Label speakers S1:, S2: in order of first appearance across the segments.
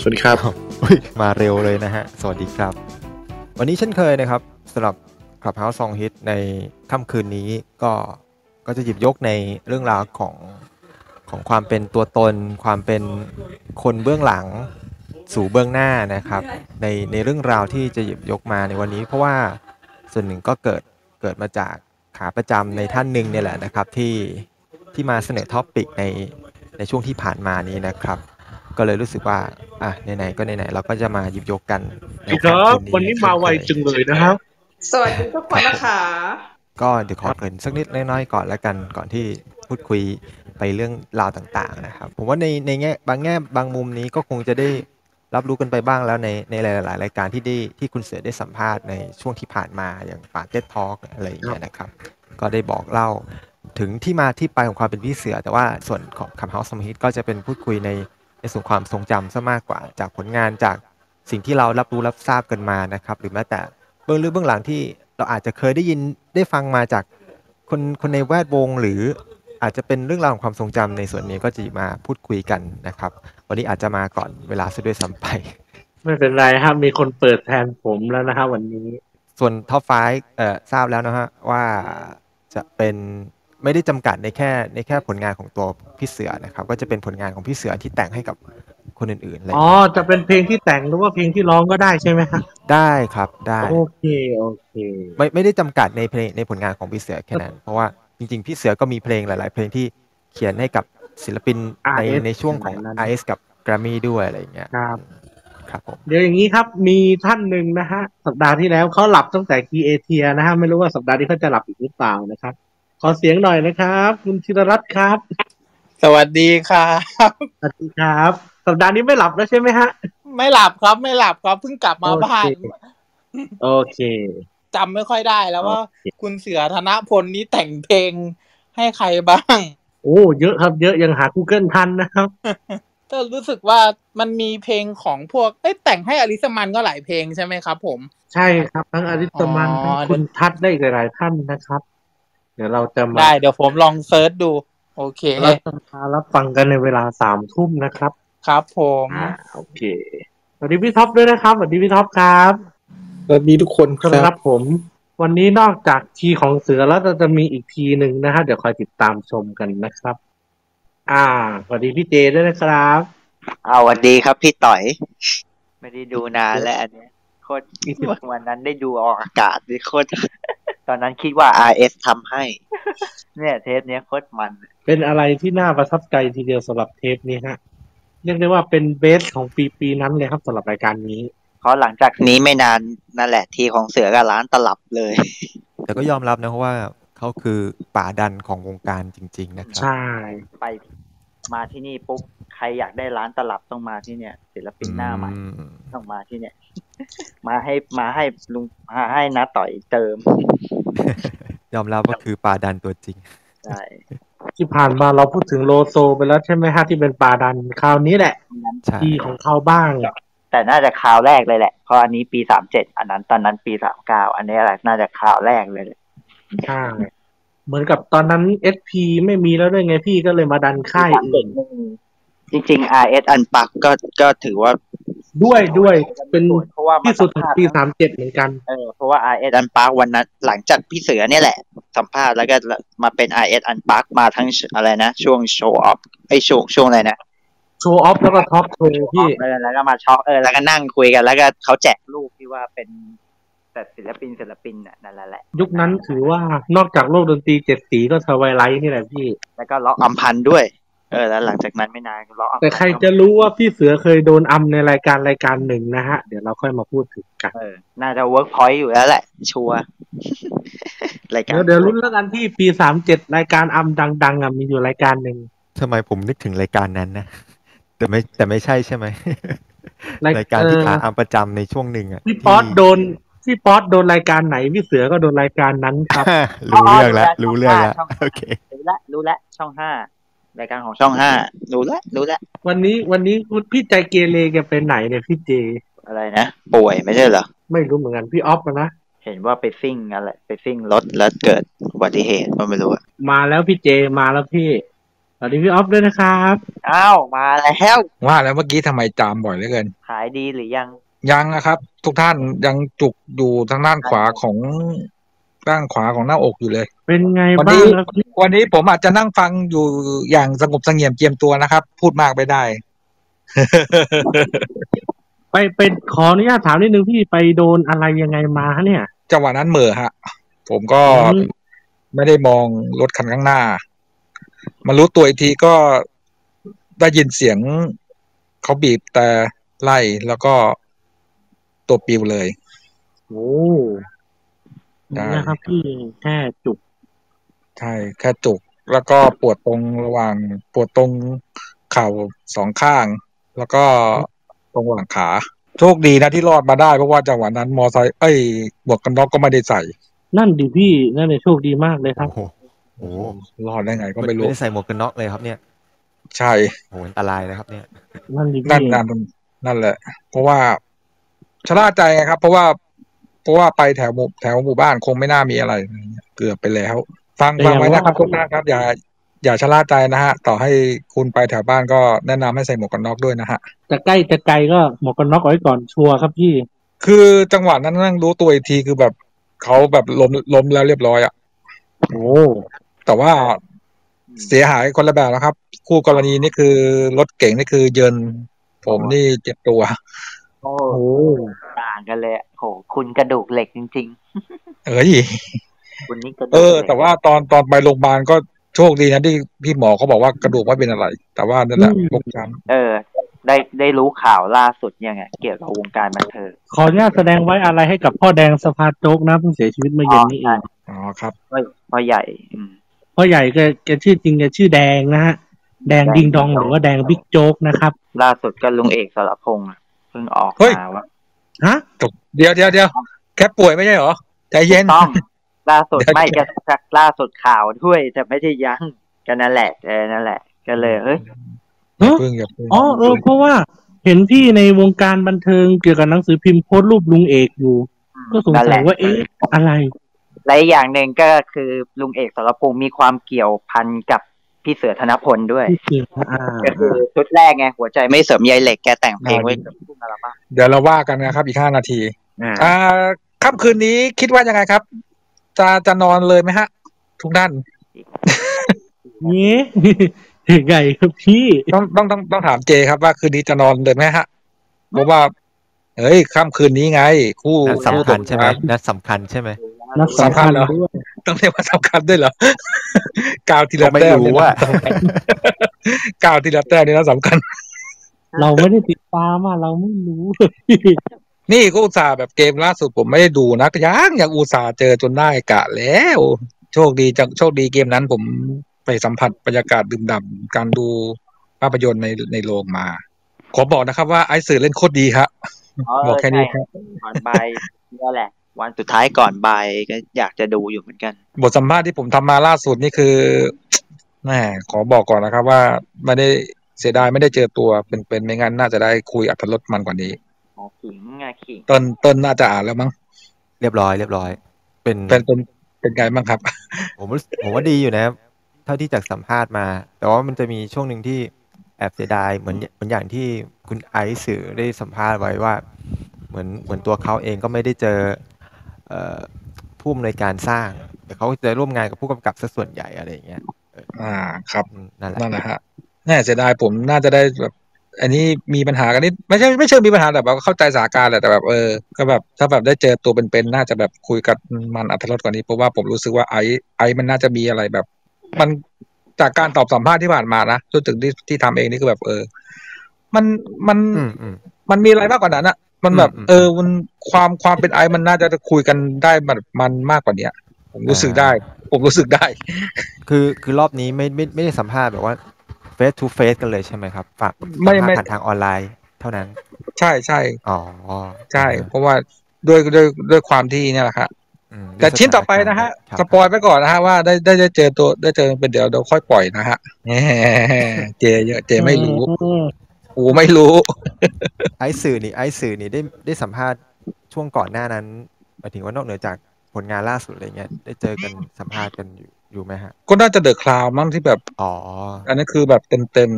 S1: สวัสดีครับ
S2: อุ๊ยมาเร็วเลยนะฮะ สวัสดีครับ วันนี้เช่นเคยนะครับสำหรับ Clubhouse Song Hit ในค่ำคืนนี้ก็ก็จะหยิบยกในเรื่องราวของของความเป็นตัวตน ความเป็นคนเบื้องหลังสู่เบื้องหน้านะครับ ในในเรื่องราวที่จะหยิบยกมาในวันนี้ เพราะว่าส่วนหนึ่งก็เกิดเกิดมาจากขาประจำในท่านหนึ่งเนี่ยแหละนะครับที่ที่มาเสนอท็อปิกในในช่วงที่ผ่านมานี้นะครับ ก็เลยรู้สึกว่า อ่ะ ไหนๆ ก็ไหนๆ เราก็จะมาหยิบยกกันใน
S3: ดีครับ
S2: ำคื
S3: วันนี้มาไว
S2: เช่นเคย
S3: จึงเลยนะครับ
S4: สวัสดีทุกคนนะคะ
S2: ก็เดี๋ยวขอเกริ่นสักนิดน้อยๆ ก่อนแล้วกัน ก่อนที่พูดคุยไปเรื่องราวต่างๆ นะครับ ผมว่าในในแง่บางแง่บางมุมนี้ก็คงจะได้รับรู้กันไปบ้างแล้วในในหลายๆ รายการที่ได้ที่คุณเสือได้สัมภาษณ์ในช่วงที่ผ่านมาอย่างป่าเต็ดทอล์กอะไรอย่างเงี้ยนะครับ ก็ได้บอกเล่าถึงที่มาที่ไปของความเป็นพี่เสือ แต่ว่าส่วนของคำเฮาส์สมิธก็จะเป็นพูดคุยในในส่วนความทรงจำซะมากกว่า จากผลงานจากสิ่งที่เรารับรู้รับทราบกันมานะครับ หรือแม้แต่เบื้องลึกเบื้องหลังที่เราอาจจะเคยได้ยินได้ฟังมาจากคนคนในแวดวง หรืออาจจะเป็นเรื่องราวของความทรงจำในส่วนนี้ก็จะหยิบมาพูดคุยกันนะครับ วันนี้อาจจะมาก่อนเวลาซะด้วยซ้ำไป
S3: ไม่เป็นไรครับ มีคนเปิดแทนผมแล้วนะครับวันนี้
S2: ส่วนท็อปไฟเอ่อทราบแล้วนะฮะว่าจะเป็นไม่ได้จำกัดในแค่ในแค่ผลงานของตัวพี่เสือนะครับ ก็จะเป็นผลงานของพี่เสือที่แต่งให้กับคนอื่นๆเลย
S3: อ๋อ จะเป็นเพลงที่แต่งหรือว่าเพลงที่ร้องก็ได้ใช่ไหมครับ
S2: ได้ครับได้
S3: โอเคโอเค
S2: ไม่ไม่ได้จำกัดในเพลงในผลงานของพี่เสือแค่นั้นเพราะว่าจริงๆพี่เสือก็มีเพลงหลาย ๆ เพลงที่เขียนให้กับศิลปินในในช่วงของ RS กับ Grammy ด้วยอะไรอย่างเงี้ย
S3: ครับ
S2: ครับผม
S3: เดี๋ยวอย่างนี้ครับมีท่านหนึ่งนะฮะสัปดาห์ที่แล้วเขาหลับตั้งแต่กีเอเทียนะฮะไม่รู้ว่าสัปดาห์นี้เขาจะหลับอีกหรือเปล่านะครับ ขอเสียงหน่อยนะครับ คุณชิรรัตน์ครับ
S5: สวัสดีครับ
S3: สวัสดีครับ สัปดาห์นี้ไม่หลับแล้วใช่ไหมฮะ
S5: ไม่หลับครับไม่หลับครับเพิ่งกลับมา
S3: โอเค
S5: บ้าน
S3: โอเค
S5: จำไม่ค่อยได้แล้วว่า
S3: โอเค
S5: คุณเสือธนพลนี้แต่งเพลงให้ใครบ้าง
S3: โอ้เยอะครับเยอะยังหา Google ทันนะครับ
S5: ก็รู้สึกว่ามันมีเพลงของพวกเอ้ยแต่งให้อลิสมันก็หลายเพลงใช่ไหมครับผม
S3: ใช่ครับทั้งอริสมัน
S5: อ๋อ
S3: ทั้งคุณทัศน์ได้อีกหลายๆท่านนะครับ เดี๋ยวเราจะมา
S5: ได้เดี๋ยวผมลองเซิร์ชดู โอเค
S3: เราจะมารับฟังกันในเวลาสามทุ่มนะครับ
S5: ครับผม
S3: อ่าโอเคสวัสดีพี่ท็อปด้วยนะครับสวัสดีพี่ท็อปครับ
S1: สวัสดีทุกคนค
S3: ค
S1: รั
S3: รับ บผม วันนี้นอกจากทีของเสือแล้วเราจะมีอีกทีหนึ่งนะฮะเดี๋ยวคอยติดตามชมกันนะครับ อ่าสวัสดีพี่เจด้วยนะครับ
S6: เอาสวัสดีครับพี่ต่อย ไม่ได้ดูนานแล้วอันเนี้ยโคตร วันนั้นได้ดูออกอากาศดิโคตร ตอนนั้นคิดว่า RS ทำให้ เนี่ยเทปเนี้ยโคตรมัน
S3: เป็นอะไรที่น่าประทับใจทีเดียวสำหรับเทปนี้ฮะเรียกได้ว่าเป็นเบสของปีปีๆนั้นเลยครับสำหรับรายการนี้
S6: เพราะหลังจากนี้ไม่นานนั่นแหละทีของเสือกับร้านตลับเลย
S2: แต่ก็ยอมรับนะเพราะว่าเขาคือป่าดันของวงการจริง ๆ นะครับ
S3: ใช่
S6: ไปมาที่นี่ปุ๊บ ใครอยากได้ร้านตลับต้องมาที่เนี่ยศิลปินหน้าใหม่ต้องมาที่เนี่ย มาให้มาให้ลุงมาให้น้าต่อยเติม
S2: ยอมรับว่าคือปลาดันตัวจริง
S6: ใช่
S3: ที่ผ่านมาเราพูดถึงโลโซไปแล้วใช่ไหมฮะที่เป็นปลาดันคราวนี้แหละ
S2: ใช่
S3: ทีของเขาบ้าง
S6: แต่น่าจะคราวแรกเลยแหละเพราะอันนี้ปีสามเจ็ดอันนั้นตอนนั้นปีสามเก้าอันนี้อะไรน่าจะคราวแรกเลยแหละ
S3: ใช่ เหมือนกับตอนนั้น SP ไม่มีแล้วด้วยไงพี่ก็เลยมาดันค่ายอื่น
S6: จริงๆ RS อันปักก็ก็ถือว่า
S3: ด้วยด้วยเป็น
S6: เพราะว่า
S3: ที่สุดของปี
S6: สัมภ
S3: สามเจ็ดเหมือนกัน
S6: เออเพราะว่า RS อันปักวันนั้น หลังจากพี่เสือเนี่ยแหละ สัมภาษณ์แล้วก็มาเป็น RS อันปักมาทั้งอะไรนะ ช่วงโชว์ออฟไอยช่วงช่วงอะไรนะ
S3: โชว์ออฟแล้วก็ท็อปโชว์พี่
S6: เออแล้วก็มาช็อกเออแล้วก็นั่งคุยกัน แล้วก็เขาแจกรูปที่ว่าเป็นแต่ศิลปินศิลปินน่ะนั่นแหละแหละ
S3: ยุคนั้นถือว่านอกจากโลกดนตรีเจ็ดสีก็สวายไลท์นี่แหละพี่
S6: แล้วก็ล็อกอัมพันธ์ด้วย เออ แล้วหลังจากนั้นไม่นานล็อกอัมพันธ์
S3: แต่ใครจะรู้ว่าพี่เสือเคยโดนอัมในรายการรายการหนึ่งนะฮะ เดี๋ยวเราค่อยมาพูดถึงกัน
S6: เออน่าจะเวิร์กพอยต์อยู่แล้วแหละ ชัวร์ รายการ
S3: เดี๋ยวเดี๋ยวรุ่นแล้วกันที่ปีสามเจ็ดรายการอัมดัง ๆอ่ะมีอยู่รายการหนึ่ง
S2: ทำไมผมนึกถึงรายการนั้นนะ แต่ไม่แต่ไม่ใช่ใช่ไหม
S3: ราย
S2: รายการที่
S3: เอ่อ
S2: ขาอัมประจำในช่วงหนึ่งอะ
S3: พี่ป๊อตโดนพี่ป๊อตโดนรายการไหนพี่เสือก็โดนรายการนั้นครับ
S2: ที่ รู้เรื่องแล้ว
S6: อ๋อ
S2: รู้เรื่องแล้ว
S6: ช่องห้า
S2: โอเค
S6: รู้ละรู้ละช่องห้ารายการของช่องห้ารู้ละรู้ละ
S3: วันนี้วันนี้คุณพี่ใจเกเรแกไปไหนเนี่ยพี่เจ
S6: อะไรนะป่วยไม่ใช่เหรอ
S3: ไม่รู้เหมือนกันพี่ออฟอะนะ
S6: เห็นว่าไปซิ่งอะไรไปซิ่งรถแล้วเกิดอุบัติเหตุก็ไม่รู้อะ
S3: มาแล้วพี่เจมาแล้วพี่ วัสดีพี่ออฟด้วยนะครับ
S6: อ้าวมาแล้ว
S7: ว่าแล้วเมื่อกี้ทำไมจามบ่อยเหลือเกิน
S6: ขายดีหรือยัง
S7: ยังนะครับ ทุกท่านยังจุกอยู่ทางด้านขวาของด้านขวาของหน้าอกอยู่เลย
S3: เป็นไง
S7: วัน
S3: บ้า
S7: นี้
S3: งครับ
S7: วันนี้ผมอาจจะนั่งฟังอยู่อย่างสงบเสงเงียมเจียมตัวนะครับ พูดมากไปได้
S3: ไปไปขออนุญาตถามนิดนึงพี่ไปโดนอะไรยังไงมาฮะเนี่ย
S7: จังหวะนั้นเหม่อฮะ ผมก็
S3: อืม
S7: ไม่ได้มองรถคันข้างหน้า มารู้ตัวอีกทีก็ได้ยินเสียงเขาบีบแต่ไล่แล้วก็ตัวปิวเลย
S3: โอ้
S7: ได้
S3: นะครับพี่แค่จุก
S7: ใช่แค่จุก แล้วก็ปวดตรงระหว่างปวดตรงเข่าสองข้าง แล้วก็ตรงหลังขา โชคดีนะที่รอดมาได้ เพราะว่าจังหวะนั้นมอไซค์เอ้ยบวกกันน็อกก็ไม่ได้ใส่
S3: นั่นดิพี่นั่นเนี่ยโชคดีมากเลยครับ
S2: โอ้โหโอ้โห
S7: รอดได้ไงก็ไม่รู้
S2: ด้ใส่หมวกกันน็อกเลยครับเนี่ย
S7: ใช่
S2: โอ้โหอันตรายนะครับเนี่ย
S3: นั่นดิ
S7: นั่น
S3: พี่
S7: นั่นนั่นแหละ เพราะว่าชะล่าใจไงครับ เพราะว่า เพราะว่าไปแถวหมู่แถวหมู่บ้านคงไม่น่ามีอะไรเกือบไปแล้ว ฟังฟังไว้นะครับทุกท่านครับ อย่า อย่าชะล่าใจนะฮะ ต่อให้คุณไปแถวบ้านก็แนะนำให้ใส่หมวกกันน็อกด้วยนะฮะ
S3: จะใกล้จะไกลก็หมวกกันน็อกเอาไว้ก่อนชัวร์ครับพี่
S7: คือจังหวะนั้นนั่งรู้ตัวอีกทีคือแบบเขาแบบล้มล้มแล้วเรียบร้อยอะ่ะ
S3: โอ้
S7: แต่ว่าเสียหายคนละแบบนะครับ คู่กรณีนี่คือรถเก่งนี่คือเยิน ผมนี่เจ็บตัว
S6: โอ้
S3: โอ้
S6: ต่างกันเลยโหคุณกระดูกเหล็กจริง
S7: เอ้ย
S6: ๆ คุณนี่กระดูก
S7: เออ
S6: หล็ก
S7: แต่ว่าตอนตอนไปโรงพยาบาลก็โชคดีนะที่พี่หมอเขาบอกว่ากระดูกไม่เป็นอะไร แต่ว่านั่นแหละบกช้
S6: เออ ได้ได้รู้ข่าวล่าสุดยังไงเกี่ยวกับวงการบันเทิง
S3: ขออนุญาตแสดงไว้อะไรให้กับพ่อแดงสภาโจ๊กนะเพิ่งเสียชีวิตเมื่อเย็นนี้เอง
S7: ำอ๋อครับ
S6: พ่อใหญ่ อืม
S3: พ่อใหญ่แกแกชื่อจริงแกชื่อแดงนะฮะแดงดิงดองหรือว่าแดงบิ๊กโจ๊กนะครับ
S6: ล่าสุดก็ลุงเอกสรพงษ์อะเพิ่งออก
S7: เฮ้ย
S6: มาว่า
S3: ฮะ
S7: เดี๋ยวเดี๋ยวเดี๋ยวแค่ป่วยไม่ใช่เหรอ ใจเย็น
S6: ต้อง ล่าสุด
S7: เดี๋ยว
S6: ไม่จะจะล่าสุดข่าวด้วยแต่ไม่ได้ยั้งก็นั่นแหละเออนั่นแหละ ก็เลยเฮ้ย
S7: อย่าเพิ่งอย่าเพิ่ง
S3: อ๋อเออเพราะว่าเห็นพี่ในวงการบันเทิงเกี่ยวกับหนังสือพิมพ์โพสต์รูปลุงเอกอยู่ ก็สงสัยว่าเอ๊ะอะไร
S6: และอีกอย่างหนึ่งก็คือลุงเอกสรพงษ์มีความเกี่ยวพันกับพี่เสือธนพลด้วย
S3: ที่เกี่ยวกับอ่า
S6: ก็คือชุดแรกไงหัวใจไม่เสริมใยเหล็กแกแต่งเพลงไว้กับพุ่งอลบั้ม
S7: เดี๋ยวเราว่ากันนะครับ อีกห้านาที
S3: อ่า
S7: อ่าค่ำคืนนี้คิดว่ายังไงครับ จะจะนอนเลยไหมฮะ ทุกท่าน
S3: เนี่ย ยังไงครับพี่
S7: ต้องต้องต้องต้องถามเจครับว่าคืนนี้จะนอนเลยไหมฮะเพราะว่าเฮ้ยค่ำคืนนี้ไง คู่
S2: นัดสำคัญใช่ไหม
S7: คู่ตกน้
S2: นัดสำคัญใช่ไหม
S3: นักสำ
S7: สำ
S3: คัญ
S7: คัญเหรอ
S3: ด้วย
S7: ต้องเรียกว่าสำคัญด้วยเหรอ กาวที
S2: ก็
S7: ละ
S2: ไม่
S7: แต้ม
S2: รู้
S7: เนี่ย
S2: ว่า
S7: นะกาวทีละแต้มเนี่ยนะสำคัญ
S3: เราไม่ได้ติดตามอ่ะเราไม่รู้
S7: นี่ก็อุตส่าห์แบบเกมล่าสุดผมไม่ได้ดูนะยังยังอุตส่าห์เจอจนได้กะแล้ว โชคดีจังโชคดีเกมนั้นผมไปสัมผัสบรรยากาศดื่มด่ำการดูภาพยนตร์ในในโรงมา ขอบอกนะครับว่าไอ้สื่อเล่นโคตรดีครับ บอกแค่นี้ครับ
S6: ก่อนบ่ายนี่แหละ วันสุดท้ายก่อนบ่ายก็อยากจะดูอยู่เหมือนกัน
S7: บทสัมภาษณ์ที่ผมทำมาล่าสุดนี่คือแหมขอบอกก่อนนะครับว่าไม่ได้เสียดายไม่ได้เจอตัวเป็นเป็นๆไม่งั้นน่าจะได้คุยอัธรสมันกว่านี้
S6: อ๋อขิงไงขิง
S7: เต้นเต้นน่าจะอ่านแล้วมั้ง
S2: เรียบร้อยเรียบร้อย เป็น
S7: เป็นเป็นเป็นไงบ้างครับ
S2: ผมรู้สึกผมว่าดีอยู่นะเท่าที่จากสัมภาษณ์มา แต่ว่ามันจะมีช่วงหนึ่งที่แอบเสียดายเหมือนเหมือนอย่างที่คุณไอซ์สื่อได้สัมภาษณ์ไว้ว่า เหมือนเหมือนตัวเขาเองก็ไม่ได้เจอเอ่อผู้อำนวยการสร้าง แต่เขาจะร่วมงานกับผู้กำกับซะส่วนใหญ่อะไรอย่างเงี้ย
S7: อ่าครับ
S2: อืมนั่นแหละ
S7: นั่นแหละฮะแน่เสียดายผมน่าจะได้แบบ อันนี้มีปัญหากันนิดไม่ใช่ไม่เชิงมีปัญหาแต่แบบเข้าใจสถานการณ์แหละแต่แบบเออก็แบบถ้าแบบได้เจอตัวเป็นๆน่าจะแบบคุยกันมันอัธรสกว่านี้เพราะว่าผมรู้สึกว่าไอซ์ไอซ์มันน่าจะมีอะไรแบบ มันจากการตอบสัมภาษณ์ที่ผ่านมานะจนถึงที่ที่ทำเองนี่คือแบบเออ มันมัน
S2: อืมอืม
S7: มันมีอะไรมากกว่านั้นอะมันแบบ
S2: อืมอืม
S7: เออ มันความความเป็นไอซ์มันน่าจะคุยกันได้มันมันมากกว่าเนี้ยผมรู้สึกได้
S2: อ่
S7: ผมรู้สึกได้
S2: คือคือรอบนี้ไม่ไม่ไม่ได้สัมภาษณ์แบบว่าเฟสทูเฟสกันเลยใช่ไหมครับฝาก
S7: ไม่ไม่
S2: สัภาษณ์ผ่านทางออนไลน์ เท่านั้น
S7: ใช่ใช่
S2: อ๋อ
S7: ใช่ เพราะว่าด้วยด้วยด้วยความที่เนี่ยแหละครับ
S2: อืม
S7: แต่ชิ้นต่อไปนะฮะ
S2: ครับ
S7: สปอยไปก่อนนะฮะว่าได้ได้ได้เจอตัวได้เจอเป็นเดี๋ยวเดี๋ยวค่อยปล่อยนะฮะ แหม่เจเยอะเจไม่รู้กูไม่รู้
S2: ไอซ์สื่อนี่ไอซ์สื่อนี่ได้ได้สัมภาษณ์ช่วงก่อนหน้านั้นหมายถึงว่านอกเหนือจาก ผลงานล่าสุดอะไรเงี้ยได้เจอกันสัมภาษณ์กันอยู่อยู่ไหมฮะ
S8: ก็น่าจะเดอะคลาวมั้งที่แบบ
S2: อ๋อ
S8: อันนั้นคือแบบเต็ม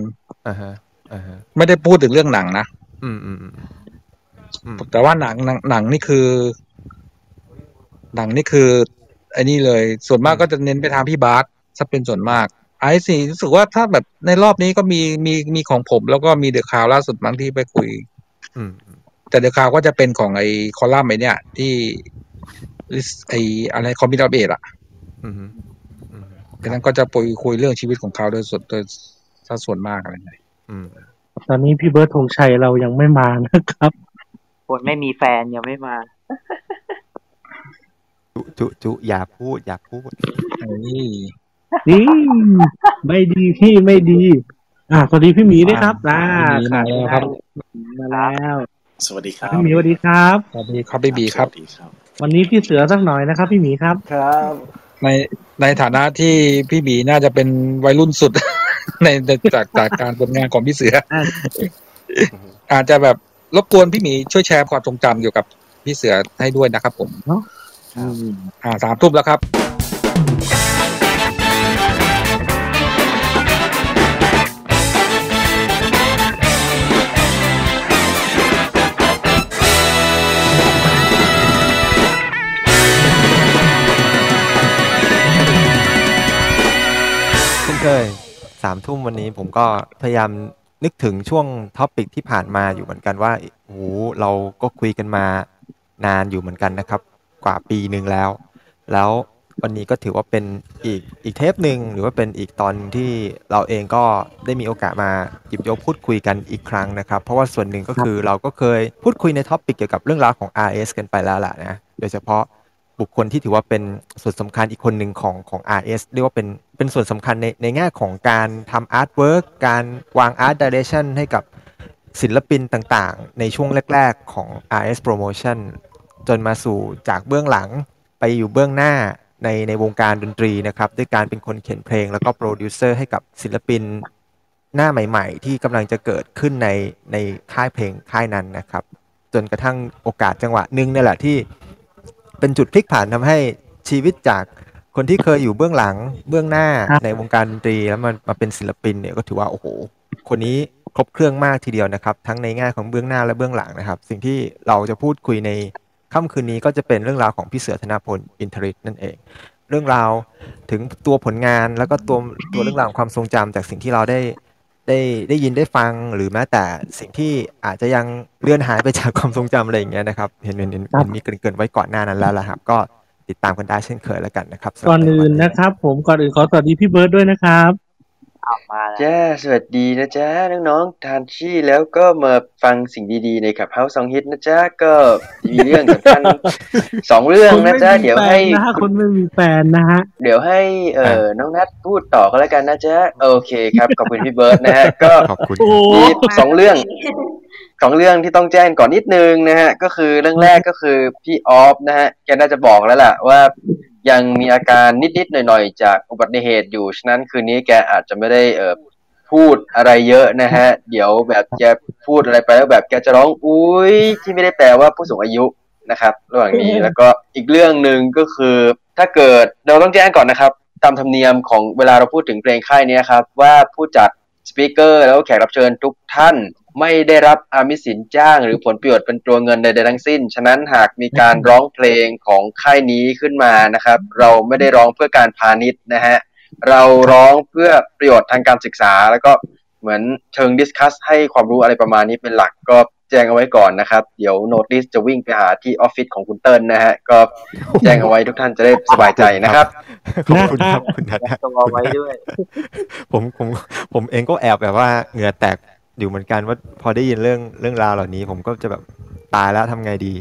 S2: อ่าฮะอ่าฮะ
S8: ๆไม่ได้พูดถึงเรื่องหนังนะ
S2: อืมอืมอืมอืม
S8: แต่ว่าหนังหนังหนังนี่คือ หนังนี่คือไอ้นี่เลย ส่วนมากก็จะเน้นไปทางพี่บาสถ้าเป็นส่วนมาก ไอซีรู้สึกว่าถ้าแบบในรอบนี้ก็มีมีมีของผม แล้วก็มีเดอะคาวล่าสุดมั้งที่ไปคุย
S2: อืมอืม
S8: แต่เดอะคาวก็จะเป็นของไอคอลัมน์ไอเนี่ย ที่ list ไออะไรคอมพิวเตอร์เบดอะ
S2: อืมอืม
S8: ดังนั้นก็จะไปคุยเรื่องชีวิตของเขาโดยส่วนโดยซะส่วนมากอะไรเงี้ย
S2: อืม
S3: ตอนนี้พี่เบิร์ดธงชัยเรายังไม่มานะครับ
S6: คนไม่มีแฟนยังไม่มา
S2: จุจุจุอย่าพูดอย่าพูด
S8: ไอ้นี่
S3: นี่ไม่ดีพี่ไม่ดี อ่าสวัสดีพี่หมีด้วยครับอ่า
S8: มีมาแล้วครับ
S3: มาแล้ว
S9: สวัสดีครับ
S3: พี่หมีสวัสดีครับ
S8: สวัสดีครับพี่บีครับ
S9: สวัสดีครับ
S3: วันนี้พี่เสือสักหน่อยนะครับ พี่หมีครับ
S8: ในในฐานะที่พี่บีน่าจะเป็นวัยรุ่นสุด ในในจากจากการผลงานของพี่เสือ อาจจะแบบรบกวนพี่หมีช่วยแชร์ความทรงจำเกี่ยวกับพี่เสือให้ด้วยนะครับผม
S3: อืม
S8: อ่าสามทุ่มแล้วครับ
S2: เช่นเคยสามทุ่มวันนี้ผมก็พยายามนึกถึงช่วงท็อปิกที่ผ่านมาอยู่เหมือนกันว่าโอ้โหเราก็คุยกันมานานอยู่เหมือนกันนะครับ กว่าปีหนึ่งแล้ว แล้ววันนี้ก็ถือว่าเป็นอีกอีกเทปหนึ่งหรือว่าเป็นอีกตอนหนึ่งที่เราเองก็ได้มีโอกาสมาหยิบยกพูดคุยกันอีกครั้งนะครับ เพราะว่าส่วนหนึ่งก็คือเราก็เคยพูดคุยในท็อปิกเกี่ยวกับเรื่องราวของ RS กันไปแล้วล่ะนะโดยเฉพาะ บุคคลที่ถือว่าเป็นส่วนสำคัญอีกคนหนึ่งของของ RS เรียกว่าเป็นเป็นส่วนสำคัญในในแง่ของการทำอาร์ตเวิร์กการวางอาร์ตดิเรชันให้กับศิลปินต่างๆ ในช่วงแรก ๆ ของ RS Promotion จนมาสู่จากเบื้องหลังไปอยู่เบื้องหน้าในในวงการดนตรีนะครับ ด้วยการเป็นคนเขียนเพลงแล้วก็โปรดิวเซอร์ให้กับศิลปินหน้าใหม่ ๆ ที่กำลังจะเกิดขึ้นในในค่ายเพลงค่ายนั้นนะครับ จนกระทั่งโอกาสจังหวะหนึ่งเนี่ยแหละที่ เป็นจุดพลิกผันทำให้ชีวิตจากคนที่เคยอยู่เบื้องหลังเบื้องหน้าในวงการดนตรีแล้วมันมาเป็นศิลปินเนี่ยก็ถือว่าโอ้โห คนนี้ครบเครื่องมากทีเดียวนะครับ ทั้งในแง่ของเบื้องหน้าและเบื้องหลังนะครับ สิ่งที่เราจะพูดคุยในค่ำคืนนี้ก็จะเป็นเรื่องราวของพี่เสือธนพลอินทริตนั่นเอง เรื่องราวถึงตัวผลงานแล้วก็ตัวตัวเรื่องราวของความทรงจำจากสิ่งที่เราได้ ได้ได้ยินได้ฟังหรือแม้แต่สิ่งที่อาจจะยังเลื่อนหายไปจากความทรงจำอะไรอย่างเงี้ยนะครับ เห็นเห็นเห็นเห็นมีเกรินๆไว้ก่อนหน้านั้นแล้วล่ะครับ ก็ติดตามกันได้เช่นเคยแล้วกันนะครับสำหรับ
S3: ก่อนอื่น
S2: ใวั
S3: นะครับ ผมก่อนอื่นขอสวัสดีพี่เบิร์ดด้วยนะครับ
S6: ออกมาแล้ว
S10: จ้าสวัสดีนะจ๊ะน้องๆทานชี่แล้วก็มาฟังสิ่งดีๆในขับเฮาส์สองฮิตนะจ๊ะก็มีเรื่องสำคัญ สองเรื่อง
S3: คน
S10: นะ
S3: ไม่
S10: จ๊ะ
S3: มี
S10: เดี๋ยว
S3: แฟ
S10: ให้
S3: นนะฮะคนไม่มีแฟนนะฮะ
S10: เดี๋ยวให้เอ่
S2: อ่ะ
S10: อน้องนัทพูดต่อก็แล้วกันนะจ๊ะโอเคครับขอบคุณพี่เบิร์ดนะฮะก็
S2: ขอบคุณ
S3: โอ้
S10: มีสองเรื่อง สองเรื่องที่ต้องแจ้งก่อนนิดนึงนะฮะ ก็คือเรื่องแรกก็คือพี่ออฟนะฮะแกน่าจะบอกแล้วล่ะว่ายังมีอาการนิดๆหน่อยๆ จากอุบัติเหตุอยู่ ฉะนั้นคืนนี้แกอาจจะไม่ได้เออพูดอะไรเยอะนะฮะ เดี๋ยวแบบแกพูดอะไรไปแล้วแบบแกจะร้องอุ้ยที่ไม่ได้แปลว่าผู้สูงอายุนะครับ ระหว่างนี้แล้วก็อีกเรื่องหนึ่งก็คือ ถ้าเกิดเราต้องแจ้งก่อนนะครับ ตามธรรมเนียมของเวลาเราพูดถึงเพลงค่ายเนี้ยครับ ว่าผู้จัด สปีกเกอร์แล้วก็แขกรับเชิญทุกท่านไม่ได้รับอามิสินจ้างหรือผลประโยชน์เป็นตัวเงินใดๆทั้งสิ้น ฉะนั้นหากมีการร้องเพลงของค่ายนี้ขึ้นมานะครับ เราไม่ได้ร้องเพื่อการพาณิชย์นะฮะ เราร้องเพื่อประโยชน์ทางการศึกษา แล้วก็เหมือนเชิงดิสคัสให้ความรู้อะไรประมาณนี้เป็นหลักก็แจ้งเอาไว้ก่อนนะครับ เดี๋ยวโนติสจะวิ่งไปหาที่ออฟฟิศของคุณเติ้ลนะฮะก็แจ้งเอาไว้ทุกท่านจะได้สบายใจนะครับ
S2: ขอบคุณครับคุณนัท
S6: ตัวเอาไว้ด้วย
S2: ผมผมผมเองก็แอบแบบว่าเหงื่อแตกอยู่เหมือนกันว่าพอได้ยินเรื่องเรื่องราวเหล่านี้ ผมก็จะแบบตายแล้วทำไงดี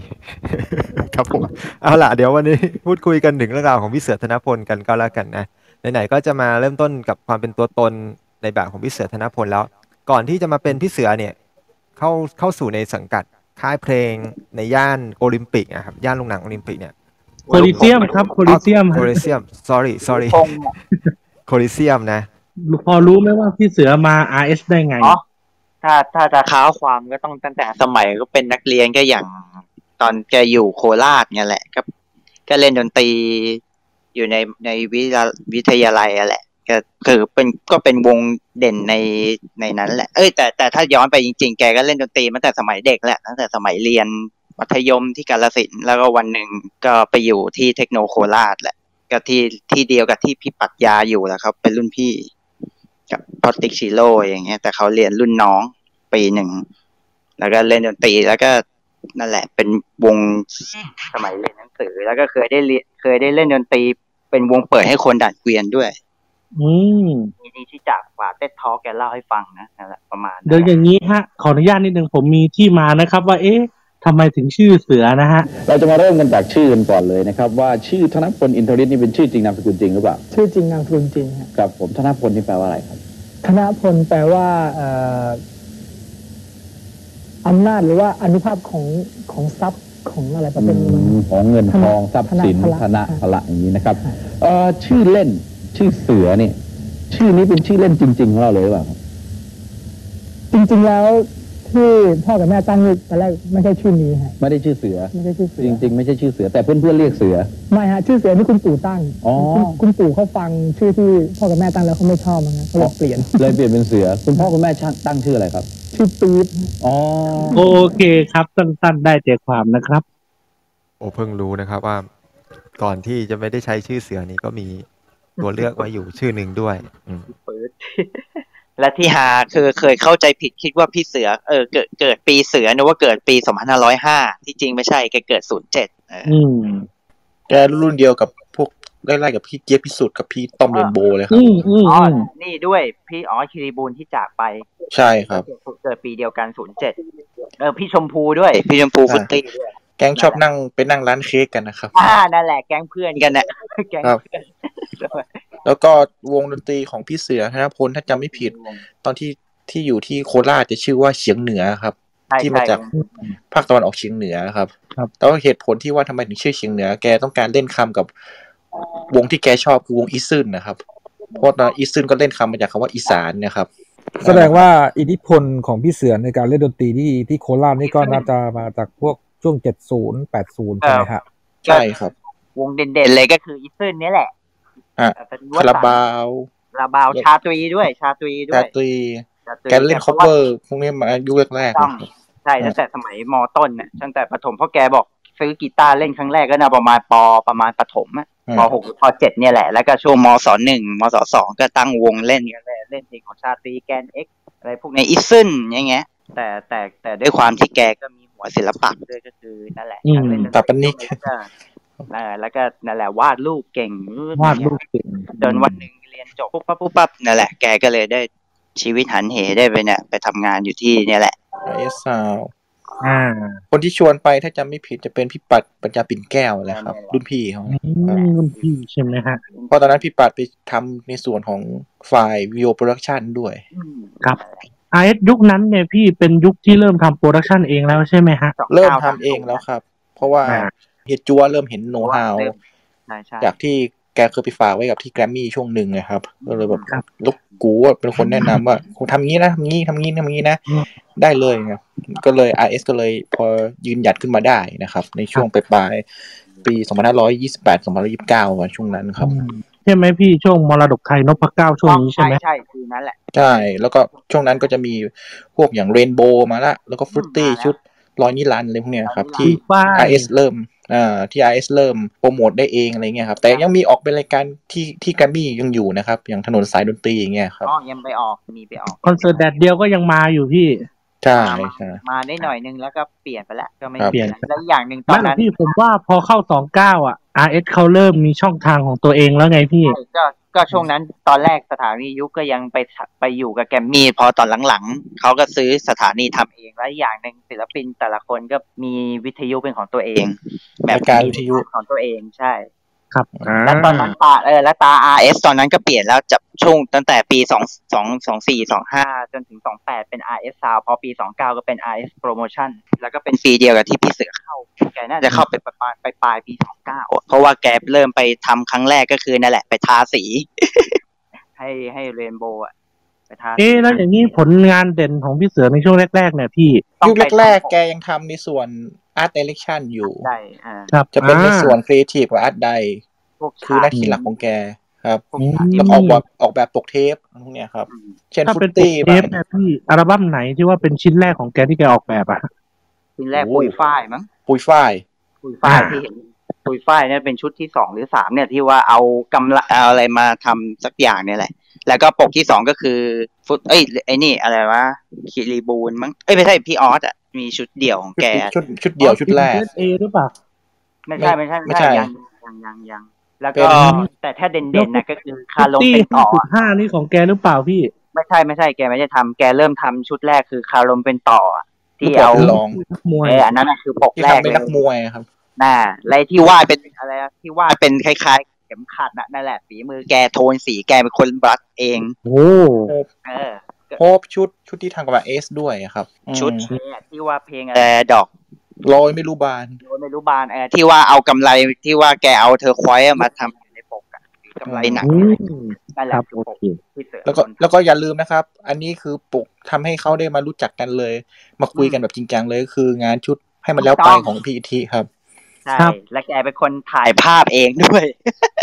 S2: ครับผมเอาล่ะเดี๋ยววันนี้พูดคุยกันถึงเรื่องราวของพี่เสือธนพลกันก็แล้วกันนะ ไหนๆก็จะมาเริ่มต้นกับความเป็นตัวตนในแบบของพี่เสือธนพลแล้ว ก่อนที่จะมาเป็นพี่เสือเนี่ยเข้าเข้าสู่ในสังกัดค่ายเพลงในย่านโอลิมปิกนะครับย่านโรงหนังโอลิมปิกเนี่ย
S3: โคลิเซียมครับโคลิเซียม
S2: โคลิเซียม sorry sorry โคลิเซียมนะ
S3: พอรู้ไหมว่าพี่เสือมา RS ได้ไง
S6: อ๋อ ถ้าถ้าจะค้าวความก็ต้องตั้งแต่สมัยก็เป็นนักเรียนก็อย่างตอนแกอยู่โคราชเนี่ยแหละก็ ก็เล่นดนตรีอยู่ในในวิทยาวิทยาลัยอะแหละ ก็คือเป็นก็เป็นวงเด่นในในนั้นแหละ เอ้ยแต่แต่ถ้าย้อนไปจริงๆ แกก็เล่นดนตรีมาตั้งแต่สมัยเด็กแหละตั้งแต่สมัยเรียนมัธยมที่กาลสินธุ์แล้วก็วันหนึ่งก็ไปอยู่ที่เทคโนโคราชแหละก็ที่ที่เดียวกับที่พี่ปรักยาอยู่แหละครับ เป็นรุ่นพี่ กับพอติกชิโร่อย่างเงี้ย แต่เขาเรียนรุ่นน้องปีหนึ่ง แล้วก็เล่นดนตรีแล้วก็นั่นแหละ เป็นวงสมัยเรียนหนังสือ แล้วก็เคยได้เรียนเคยได้เล่นดนตรีเป็นวงเปิดให้คนดัดเกวียนด้วย
S3: อืม
S6: นี่นี่ที่จากป่าเต็ดทอแกเล่าให้ฟังนะนั่นแหละประมาณ
S3: เดี๋ยวอย่างนี้ฮะ ขออนุญาตนิดนึงผมมีที่มานะครับ ว่าเอ๊ะทำไมถึงชื่อเสือนะฮะ
S9: เราจะมาเริ่มกันจากชื่อกันก่อนเลยนะครับ ว่าชื่อธนพลอินทรฤทธิ์นี่เป็นชื่อจริงนามสกุลจริงหรือเปล่า
S11: ชื่อจริงนามสกุลจริงฮะ
S9: ครับผมธนพลนี่แปลว่าอะไรครับ
S11: ธนพลแปลว่าเอ่ออำนาจหรือว่าอนุภาพของของทรัพย์ของอะไรประเภทนี้มั้ง
S9: ของเงินทองทรัพย์สิน
S11: ธ
S9: ธ
S11: นะ
S9: นะ
S11: พ
S9: พ
S11: ละ
S9: ละอย่างนี้นะครับเอ่อชื่อเล่นชื่อเสือนี่ชื่อนี้เป็นชื่อเล่นจริง ๆ ของเราเลยหรือเปล่าครับ
S11: จริง ๆ แล้วที่พ่อกับแม่ตั้งนี่ตอนแรกไม่ใช่ชื่อนี้ฮะ
S9: ไม่ได้ชื่อเสือ
S11: ไม่ใช่ชื่อเสื
S9: จ
S11: อ
S9: ริง ๆ ไม่ใช่ชื่อเสือแต่เพื่อนๆเรียกเสือ
S11: ไม่ฮะชื่อเสือนี่คุณปู่ตั้ง
S9: อ๋อ
S11: คุณคุณปู่เขาฟังชื่อที่พ่อกับแม่ตั้งแล้วเขาไม่ชอบมั้งฮะเขาเลยเปลี่ยน
S9: เลยเปลี่ยนเป็นเสือ คุณพ่อคุณแม่ช่างตั้งชื่ออะไรครับ
S11: ชื่อปี๊ดฮะ
S9: อ๋อ
S3: โอเคครับสั้นๆ ได้ใจความนะครับ
S2: โอ้เพิ่งรู้นะครับว่าก่อนที่จะไม่ได้ใช้ชื่อเสือนี้ก็มีตัวเลือกไว้อยู่ชื่อหนึ่งด้วยอืม
S6: และที่หาคือเคยเข้าใจผิดคิดว่าพี่เสือเออเกิดเกิดปีเสือนึกว่าเกิดปีสองพันห้าร้อยห้าที่จริงไม่ใช่แกเกิดศูนย์เจ็ดเออ
S3: อืม
S1: แกรุ่นเดียวกับพวกไล่ๆกับพี่เจี๊ยบพิสุทธิ์กับพี่ต้อมเรนโบว์เลยครับ
S3: อืมอืม
S6: อ๋อ
S3: อืม
S6: นี่ด้วยพี่อ๋อคิริบูลที่จากไป
S1: ใช่ครับ
S6: เกิดปีเดียวกันศูนย์เจ็ดเออพี่ชมพูด้วย พี่ชมพู
S1: ใช่
S6: ฟุตตี้ด้วย
S1: แก๊งชอบนั่งไปนั่งร้านเค้กกันนะครับ
S6: อ่านั่นแหละแก๊งเพื่อนกันนะแก๊ง
S1: ครับ
S6: เพื่อน
S1: แล้วก็วงดนตรีของพี่เสือธนพลถ้าจำไม่ผิด ตอนที่ที่อยู่ที่โคราชจะชื่อว่าเฉียงเหนือครับ
S6: ใช่
S1: ที่มา
S6: ใช่
S1: จากภาคตะวันออกเฉียงเหนือครับ
S3: ครับ
S1: แล้วเหตุผลที่ว่าทำไมถึงชื่อเฉียงเหนือ แกต้องการเล่นคำกับวงที่แกชอบคือวงอีซึนนะครับ เพราะตอนอีซึนก็เล่นคำมาจากคำว่าอีสานเนะครับ
S7: แสดงว่าอิทธิพลของพี่เสือในการเล่นดนตรีที่ที่โคราชนี่ก็น่าจะมาจากพวกช่วง 70 80 ใช่ไหมฮะ
S1: ใช่ครับ
S6: วงเด่นๆเลยก็คืออีซึนนี่แหละ
S1: อ่ะ
S6: แต่เป็น
S1: คาราบาว
S6: คาราบาวชาตรีด้วย ชาตรีด้
S1: กา
S6: วย
S1: ตรี
S6: ชาตรี
S1: แกเล่นคอ v เวอร์พวกนี้มายุคแรกๆ
S6: ต้อง
S1: นะครับ
S6: ใช่ตั้งแต่สมัยมต้นน่ะตั้งแต่ประถมเพ่อแกบอกซื้อกีตาร์เล่นครั้งแรกก็น่าประมาณปประมาณประถมอะ
S1: อืม
S6: มหกหรือปเจ็ดเนี่ยแหละแล้วก็ช่วงมสหนึ่งมสสองก็ตั้งวงเล่นกันเลยเล่นเพลงของชาตรีแกนเอ็กอะไรพวกในอีซึนอย่างเงี้ย แต่แต่แต่ด้วยความที่แกก็มีหัวศิลปะด้วยก็คือนั่นแหละ
S3: อืม
S6: การเล่ดตรี
S1: ตับปนิก
S6: แล้วก็เออแล้วก็นั่นแหละวาดรูปเก่ง
S3: วาดรูปเก่ง
S6: จนวันหนึ่งเรียนจบปุ๊บปั๊บปุ๊บปั๊บนั่นแหละแกก็เลยได้ชีวิตหันเหได้ไปเนี่ยไปทำงานอยู่ที่เนี่ยแหละ
S1: เอสซาว
S3: อ่า
S1: คนที่ชวนไปถ้าจำไม่ผิดจะเป็นพี่ปัดปัญญาปิ่นแก้วแหละครับ รุ่นพี่เขา
S3: อืมรุ่นพี่ใช่ไหมฮะ
S1: เพราะตอนนั้นพี่ปัดไปทำในส่วนของฝ่ายวิดีโอโปรดักชันด้วย
S3: ครับ ไอเอสยุคนั้นเนี่ยพี่เป็นยุคที่เริ่มทำโปรดักชันเองแล้วใช่ไหมฮะ
S1: เริ่มทำเองแล้วครับ เพราะว่า
S3: อ่า
S1: เฮียจัวเริ่มเห็นโน้ตฮาว
S6: เริ่ม ใช่ใช่
S1: จากที่แกเคยไปฝากไว้กับที่แกรมมี่ช่วงหนึ่งนะครับก็เลยแบบ
S3: ครับ
S1: ลูกกูเป็นคนแนะนำว่าคุณทำงี้นะทำงี้ทำงี้ทำงี้นะ ได้เลยนะก็เลย RS ก็เลยพอยืนหยัดขึ้นมาได้นะครับ ในช่วงปลายๆปี 2528 2529อะช่วงนั้นครับ
S3: ใช่ไหมพี่ช่วงมรดกไทยนพเกล้าช่วงนี้
S6: ใช่
S3: ใช่ไหม
S6: ใช่คือนั้นแหละ
S1: ใช่ แล้วก็ช่วงนั้นก็จะมีพวกอย่างเรนโบมาละ แล้วก็ฟรุตตี้
S6: มาแล้ว
S1: ชุดร้อยนิรันดร์อะไรพวกเนี้ยครับ ที่
S3: ป้าย
S1: RS เริ่มอ่าที่ RS เริ่มโปรโมทได้เองอะไรเงี้ยครับ แต่ยังมีออกเป็นรายการที่ที่แกรมมี่ยังอยู่นะครับ อย่างถนนสายดนตรีอย่างเงี้ยครับ
S6: อ๋อยังไปออกมีไปออก
S3: คอนเสิร์ตแดดเดียวก็ยังมาอยู่พี่
S1: ใช่
S6: มามา
S1: ใช่
S6: มาได้หน่อยนึงแล้วก็เปลี่ยนไปแล้วก็ไม่
S1: ครับ
S6: มีแล้วแล้วอย่างหนึ่งตอ
S3: ไม่
S6: น
S3: หรอ
S6: นั้
S3: ก
S6: น
S3: พี่ผมว่าพอเข้าสองเก้าอ่ะ RS เขาเริ่มมีช่องทางของตัวเองแล้วไงพี่
S6: ก็ก็ช่วงนั้นตอนแรกสถานียุคก็ยังไปไปอยู่กับแกรมมี่พอตอนหลังๆเขาก็ซื้อสถานีทำเองแล้วอย่างหนึ่งศิลปินแต่ละคนก็มีวิทยุเป็นของตัวเอง
S1: รายการวิทยุ
S6: ของตัวเองใช่
S3: ครับ
S6: แล้วตอนนั้นตาเออแล้วตา RS ตอนนั้นก็เปลี่ยนแล้วจับช่วงตั้งแต่ปีสองสองสองสี่สองห้าจนถึงสองแปดเป็น RS ซาวพอปีสองเก้าก็เป็น RS Promotion แล้วก็เป็นปีเดียวกับที่พี่เสือเข้า แกน่าจะเข้าไปประมาณปลายปลายปีสองเก้าเพราะว่าแกเริ่มไปทำครั้งแรกก็คือนั่นแหละไปทาสี ให้ให้เรนโบว์อะ ไปทาน
S3: เอ๊ะแล้วอย่างนี้ผลงานเด่นของพี่เสือในช่วงแรกๆเนี่ยพี่
S1: ยุคแรกๆ แกยังทำในส่วน Art Direction อยู่
S3: ครับ
S1: จะเป็นใน
S3: อ่า
S1: ส่วน Creative กับ Art ใด คือหน้าที่หลักของแกครับแล้วออกแบบออกแบบปกเทปพวกเนี้ยครับ เช่น
S3: ถ้า
S1: ฟุ
S3: เป็น
S1: ต
S3: ปก
S1: ตี้
S3: เทปเนี่ยพี่อัลบั้มไหนที่ว่าเป็นชิ้นแรกของแกที่แกออกแบบอะ
S6: ชิ้นแรกปุยฝ้ายมั้ง
S1: ปุยฝ้าย
S6: ปุยฝ้าย
S3: อ่า
S6: ที่เห็นปุยฝ้ายเนี่ยเป็นชุดที่สองหรือสามเนี่ยที่ว่าเอากำลังเอาอะไรมาทำสักอย่างเนี่ยแหละ แล้วก็ปกที่สองก็คือฟุตเอ้ยไอ้นี่อะไรวะคิริบูนมั้งเอ้ยไม่ใช่พี่ออสอ่ะมีชุดเดี่ยวของแก
S1: ชุดชุดเดี่ยวชุดแรก
S3: เอหรือเปล่า
S6: ไม่ใช่ไม่ใช่
S1: ไม่ใช่
S6: ยังยังยังยังแล้วก็
S3: เป็น
S6: แต่ถ้าเด่นๆนะก็คือคาลง
S3: ตี้
S6: เป็น
S3: ห้า
S6: ต่อ
S3: จุดห้านี่ของแกหรือเปล่าพี่
S6: ไม่ใช่ไม่ใช่แกไม่ได้ทำแกเริ่มทำชุดแรกคือคารมเป็นต่ออะที่
S1: ปก
S6: เอา
S1: เป็นรอง
S3: มวย
S6: เอออันนั้นอะคือปก
S1: ที่
S6: แรก
S1: ทำเป็น
S6: เล
S1: นักม
S6: ย
S1: วยครับ
S6: น่าและที่วาดเป็นอะไรอะที่วาดเป็นคล้ายๆ เข็มขัดน่ะนั่นแหละฝีมือแกโทนสีแกเป็นคนบลัดเอง
S3: โอ้
S1: โฮป
S6: เออ
S1: โฮปชุดชุดที่ทำกับเอสด้วยครับ
S6: ชุด
S1: อืม
S6: เออที่ว่าเพลงอะไรดอก
S1: ลอยไม่รู้บาน
S6: โดยไม่รู้บานเออที่ว่าเอากำไรที่ว่าแกเอาเธอควายมาทำอยู่ในปกอะหรือกำไรหนักนั่นแหละ
S3: ครับ
S6: คือ
S3: โอ
S6: ปก
S3: เค
S6: ที่เสือ
S1: แล้วก็แล้วก็อย่าลืมนะครับ อันนี้คือปลุกทำให้เขาได้มารู้จักกันเลย มาคุยกันแบบจริงจังเลยก็คืองานชุดให้มันแล้วไปของพีทีครับ
S6: ใช่และแกเป็นคนถ่ายภาพเองด้วย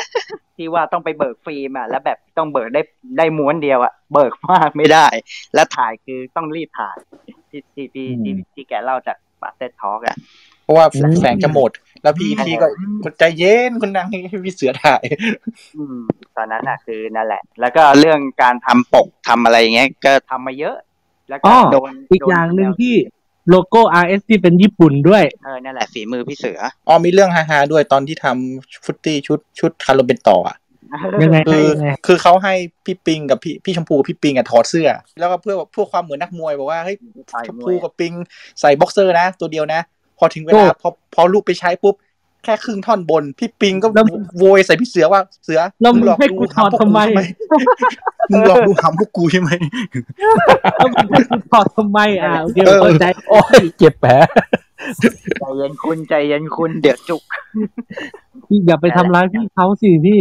S6: ที่ว่าต้องไปเบิกฟิล์มอะแล้วแบบต้องเบิกได้ได้ม้วนเดียวอะเบิกมากไม่ได้ และถ่ายคือต้องรีบถ่ายที่ที่ที่ที่ที่แกเล่าจากปาเตทอกอะ
S1: เพราะว่าแสงจะหมด แล้วพีทีก็คนใจเย็นคนนั่งให้พี่เสือถ่าย
S6: อืม ตอนนั้นอะคือนั่นแหละ แล้วก็เรื่องการทำปกทำอะไรอย่างเงี้ยก็ทำมาเยอะ แล้วก็
S3: อ๋อ
S6: โดน
S3: อีกอย่างหนึ่งที่โลโก้ RS ที่เป็นญี่ปุ่นด้วย
S6: เออนั่นแหละฝีมือพี่เสือ
S1: อ๋อมีเรื่องฮาๆด้วยตอนที่ทำฟุตตี้ชุดชุดคาร์ลเป็นต่ออะ
S3: ยังไง
S1: คือ
S3: ยังไง
S1: คือเขาให้พี่ปิงกับพี่พี่ชมพูกับพี่ปิงอะถอดเสื้อ แล้วก็เพื่อเพื่อความเหมือนนักมวยบอกว่าเฮ้ยชมพูกับปิงใส่บ็อกเซอร์นะ ตัวเดียวนะ พอถึงเวลาพอพอลูกไปใช้ปุ๊บ แค่ครึ่งท่อนบน พี่ปิงก็
S3: แล้ว
S1: โวยใส่พี่เสือว่าเสือ
S3: แล้วมึง
S1: หลอก
S3: ให้กูถอดทำไม
S1: มึงหลอกกูหำพวกกูใช่ไหม
S3: แล้วมันจะถอดทำไมอ่ะโอเค
S1: เออ
S3: เข้าใจ
S7: โอ้ยเจ็บแผล
S6: ใจเย็นคุณใจเย็นคุณเดี๋ยวจุก
S3: พี่อย่าไปทำร้ายพี่เขาสิพี่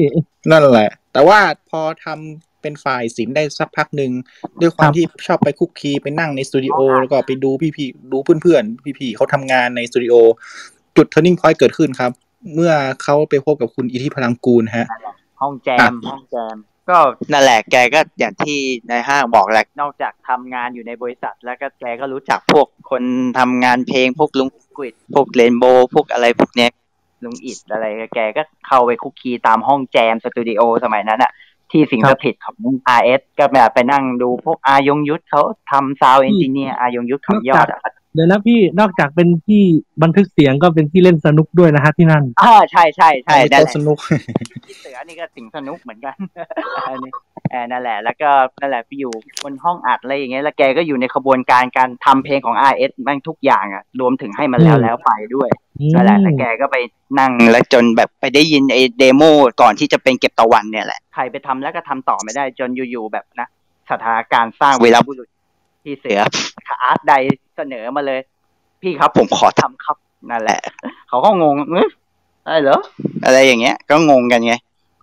S1: นั่นแหละ แต่ว่าพอทำเป็นฝ่ายศิลป์ได้สักพักหนึ่ง ด้วยความที่ชอบไปคุกคีไปนั่งในสตูดิโอ แล้วก็ไปดูพี่ๆดูเพื่อนๆ พี่ๆเขาทำงานในสตูดิโอ จุด turning point เกิดขึ้นครับ เมื่อเขาไปพบกับคุณอิทธิพลังกูลฮะ
S6: ห้องแจ
S1: ครั
S6: ม
S1: บ
S6: ห้องแจม ก็นั่นแหละแกก็อย่างที่นายห้างบอกแหละนอกจากทำงานอยู่ในบริษัท แล้วก็แกก็รู้จักพวกคนทำงานเพลงพวกลุงกุดพวกเรนโบว์พวกอะไรพวกเนี้ยลุงอิดอะไรแกก็เข้าไปคุกคีตามห้องแจมสตูดิโอสมัยนั้นอะที่สิงสถิตของ RS ก็แบบไปนั่งดูพวกอายงยุทธเขาทำซาวเอนจิเนียร์อายงยุทธของยอดอะ
S3: เดี๋ยวนะพี่นอกจากเป็นที่บันทึกเสียงก็เป็นที่เล่นสนุกด้วยนะฮะที่นั่น
S6: อ่าใช่ใช่ใช่
S1: เอาไป
S6: นั่นแห
S1: โต๊ะ
S6: ละ
S1: สนุก
S6: พี่เสือนี่ก็สิงสนุกเหมือนกัน อันนี้เออนั่นแหละ แล้วก็นั่นแหละไปอยู่บนห้องอัดอะไรอย่างเงี้ยแล้วแกก็อยู่ในขบวนการการทำเพลงของ r s แม่งทุกอย่างอ่ะ รวมถึงให้มันแล้ว
S3: อืม
S6: แล้วไปด้วย นั่นแหละแล้วแกก็ไปนั่งแล้วจนแบบไปได้ยินไอ้เดโมก่อนที่จะเป็นเก็บตะวันเนี่ยแหละ ใครไปทำแล้วก็ทำต่อไม่ได้จนอยู่ๆแบบนะสถานการณ์สร้างเวลาบุรุษที่เสืออาร์ตใดเสนอมาเลย พี่ครับผมขอทำครับนั่นแหละ เขาก็งงเอ๊ะอะไรเหรออะไรอย่างเงี้ย ก็งงกันไง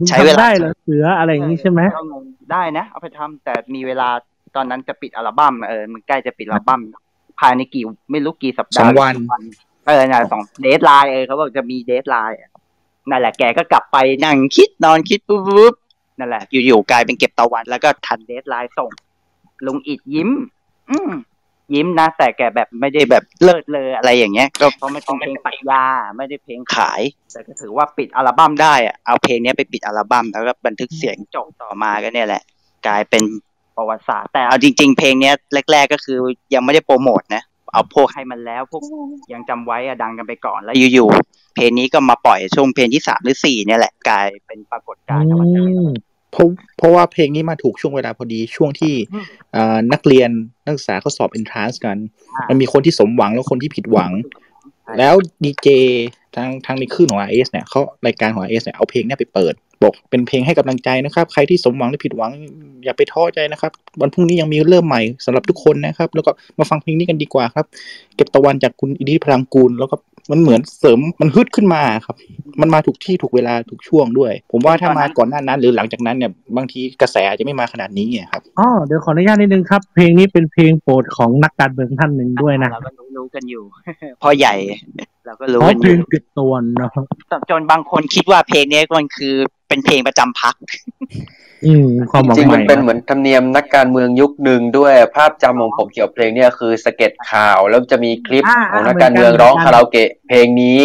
S6: ใช้เวลา
S3: ทำได้เหรอเสืออะไรอย่างนี้ใช่ไหม
S6: ก็งงได้นะเอาไปทำแต่มีเวลาตอนนั้นจะปิดอัลบั้มเออมันใกล้จะปิดอัลบั้มภายในกี่ไม่รู้กี่สัปดาห์
S1: สองวัน
S6: หรืกี่เออน่ะสองเดทไลน์เออเขาบอกจะมีเดทไลน์อะนั่นแหละแกก็กลับไปนั่งคิดนอนคิดปุ๊บปุ๊บนั่นแหละ อยู่ๆกลายเป็นเก็บตะวันแล้วก็ทันเดทไลน์ส่ง ลุงอิดยิ้ม อืมยิ้มนะ แต่แกแบบไม่ได้แบบเลิศเลออะไรอย่างเงี้ย ก็เพราะมันเป็นเพลงปรัญญาไม่ได้เพลงขาย แต่ก็ถือว่าปิดอัลบั้มได้อะเอาเพลงเนี้ยไปปิดอัลบั้มแล้วก็บันทึกเสียงจบต่อมาก็เนี่ยแหละ กลายเป็นประวัติศาสตร์แต่เอาจริง ๆ เพลงเนี้ยแรก ๆ ก็คือยังไม่ได้โปรโมทนะ เอาพวกให้มันแล้วพวกยังจำไว้อะดังกันไปก่อนแล้วอยู่ๆเพลงนี้ก็มาปล่อยช่วงเพลงที่สามหรือสี่เนี่ยแหละกลายเป็นปรากฏการณ์ธรรมชาติ
S1: เพราะเพราะว่าเพลงนี้มาถูกช่วงเวลาพอดีช่วงที่
S6: อืม
S1: อ่านักเรียนนักศึกษาเขาสอบ entrance กัน
S6: อ่ามั
S1: มันมีคนที่สมหวังแล้วคนที่ผิดหวัง แล้วดีเจทางทางในคลื่นของ RS เนี่ยเขารายการของ RS เนี่ยเอาเพลงเนี่ยไปเปิด บอกเป็นเพลงให้กำลังใจนะครับ ใครที่สมหวังหรือผิดหวัง อย่าไปท้อใจนะครับ วันพรุ่งนี้ยังมีเริ่มใหม่สำหรับทุกคนนะครับ แล้วก็มาฟังเพลงนี้กันดีกว่าครับ เก็บตะวันจากคุณอิทธิพลังกูล แล้วก็ มันเหมือนเสริมมันฮึดขึ้นมาครับ มันมาถูกที่ถูกเวลาถูกช่วงด้วย ผมว่าถ้ามาก่อนหน้านั้น หรือหลังจากนั้นเนี่ยบางทีกระแสอาจจะไม่มาขนาดนี้อะครับ
S3: อ๋อเดี๋ยวขออนุญาตนิดนึงครับ เพลงนี้เป็นเพลงโปรดของนักการเมืองท่านหนึ่งด้วยนะ
S6: เราก็รู้ๆกันอยู่ พ่อใหญ่ เราก็รู้
S3: เพราะ
S6: กัน
S3: เพ
S6: อ
S3: ล
S6: ยู่
S3: งติดตัวนะครับ
S6: จนบางคนคิดว่าเพลงนี้มันคือเป็นเพลงประจำพัก
S3: อืมความหวัง
S10: จริงๆ
S3: ให
S10: มั
S3: ม่
S10: นเป็นเหมือนธรรมเนียมนักการเมืองยุคหนึ่งด้วยภาพจำของผมเกี่ยวกับเพลงเนี่ยคือสเก็ตข่าว แล้วจะมีคลิปของนักการเมืองร้องคาราโอเกะเพลงนี้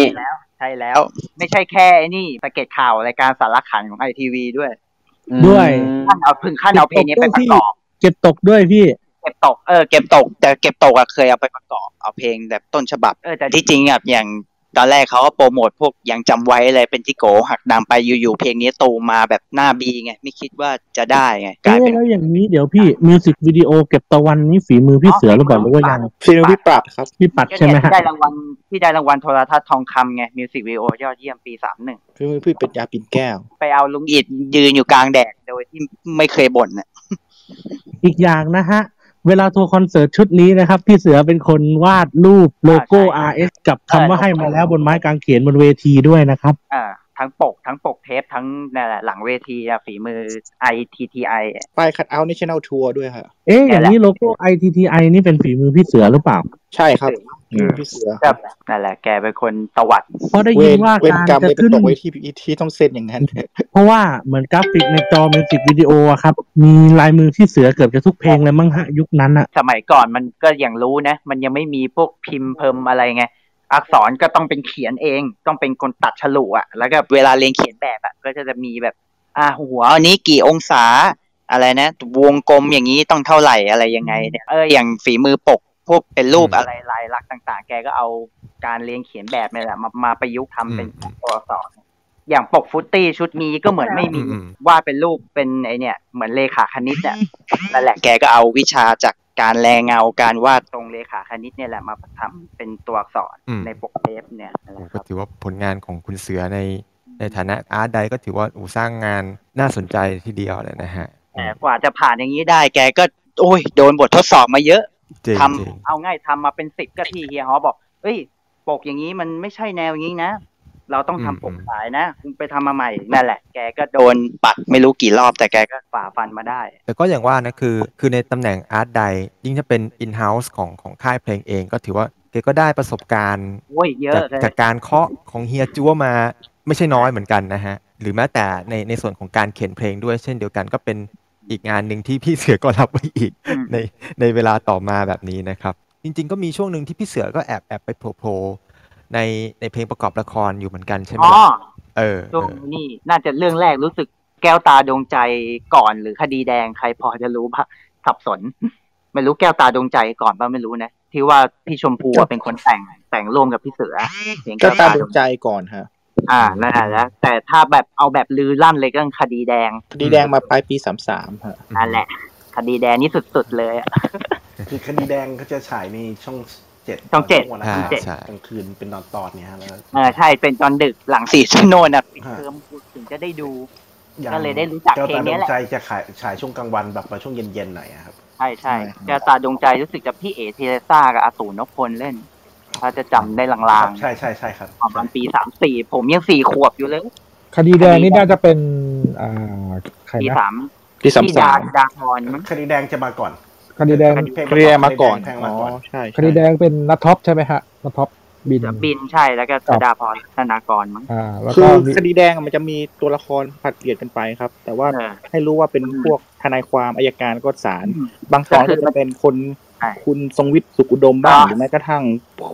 S6: ใช่แล้ว ไม่ใช่แค่ไอ้นี่สเก็ตข่าวรายการสารขันของไอทีวีด้วย
S3: ด้วย
S6: ขั้นเอาถึงขั้นเอาเพลงนี้ไปประกอบ
S3: เก็บตกด้วยพี่
S6: เก็บตก เออ เก็บตก แต่เก็บตกอะเคยเอาไปประกอบ เอาเพลงแบบต้นฉบับ เออ แต่ที่จริงอะอย่างตอนแรกเขาก็โปรโมทพวกยังจำไว้อะไรเป็นที่โกหักดังไปอยู่ๆ เพลงนี้ตูมมาแบบหน้าบีไง ไม่คิดว่าจะได้ไง กลาย
S3: เอ๊ะ
S6: เป็น
S3: แล้วอย่างนี้เดี๋ยวพี่มิวสิกวิดีโอเก็บตะวันนี้ฝีมือพี่เสือหรือเปล่าหรือว่ายัง
S1: ฝีมือพี่ปรับครับ
S3: พี่ปัดใช่ไหม
S6: ที่
S3: ฮะ
S6: ได้รางวัลที่ได้รางวัลโทรทัศน์ทองคำไงมิวสิกวิดีโอยอดเยี่ยมปีสามหนึ่ง
S1: คือพี่เป็นยาปินแก้ว
S6: ไปเอาลุงอิดยืนอยู่กลางแดดโดยที่ไม่เคยบ่นอะ
S3: อีกอย่างนะฮะ เวลาทัวร์คอนเสิร์ตชุดนี้นะครับ พี่เสือเป็นคนวาดรูปโลโก้ RS กับคำว่าให้มาแล้วบนไม้กางเขนบนเวทีด้วยนะครับ
S6: อ่าทั้งปกทั้งปกเทปทั้งนั่นแหละหลังเวทีอะฝีมือ ITTI อะ
S1: ป้ายคัดเอาท์ national tour ด้วยครับ
S3: เอ๊ะอย่างนี้
S6: แหละ
S3: โลโก้ ITTI นี่เป็นฝีมือพี่เสือหรือเปล่า
S1: ใช่ครับ
S3: อืม
S1: พี่เสือ
S6: ครับนั่นแหละแกเป็นคนตวัด
S3: เพราะได้ยินว่า
S1: เวร
S3: การ
S1: กรรม
S3: จะ
S1: เลยไป
S3: ขึ้น
S1: ตกไว้ที่ที่ต้องเซ็นอย่างนั้น
S3: เพราะว่าเหมือนกราฟิกในจอมิวสิกวิดีโออะครับ มีลายมือพี่เสือเกือบจะทุกเพลงเลยมั้งฮะยุคนั้นอะ
S6: สมัยก่อนมันก็อย่างรู้นะ มันยังไม่มีพวกพิมพ์เพิ่มอะไรไง อักษรก็ต้องเป็นเขียนเอง ต้องเป็นคนตัดฉลุอะแล้วก็เวลาเรียนเขียนแบบอะก็จะมีแบบ อ่าหัวอันนี้กี่องศาอะไรนะ วงกลมอย่างนี้ต้องเท่าไหร่อะไรยังไงเนี่ยเอออย่างฝีมือปก พวกเป็นรูปอะไรลายลักษณ์ต่าง ๆ แกก็เอาการเรียนเขียนแบบเนี่ยแหละมามาประยุกต์ทำเป็นตัวอักษร อย่างปกฟุตตี้ชุดนี้ก็เหมือนไม่มี
S2: อืม
S6: ว่าดเป็นรูปเป็นไอเนี่ย เหมือนเลขาคณิตเนี่ยนั่นแหละแกก็เอาวิชาจากการแรงเงาการวาดตรงเลขาคณิตเนี่ยแหละมาทำเป็นตัวอักษร
S2: อืม
S6: ในปกเทปเนี่ยนั่นแหละ
S2: ก็ถือว่าผลงานของคุณเสือในในฐานะอาร์ตไดก็ถือว่าอูสร้างงานน่าสนใจทีเดียวเลยนะฮะ
S6: แต่กว่าจะผ่านอย่างนี้ได้ แกก็ โอ้ย โดนบททดสอบมาเยอะ
S2: เจ๋ง
S6: ทำ
S2: เจ๋ง
S6: เอาง่ายทำมาเป็นสิบก็ที่เฮียฮอบอก เอ้ย ปกอย่างนี้มันไม่ใช่แนวอย่างนี้นะ เราต้องทำปกขายนะคุณไปทำมาใหม่นั่นแหละ แกก็โดนปัดไม่รู้กี่รอบแต่แกก็ฝ่าฟันมาได้
S2: แต่ก็อย่างว่านะคือ คือในตำแหน่งอาร์ตไดยิ่งถ้าเป็น in-house ของของค่ายเพลงเอง ก็ถือว่าแกก็ได้ประสบการณ์
S6: โอ้ยเยอะ
S2: จาก
S6: เลย
S2: จากการเคาะของเฮียจัวมาไม่ใช่น้อยเหมือนกันนะฮะ หรือแม้แต่ในในส่วนของการเขียนเพลงด้วยเช่นเดียวกันก็เป็นอีกงานหนึ่งที่พี่เสือก็รับไว้อีก ในในเวลาต่อมาแบบนี้นะครับ จริง ๆ ก็มีช่วงหนึ่งที่พี่เสือก็แอบแอบไปโผล่ๆในในเพลงประกอบละครอยู่เหมือนกันใช่ไหม
S6: อ๋อ
S2: ล่ะเออเอ
S6: ช่วง
S2: อ
S6: นี้น่าจะเรื่องแรกรู้สึกแก้วตาดวงใจก่อนหรือคดีแดงใครพอจะรู้ปะ สับสน ไม่รู้แก้วตาดวงใจก่อนป่ะไม่รู้นะที่ว่าพี่ชมพูอะเป็นคนแต่งแต่งร่วมกับพี่เสือเสียง
S1: ก็
S6: แก้ว
S1: ตา
S6: ตา
S1: ด
S6: ด
S1: ว
S6: ว
S1: ง
S6: ง
S1: ใจก่อนฮะ
S6: อ่านั่นแหละนะแต่ถ้าแบบเอาแบบลือลั่นเลยก็คดีแดง
S1: คดีแดงมาปลายปีสามสามฮะ
S6: นั่นแหละ คดีแดงนี่สุดๆเลยอะ
S12: คือคดีแดงเขาจะฉายในช่องเจ็ด
S6: ช่องเจ็ด
S12: วันอาทิตย์
S6: ใช่ใช่
S12: กลางคืนเป็นตอนตอนๆเนี่ยฮะแล้ว
S6: เออใช่เป็นตอนดึกหลังสี่ชั่วโมงนะปิดเทอมถึงจะได้ดู ก็เลยได้รู้จักเพลงเนี้ยแหละ
S12: แก้วตาดวใจจะขายฉายช่วงกลางวันแบบมาช่วงเย็นๆหน่อยอะครับ
S6: ใช่ใช่แก้วตาดวงใจรู้สึกจะพี่เอเทเลซ่ากับอาตูนพพลเล่น ถ้าจะจำได้ลาง
S12: ใช่ใช่ใช่ครับ
S6: ๆประมาณปีสามสี่ผมยังสี่ขวบอยู่เลย
S7: คดีแดงนี่น่าจะเป็นอ่าใคร
S6: ปี
S7: นะ
S6: สาม
S1: ปีสาม
S6: ดา
S1: สาม
S6: ดาพรมั้ง
S12: คดีแดงจะมาก่อน
S7: คดีแดง
S1: คดีแดงมาก่อน
S12: คดีแดง
S1: อ๋
S12: มา
S1: อ
S12: ก่อน
S1: ใช่
S7: คดีแดงเป็นนัทท็อปใช่ไหมฮะนัทท็อปบิน
S6: บินใช่แล้วก็
S7: ครับ
S6: ดาพรธนากรมั้ง
S7: อ่า แล้ว
S1: คื
S7: ก็
S1: อ
S7: มี
S1: คดีแดงอะมันจะมีตัวละครผลัดเปลี่ยนกันไปครับ แต่ว่า
S6: เออ
S1: ให้รู้ว่าเป็นพวกทนายความอายการก็ศาล
S6: อืม
S1: บางตอนก็จะเป็นคน
S6: ใช่
S1: คุณทรงวิทย์สุขอุดมบ้าง
S6: อ่า
S1: หรือแม้กระทั่ง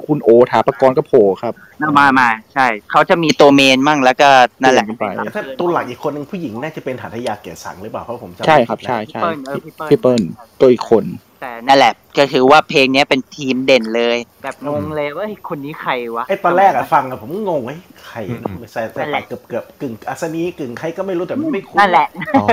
S1: คุณโอถาปกรณ์ก็โผล่ครับ
S6: มามามาใช่ เขาจะมีตัวเมนมั่งแล้วก็นั่นแหละ
S1: เปลี่ยนไป
S12: แล้วถ้าตัวหลักอีกคนหนึ่งผู้หญิงน่าจะเป็นหัตถยาเกียรติสังหรือเปล่าเพราะผมจำ
S1: ใช่ครับ
S12: ไม่
S1: ใช่
S12: ผิดนะ
S1: ใช่
S6: เออพี่
S1: พี่
S6: เปิ้
S1: เปิ้ล
S6: ล
S1: ตัวอีกคน
S6: แต่นั่นแหละก็คือว่าเพลงเนี้ยเป็นทีมเด่นเลย แบบงงเลยว่าเฮ้ยคนนี้ใครวะ
S12: ไอ้ตอนแรกอะฟังอะผมงงไอ้ยใครนะใส่
S6: นั่
S12: ใส่
S6: นแห
S12: ปา
S6: ละ
S12: กเกือบเกือบกึ่งอาสนีกึ่งใครก็ไม่รู้แต่ไม่คุ้น
S6: นั่นแหละ
S2: อ๋อ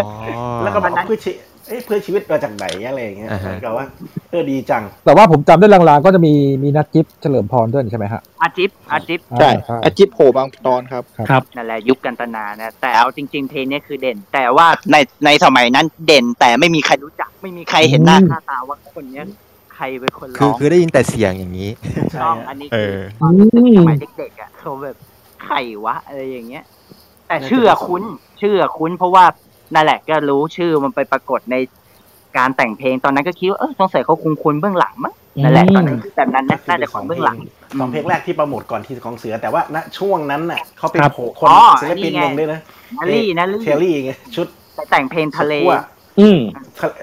S12: แล้วก็มาเพื่อชีเอ้ยเพื่อชีวิตมาจากไหนอะไรอย่างเงี้ย
S2: อ่าฮะ
S12: ก็ว่าเออดีจัง
S7: แต่ว่าผมจำได้ลางๆก็จะมีมีนัทจิ๊บเฉลิมพรด้วยนี่ใช่ไหมฮะ
S6: อาจิบอาจิบ
S1: ใช่
S7: ใช่
S1: อาจิตโผล่บางตอนครับ
S3: ครับ
S6: นั่นแหละยุคกันตนานะแต่เอาจริง ๆ เพลงเนี้ยคือเด่น แต่ว่าในในสมัยนั้นเด่นแต่ไม่มีใครรู้จัก ไม่มีใครเห็นหน้า
S7: อืม
S6: ค่าตาว่าคนเนี้ยใค ใครเป็นคน
S2: คือ
S6: ร้อง
S2: คือได้ยินแต่เสียงอย่างนี้
S6: ต้องอันนี้
S2: เอ
S6: คือ
S2: อ
S6: ตอนสมัยเด็กๆอ่ะเขาแบบใครวะอะไรอย่างเงี้ย แต่ชื่ออะคุ้นชื่ออะคุ้น เพราะว่านั่นแหละก็รู้ชื่อมันไปปรากฏในการแต่งเพลงตอนนั้นก็คิดว่าเออสงสัยเขาคุ้นคุ้นๆเบื้องหลังมั้งนั่นแหละตอนนั้นคิดแบบนั้นนะน่าจะของเบื้องหลัง
S12: สองเพลงแรกที่โปรโมทก่อนที่ของเสือแต่ว่าณช่วงนั้นน่ะเขาเป็น
S6: ครับ
S12: โผคน
S6: อ๋อ
S12: ศิลปิน
S6: นี่ไง
S12: วงด้วยนะ
S6: นาลี่นาลี่
S12: เทลลี่ไงชุด
S6: แต่งเพลงทะเล
S12: ขั้ว
S1: อืม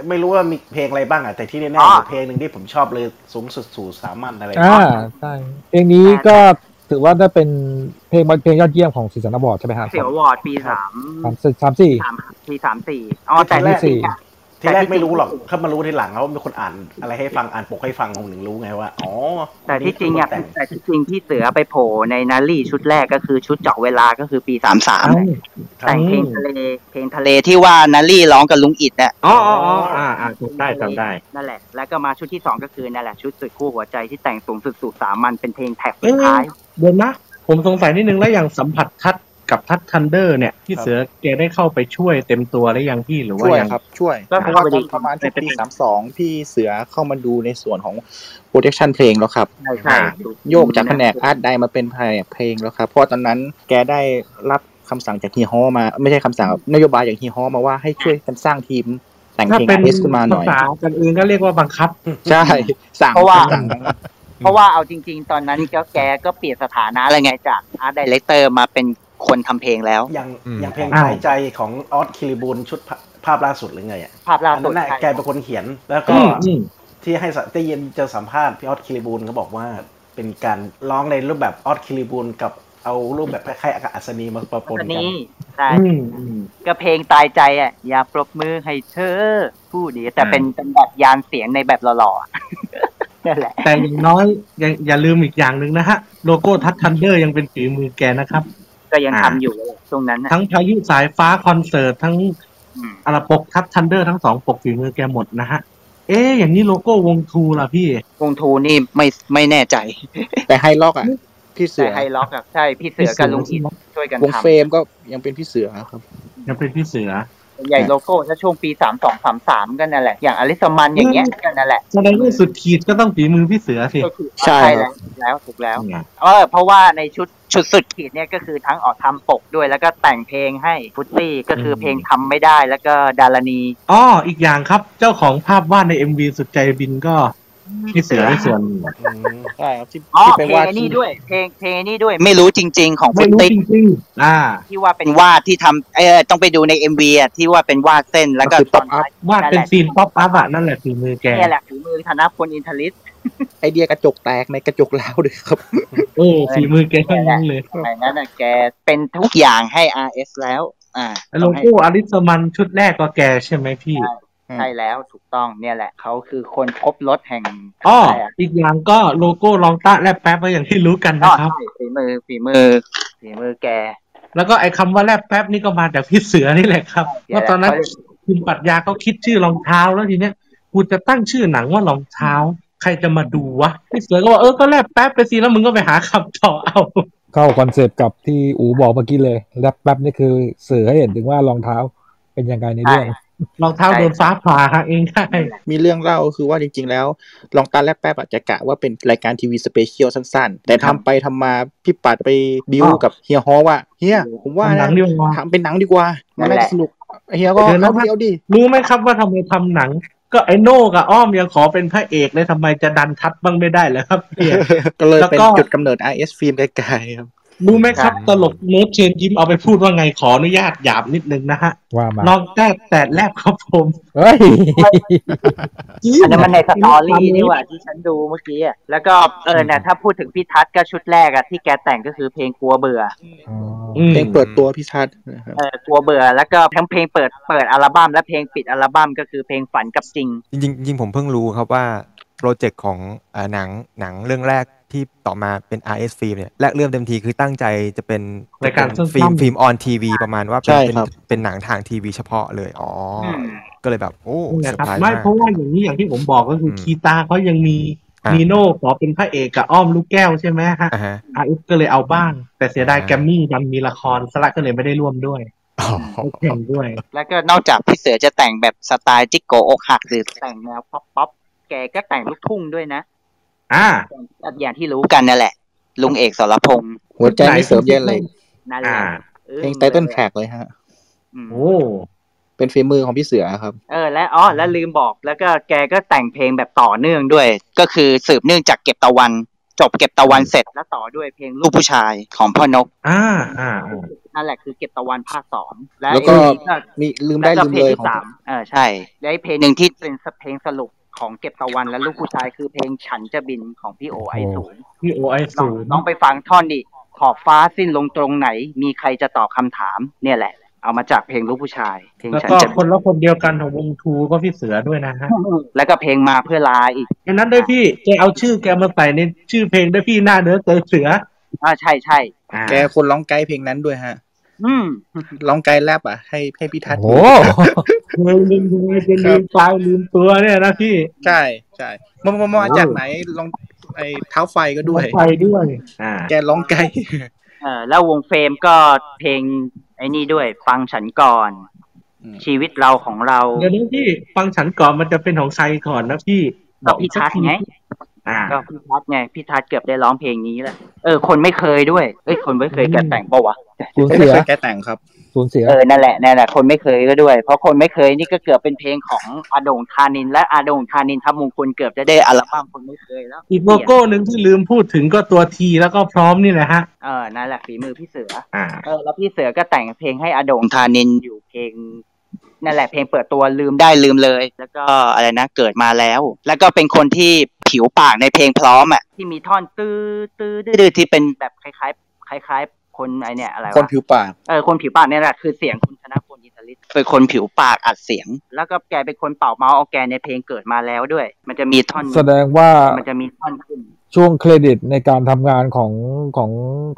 S12: ไม่รู้ว่ามีเพลงอะไรบ้างอ่ะแต่ที่แน่
S6: อ๋
S12: ๆ
S6: อ
S12: มีเพลงหนึ่งที่ผมชอบเลยสูงสุดสู่สามัญอะไร
S7: อ่าใช่เพลงนี้ก็ถือว่าได้เป็นเพลงเพลงยอดเยี่ยมของซีซันบอร์ดใช่ไหมครับ
S6: เสียววอร์ดปีสาม
S7: สามสามสี่
S6: สามปีสามสี่อ๋อแต่
S7: ปี
S6: ที่
S7: สี่
S6: สี่อะ
S12: ทีแรกไม่รู้หรอกเขามารู้ทีหลังเขามีคนอ่านอะไรให้ฟังอ่านปกให้ฟังของหนึ่งรู้ไงว่าอ๋อ
S6: แต่ที่จริงอ่ะ
S12: แต่ง
S6: แต่ที่จริงที่เสือไปโผล่ในนารีชุดแรกก็คือชุดเจาะเวลาก็คือปีสามสามแต่งเพลงทะเลเพลงทะเลที่ว่านารีร้องกับลุงอิดน่ะ
S13: อ๋ออ๋ออ๋ออ่าอ่าจำได้จำได้
S6: นั่นแหละ แล้วก็มาชุดที่สองก็คือนั่นแหละชุดสุดคู่หัวใจที่แต่งสูงสุดสู่สามันเป็นเพลงแท็กสุดท้าย
S3: เดี๋ยวนะ ผมสงสัยนิดนึงแล้วอย่างสัมผัสทัดกับทัดทันเดอร์เนี่ยพี่เสือแกได้เข้าไปช่วยเต็มตัวหรือยังพี่หรือว่า
S1: ช่วย
S3: ยัง
S1: ครับ ช่วย
S3: แล้ว
S1: เพ
S3: เพราะ
S1: ราะ
S3: ว่า
S1: ว่า
S3: ต
S1: ต
S3: อ
S1: อน นประมาณปีสามสองพี่เสือเข้ามาดูในส่วนของ protection เพลงแล้วครับ
S6: ใช่ใช่
S1: โยกจากแผนกอาร์ตได้มาเป็นแผนกเพลงแล้วครับ เพราะตอนนั้นแกได้รับคำสั่งจากเฮียฮอมา ไม่ใช่คำสั่งนโยบายจากเฮียฮอมาว่าให้ช่วยกันสร้างทีมแต่ง
S3: ถ้า
S1: เพลง
S3: เป็น
S1: เอสขึ้นมาหน่อย
S3: ภาษากันเองก็เรียกว่าบังคับ
S1: ใช่ สั่ง
S6: เพราะว่า
S1: สั่ง
S6: เพราะว่าเอาจริง ๆ ตอนนั้นก็แกก็เปลี่ยนสถานะอะไรไงจากอาร์ตดีเลเตอร์มาเป็นคนทำเพลงแล้ว
S12: อย่าง
S6: อืม
S12: อย่างเพลงหายใจของออสคิริบูลชุดภาภาพล่าสุดหรือไงอ่ะ
S6: ภาพล่า
S12: อัน
S6: สุด
S12: นั้นน่ะ
S6: ใช่
S12: แกเป็นคนเขียนแล้วก็
S6: อืมอืม
S12: ที่ให้สัมได้ยินเจอสัมภาษณ์พี่ออสคิริบูลเขาบอกว่าเป็นการร้องในรูปแบบออสคิริบูลกับเอารูปแบบคล้ายๆอัศนีมาประปน
S6: อัน
S12: กัน
S6: นี้ใช่ ก็เพลงตายใจอ่ะอย่าปรบมือให้เธอผู้ดีแต่เป็นเป็นแบบยานเสียงในแบบหล่อๆอะ นั่นแหละ
S3: แต่อย่างน้อยอย่าอย่าลืมอีกอย่างหนึ่งนะฮะ โลโก้ทัดทันเดอร์ยังเป็นฝีมือแกนะครับ
S6: ก็ยังทำ
S3: อ่า
S6: อยู่ตรงนั้นน่ะ
S3: ทั้งพายุสายฟ้าคอนเสิร์ตทั้งอาราปกทัดทันเดอร์ทั้งสองปกฝีมือแกหมดนะฮะ เอ๊ะอย่างนี้โลโก้วงทูล่ะพี่
S6: วงทูนี่ไม่ไม่แน่ใจ
S1: แต่ไฮล็อกอ่ะ พี่เสื
S6: แต่
S1: อ
S6: ไฮล็อกอ่ะใช่พี่เสือกับลุงอินช่วยกัน
S1: วง
S6: ทำ
S1: เฟรมก็ยังเป็นพี่เสือครับ
S3: ยังเป็นพี่เสือ
S6: ใหญ่โลโก้ถ้าช่วงปีสามสองสามสามก็นั่นแหละ อย่างอลิสมันอย่างเงี้ยก็นั่นแหละ
S3: แสดงว่าสุดขีดก็ต้องฝีมือพี่เสือสิ
S6: ใช่ครับ แล้วถูกแล้วเออเพราะว่าในชุดชุดสุดขีดเนี่ยก็คือทั้งออกทำปกด้วยแล้วก็แต่งเพลงให้ฟุตซี่ก็คือเพลงทำไม่ได้แล้วก็ดารณี
S3: อ๋ออีกอย่างครับเจ้าของภาพวาดในเอ็มวีสุดใจบินก็พี่เสือในส่วนหนึ่ง
S1: ใช่ครับที่
S6: อ๋อ
S1: ที่ไป
S6: เพลง
S1: วาด
S6: ไอ้นี่
S1: ที่
S6: ด้วย เพลงเพลงไอ้นี่ด้วย ไม่รู้จริง ๆ ของฟุ
S3: ไม่
S6: ต
S3: รู้
S6: ติ๊ก
S3: จริงๆอ่า
S6: ที่ว่าเป็นวาดที่ทำเออต้องไปดูในเอ็มวีอ่ะที่ว่าเป็นวาดเส้นแล้วก็ตอน
S3: วาดเป็นซีนป๊อปอัพอะนั่นแหละฝีมือแก
S6: นี่แหละฝีมือธนพลอินทลิส
S1: ไอเดียกระจกแตกในกระจกแล้วด้วยครับ
S3: โอ้ฝีมือแกทั้งนั้นเลย
S6: สมัยนั้นน่ะแกเป็นทุกอย่างให้ RS แล้ว อ่า
S3: โล
S6: ต้องให้
S3: โก้อลิสมันชุดแรกก็แกใช่ไหมพี่
S6: ใช่แล้วถูกต้องเนี่ยแหละเขาคือคนพบรถแห่ง
S3: อ้อ
S6: ะไรอะ
S3: อีกอย่างก็โลโก้ลองต้าแลบแป๊บก็อย่างที่รู้กันนะครับ
S6: ใช่ฝีมือฝีมือฝีมือแก
S3: แล้วก็ไอ้คำว่าแลบแป๊บนี่ก็มาจากพี่เสือนี่แหละครับว่าะตอนนั้น
S6: เดี๋ยวแหละ
S3: คุณปรัตยาเขาคิดชื่อรองเท้าแล้วทีเนี้ยกูจะตั้งชื่อหนังว่ารองเท้า ใครจะมาดูวะพี่เสือก็บอกเออก็แลบแป๊บไปสิแล้วมึงก็ไปหาคำต่อเอา
S7: เข้าคอนเซปต์กับที่อูบอกเมื่อกี้เลยแรปแป๊บนี่คือสื่อให้เห็นถึงว่ารองเท้าเป็นยังไงในเรื่อง
S3: รองเท้าโดนฟ้าผ่าเองใช่
S1: มีเรื่องเล่าคือว่าจริง ๆ แล้ว ลองตาแลบแป๊บอาจจะกะว่าเป็นรายการทีวีสเปเชียลสั้นๆ แต่ทำไปทำมาพี่ปัดไปดิว
S3: อ้าว
S1: กับเฮียฮอว่าเฮียผมว่า
S3: ทำหนั
S1: นะ
S3: งดีกว่า
S1: ทำเป็นหนังดีกว่า มันน่าจะสนุกเฮียก็
S3: ดี๋ยวนะ
S1: เอาเดียวดิ
S3: รู้ไหมครับว่าทำไมทำหนัง ก็ไอโน่กับอ้อมยังขอเป็นพระเอกเลยทำไมจะดันทัดบ้างไม่ได้เลยครับเนี่ย
S1: ก็เลย
S3: แล้ว
S1: เป็น
S3: ก็
S1: จุดกำเนิด RS ฟิล์มไกลๆครับ
S3: รู้ไหมครับ ตลกเนิร์ดเชนยิ้มเอาไปพูดว่าไงขออนุญาตหยาบนิดนึงนะฮะ
S7: ว่ามา
S3: ลองแต้แต่แลบครับผม
S7: เฮ้ย
S6: อันนั้นมันในสตอรี่นี่หว่าที่ฉันดูเมื่อกี้อะแล้วก็เออเนี่ยถ้าพูดถึงพี่ทัศน์ก็ชุดแรกอะที่แกแต่งก็คือเพลงกลัวเบื่อ
S1: เพลงเปิดตัวพี่ชัดนะครับ
S6: เออกลัวเบื่อ แล้วก็ทั้งเพลงเปิดเปิดอัลบั้มและเพลงปิดอัลบั้มก็คือเพลงฝันกับจริง
S2: จริงๆจริงผมเพิ่งรู้ครับว่าโปรเจกต์ของเอ่อหนังหนังเรื่องแรกที่ต่อมาเป็น RS ฟิล์มเนี่ยแรกเริ่มเต็มทีคือตั้งใจจะเป็น
S3: รายการ
S2: จะเป็
S3: สั้
S2: น
S3: นๆ
S2: ฟิล์มฟิล์มออนทีวีประมาณว่าเป็น
S3: ใช่
S2: เป็น
S3: ครับ
S2: เป็นหนังทางทีวีเฉพาะเลย อ๋ออ
S6: ม
S2: ก็เลยแบบโอ้
S3: นี่
S2: เซอร์
S3: นะครับ
S2: ไพรส์
S3: ไม่
S2: มาก
S3: เพราะว่าอย่างนี้อย่างที่ผมบอกก็คืออคีตาเขายังมี
S2: อ่า
S3: นีโน่ขอเป็นพระเอกกับอ้อมลูกแก้วใช่ไหมฮะ
S2: อ่าฮะ
S3: อาอุก็เลยเอาบ้าง แต่เสียดาย
S2: อ่า
S3: แกรมมี่ดันมีละครสละก็เลยไม่ได้ร่วมด้วยไม่แข่งด้วย
S6: แล้วก็นอกจากพี่เสือจะแต่งแบบสไตล์จิกโกอกหักหรือแต่งแนวป๊อปป๊อปแก แกก็แต่งลูกทุ่งด้วยนะ
S3: อ่า
S6: อย่างที่รู้กันนั่นแหละ ลุงเอกสรพงษ์
S1: หัวใจไม่เสริมเย็นเลย
S6: นั่นแหละ
S1: เพลงไตเติ้ลแทร็กเลยฮะ
S3: โอ้
S1: เป็นฝีมือของพี่เสือครับ
S6: เออและอ๋อและลืมบอกแล้วก็แกก็แต่งเพลงแบบต่อเนื่องด้วย ก็คือสืบเนื่องจากเก็บตะวัน จบเก็บตะวันเสร็จแล้วต่อด้วยเพลงลูกผู้ชายของพ่อนก
S3: อ่าอ่าอ่า
S6: นั่นแหละคือเก็บตะวันภาคสองะ
S1: แล้วก็
S6: เพงนี้
S1: มีลืมได้ลืมเลย
S6: แวก็พงที่
S1: ของ
S6: สามเออใช่และไอ้เพลงหนึ่งที่เป็นเพลงสรุปของเก็บตะวันและลูกผู้ชายคือเพลงฉันจะบินของพี่โอไอศูนย์
S3: พี่โอไอศูนย์
S6: น้องไปฟังท่อนดิขอบฟ้าสิ้นลงตรงไหน มีใครจะตอบคำถาม เนี่ยแหละ เอามาจากเพลงลูกผู้ชาย เพลง
S3: แล้ว
S6: ฉัน
S3: ก็
S6: จะ
S3: คนละคนเดียวกันของวงทูก็พี่เสือด้วยนะฮะ
S6: แล้วก็เพลงมาเพื่อลาอีก
S3: ดังนั้นด้วยพี่แกเอาชื่อแกมาใส่ในชื่อเพลงด้วยพี่หน้าเนื้อเตอเสือ
S6: อ่าใช่ใช่
S1: แกคนร้องไกด์เพลงนั้นด้วยฮะ
S6: อืม
S1: ร้องไกด์แรปอ่ะ ให้ให้พี่ทัศน์
S3: โอ้ เคยลืมเคยจะลืมตายลืมตัวเนี่ยนะพี่
S1: ใช่ใช่มอมอมอจากไหนลองไอ้เท้าไฟก็ด้วย
S3: ไปด้วย
S1: แกร้องไกด์
S6: เออแล้ววงเฟรมก็เพลงไอ้นี่ด้วย ฟังฉันก่อน ชีวิตเราของเรา
S3: เดี๋ยวนี้พี่ฟังฉันก่อนมันจะเป็นของใครก่อนนะพี่
S6: ก็พี่ทัศน์ไงก็พี่ทัศน์ไง พี่ทัศน์เกือบได้ร้องเพลงนี้แล้ว เออ คนไม่เคยด้วย เอ้ย คนไม่เคยแกแต่งปะวะ
S7: สูญเสีย
S1: แกแต่งครับ
S7: สูญเสีย
S6: เออ นั่นแหละ นั่นแหละ คนไม่เคยก็ด้วย เพราะคนไม่เคยนี่ก็เกือบเป็นเพลงของอาดงธานิน และอาดงธานินทำมงคลเกือบจะได้อัลบั้มคนไม่เคยแล้ว
S3: อีกโลโก้หนึ่งที่ลืมพูดถึงก็ตัวทีแล้วก็พร้อมนี่แหละฮะ
S6: เออ นั่นแหละฝีมือพี่เสือ
S3: อ่า
S6: เออ แล้วพี่เสือก็แต่งเพลงให้อาดงธานินอยู่เพลง นั่นแหละเพลงเปิดตัวลืมได้ลืมเลย แล้วก็อะไรนะ เกิดมาแล้ว แล้วก็เป็นคนที่ผิวปากในเพลงพร้อมอ่ะ ที่มีท่อนตื้อตื้อดื้อๆที่เป็นแบบคล้ายๆคล้ายๆ คนไอเนี่ยอะไรวะ
S1: คนผิวปาก
S6: เออคนผิวปากเนี่ยแหละคือเสียงคุณชนะพลอิสริตเป็นคนผิวปากอัดเสียง แล้วก็แกเป็นคนเป่าเมาส์เอาแกในเพลงเกิดมาแล้วด้วย มันจะมีท่อน
S7: แสดงว่า
S6: มันจะมีท่อนขึ้น
S7: ช่วงเครดิตในการทำงานของของ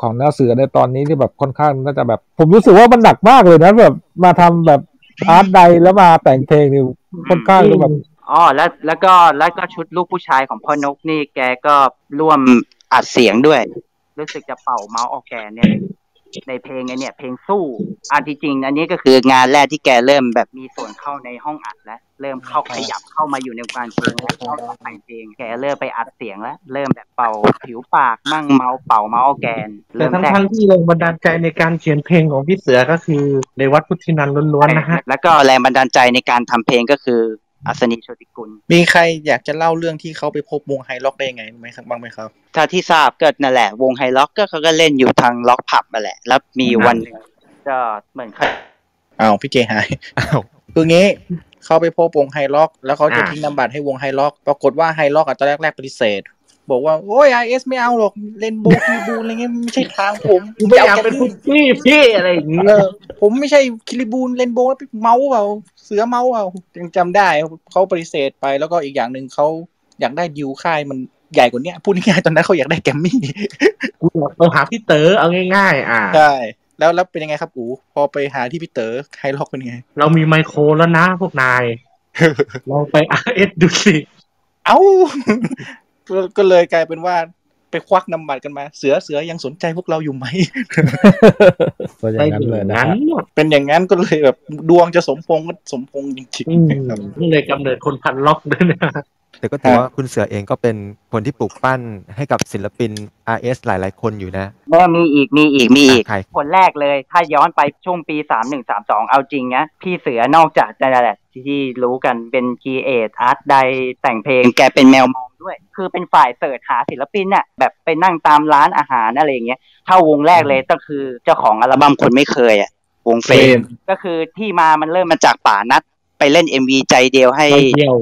S7: ของหน้าเสือในตอนนี้ที่แบบค่อนข้างน่าจะแบบ ผมรู้สึกว่ามันหนักมากเลยนะแบบมาทำแบบอาร์ตใดแล้วมาแต่งเพลงนี่ค่อนข้างจะแบบ
S6: อ๋อแล้วแล้วก็แล้วก็ชุดลูกผู้ชายของพ่อนกนี่แกก็ร่วมอัดเสียงด้วย รู้สึกจะเป่าเมาส์ออกแกนเนี่ย ในเพลงไอเนี่ย เพลงสู้อันที่จริง อันนี้ก็คืองานแรกที่แกเริ่มแบบมีส่วนเข้าในห้องอัดแล้วเริ่มเข้าขยับเข้ามาอยู่ในวงการเพลงแล้วเข้ามาแต่งเพลงแกเริ่มไปอัดเสียงแล้วเริ่มแบบเป่าผิวปากมั่งเมาส์เป่าเมาส์ออกแกนเริ่ม
S3: แต่ทั้ง
S6: แรก
S3: ทั้งๆที่แรงบันดาลใจในการเขียนเพลงของพี่เสือก็คือในวัดพุทธินันท์ล้วนๆนะฮะ
S6: แล้วก็แรงบันดาลใจในการทำเพลงก็คืออัศนีโชติกุล
S1: มีใครอยากจะเล่าเรื่องที่เขาไปพบวงไฮล็อกได้ยังไงไหมครับบ้างไหมครับ
S6: ถ้าที่ทราบก็นั่นแหละ วงไฮล็อกก็เขาก็เล่นอยู่ทางล็อกผับมาแหละ แล้วมีวันหนึ่งก็เหมือนเขา
S1: อ้าวพี่เจหายคืองี้เขาไปพบวงไฮล็อก แล้วเขาจะทิ้งนามบัตรให้วงไฮล็อก ปรากฏว่าไฮล็อกอ่ะตอนแรกๆปฏิเสธ บอกว่าโอ้ยไอเอสไม่เอาหรอก เล่นบูคีบูอะไรเงี้ยไม่ใช่ทางผม
S3: กูไม่อยากเป็นพุทพี่พี่อะไรอย่างงี้
S1: เออผมไม่ใช่คิริบูลเล่นโบว์แล้วไปเมาส์เปล่าเสือเมาส์เปล่ายังจำได้เขาปฏิเสธไปแล้วก็อีกอย่างหนึ่งเขาอยากได้ดิวค่ายมันใหญ่กว่าเนี้ยพูดง่ายๆตอนนั้นเขาอยากได้แกรมมี่
S3: กูอยากไปหาพี่เต๋อเอาง่าย ๆ อ่า
S1: ใช่แล้วแล้วเป็นยังไงครับอูพอไปหาที่พี่เต๋อไฮล็อกเป็นยังไง
S3: เรามีไมโครแล้วนะพวกนาย เราไปอาเอสดูสิ
S1: เอ้า ก็ก็เลยกลายเป็นว่าไปควักนำบัตรกันมา เสือเสือยังสนใจพวกเราอยู่ไหม
S7: เป็นอย่างนั้นเลยนะฮะ
S1: เป็นอย่างนั้นก็เลยแบบดวงจะสมพงษ์ก็สมพงษ์จริงๆครับ
S3: นี่เลยกำเนิดคนพันล็อกด้วยนะ
S2: แต่ก็ถือว่าคุณเสือเองก็เป็นคนที่ปลูกปั้นให้กับศิลปิน RS หลาย ๆ คนอยู่นะ
S6: เริ่มมีอีกมีอีกมีอีก
S2: ใคร
S6: คนแรกเลย ถ้าย้อนไปช่วงปีสามหนึ่งสามสองเอาจริงนะพี่เสือนอกจากจะนั่นแหละที่รู้กันเป็นคีเอทอาร์ตใดแต่งเพลงแกเป็นแมวมองด้วย คือเป็นฝ่ายเสิร์ชหาศิลปินน่ะแบบไปนั่งตามร้านอาหารอะไรอย่างเงี้ยถ้าวงแรกเลยก็คือเจ้าของอัลบั้มคนไม่เคยอ่ะ วงเฟร
S1: เฟร
S6: ม
S1: ม
S6: ก็คือที่มามันเริ่มมาจากป่านัดไปเล่นเอ็มวีใจเดียวให้
S3: ไปเที่ยว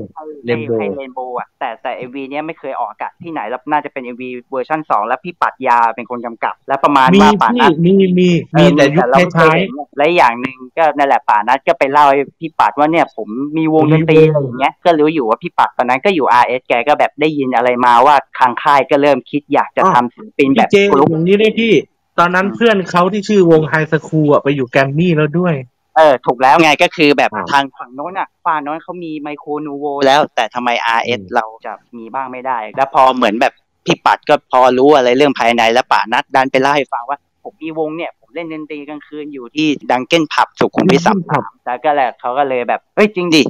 S3: เร
S6: ให้
S3: น
S6: ให้
S3: โบว์
S6: เรนโบว์อ่ะแต่แต่เอวีเนี้ยไม่เคยออกอากาศที่ไหนแล้วน่าจะเป็นเอวีเวอร์ชันสองแล้วพี่ปัดยาเป็นคนกำกับ และประมาณ
S3: มี
S6: ว่าป่า
S3: พี่
S6: นัท
S3: มีมี
S6: เอ
S3: มี
S6: อ
S3: แต่ยุค
S6: เราไม่เค
S3: ท้าย ย
S6: เห็นเนี่ยและอย่างหนึ่งก็นั่นแหละป่านัทก็ไปเล่าให้พี่ปัดว่าเนี่ยผมมีวงดนตรีอะไรอย่างเงี้ยก็รู้อยู่ว่าพี่ปัดตอนนั้นก็อยู่ RS แกก็แบบได้ยินอะไรมาว่าทางค่ายก็เริ่มคิดอยากจะ
S3: อ้าว
S6: ทำศิลปิน
S3: พี่
S6: แบบ
S3: เจ
S6: กรุ๊ป
S3: อย่างนี้ด้วยพี่ ตอนนั้นเพื่อนเขาที่ชื่อวงไฮสคูลอะไปอยู่แกรมมี่แล้วด้วย
S6: เออถูกแล้วไงก็คือแบบ
S3: อ้าว
S6: ทางฝั่งโน้นอ่ะฝั่งโน้นเขามีไมโครนูโวแล้ว แต่ทำไม RS เราจะมีบ้างไม่ได้ แล้วพอเหมือนแบบ พี่ปัดก็พอรู้อะไรเรื่องภายในแล้วป่านัดดันไปเล่าให้ฟังว่า ผมมีวงเนี่ย ผมเล่นดนตรีกลางคืนอยู่ที่ดังเก้นผับสุขุมวิทสามสามแล้วก็แหละเขาก็เลยแบบ เฮ้ยจริงดิ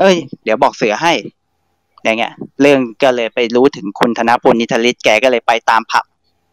S6: เอ้ย เดี๋ยวบอกเสือให้ อย่างเงี้ย เรื่องก็เลยไปรู้ถึงคุณธนพลนิทริศแกก็เลยไปตามผับ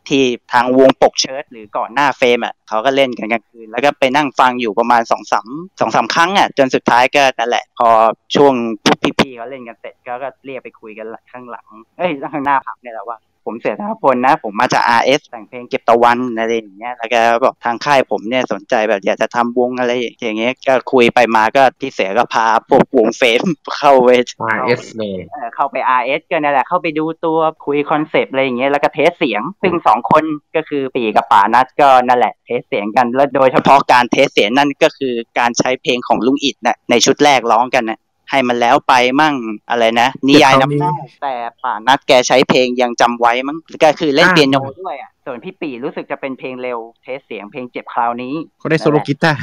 S6: ที่ทางวงปกเชิดหรือก่อนหน้าเฟรมอ่ะเขาก็เล่นกันกลางคืน แล้วก็ไปนั่งฟังอยู่ประมาณสองสามสองสามครั้งอ่ะจนสุดท้ายก็นั่นแหละ พอช่วงพวกพี่ๆเขาเล่นกันเสร็จก็ก็เรียกไปคุยกันข้างหลังเอ้ยข้างหน้าผับเนี่ยแหละว่า ผมเสียธนพลนะ ผมมาจาก RS แต่งเพลงเก็บตะวันอะไรอย่างเงี้ยแล้วก็บอกทางค่ายผมเนี่ยสนใจแบบอยากจะทำวงอะไรอย่างเงี้ยก็คุยไปมาก็พี่เสือก็พาพวกวงเฟมเข้าเวท
S13: RS เลย
S6: เอ่อเข้าไป RS กันนั่นแหละ เข้าไปดูตัวคุยคอนเซปต์อะไรอย่างเงี้ย แล้วก็เทสเสียง ซึ่งสองคนก็คือปีกับป่านัดก็นั่นแหละ เทสเสียงกัน แล้วโดยเฉพาะการเทสเสียงนั่นก็คือการใช้เพลงของลุงอิดนะในชุดแรกร้องกันนะให้มันแล้วไปมั่งอะไรนะ นิยายน้ำหน้าแต่ป่านัดแกใช้เพลงยังจำไว้มั้ง ก็คือเล่นเปียโนด้วยอ่ะ ส่วนพี่ปีรู้สึกจะเป็นเพลงเร็ว เทสเสียงเพลงเจ็บคราวนี้
S1: เขาได้โซโลกีตาร์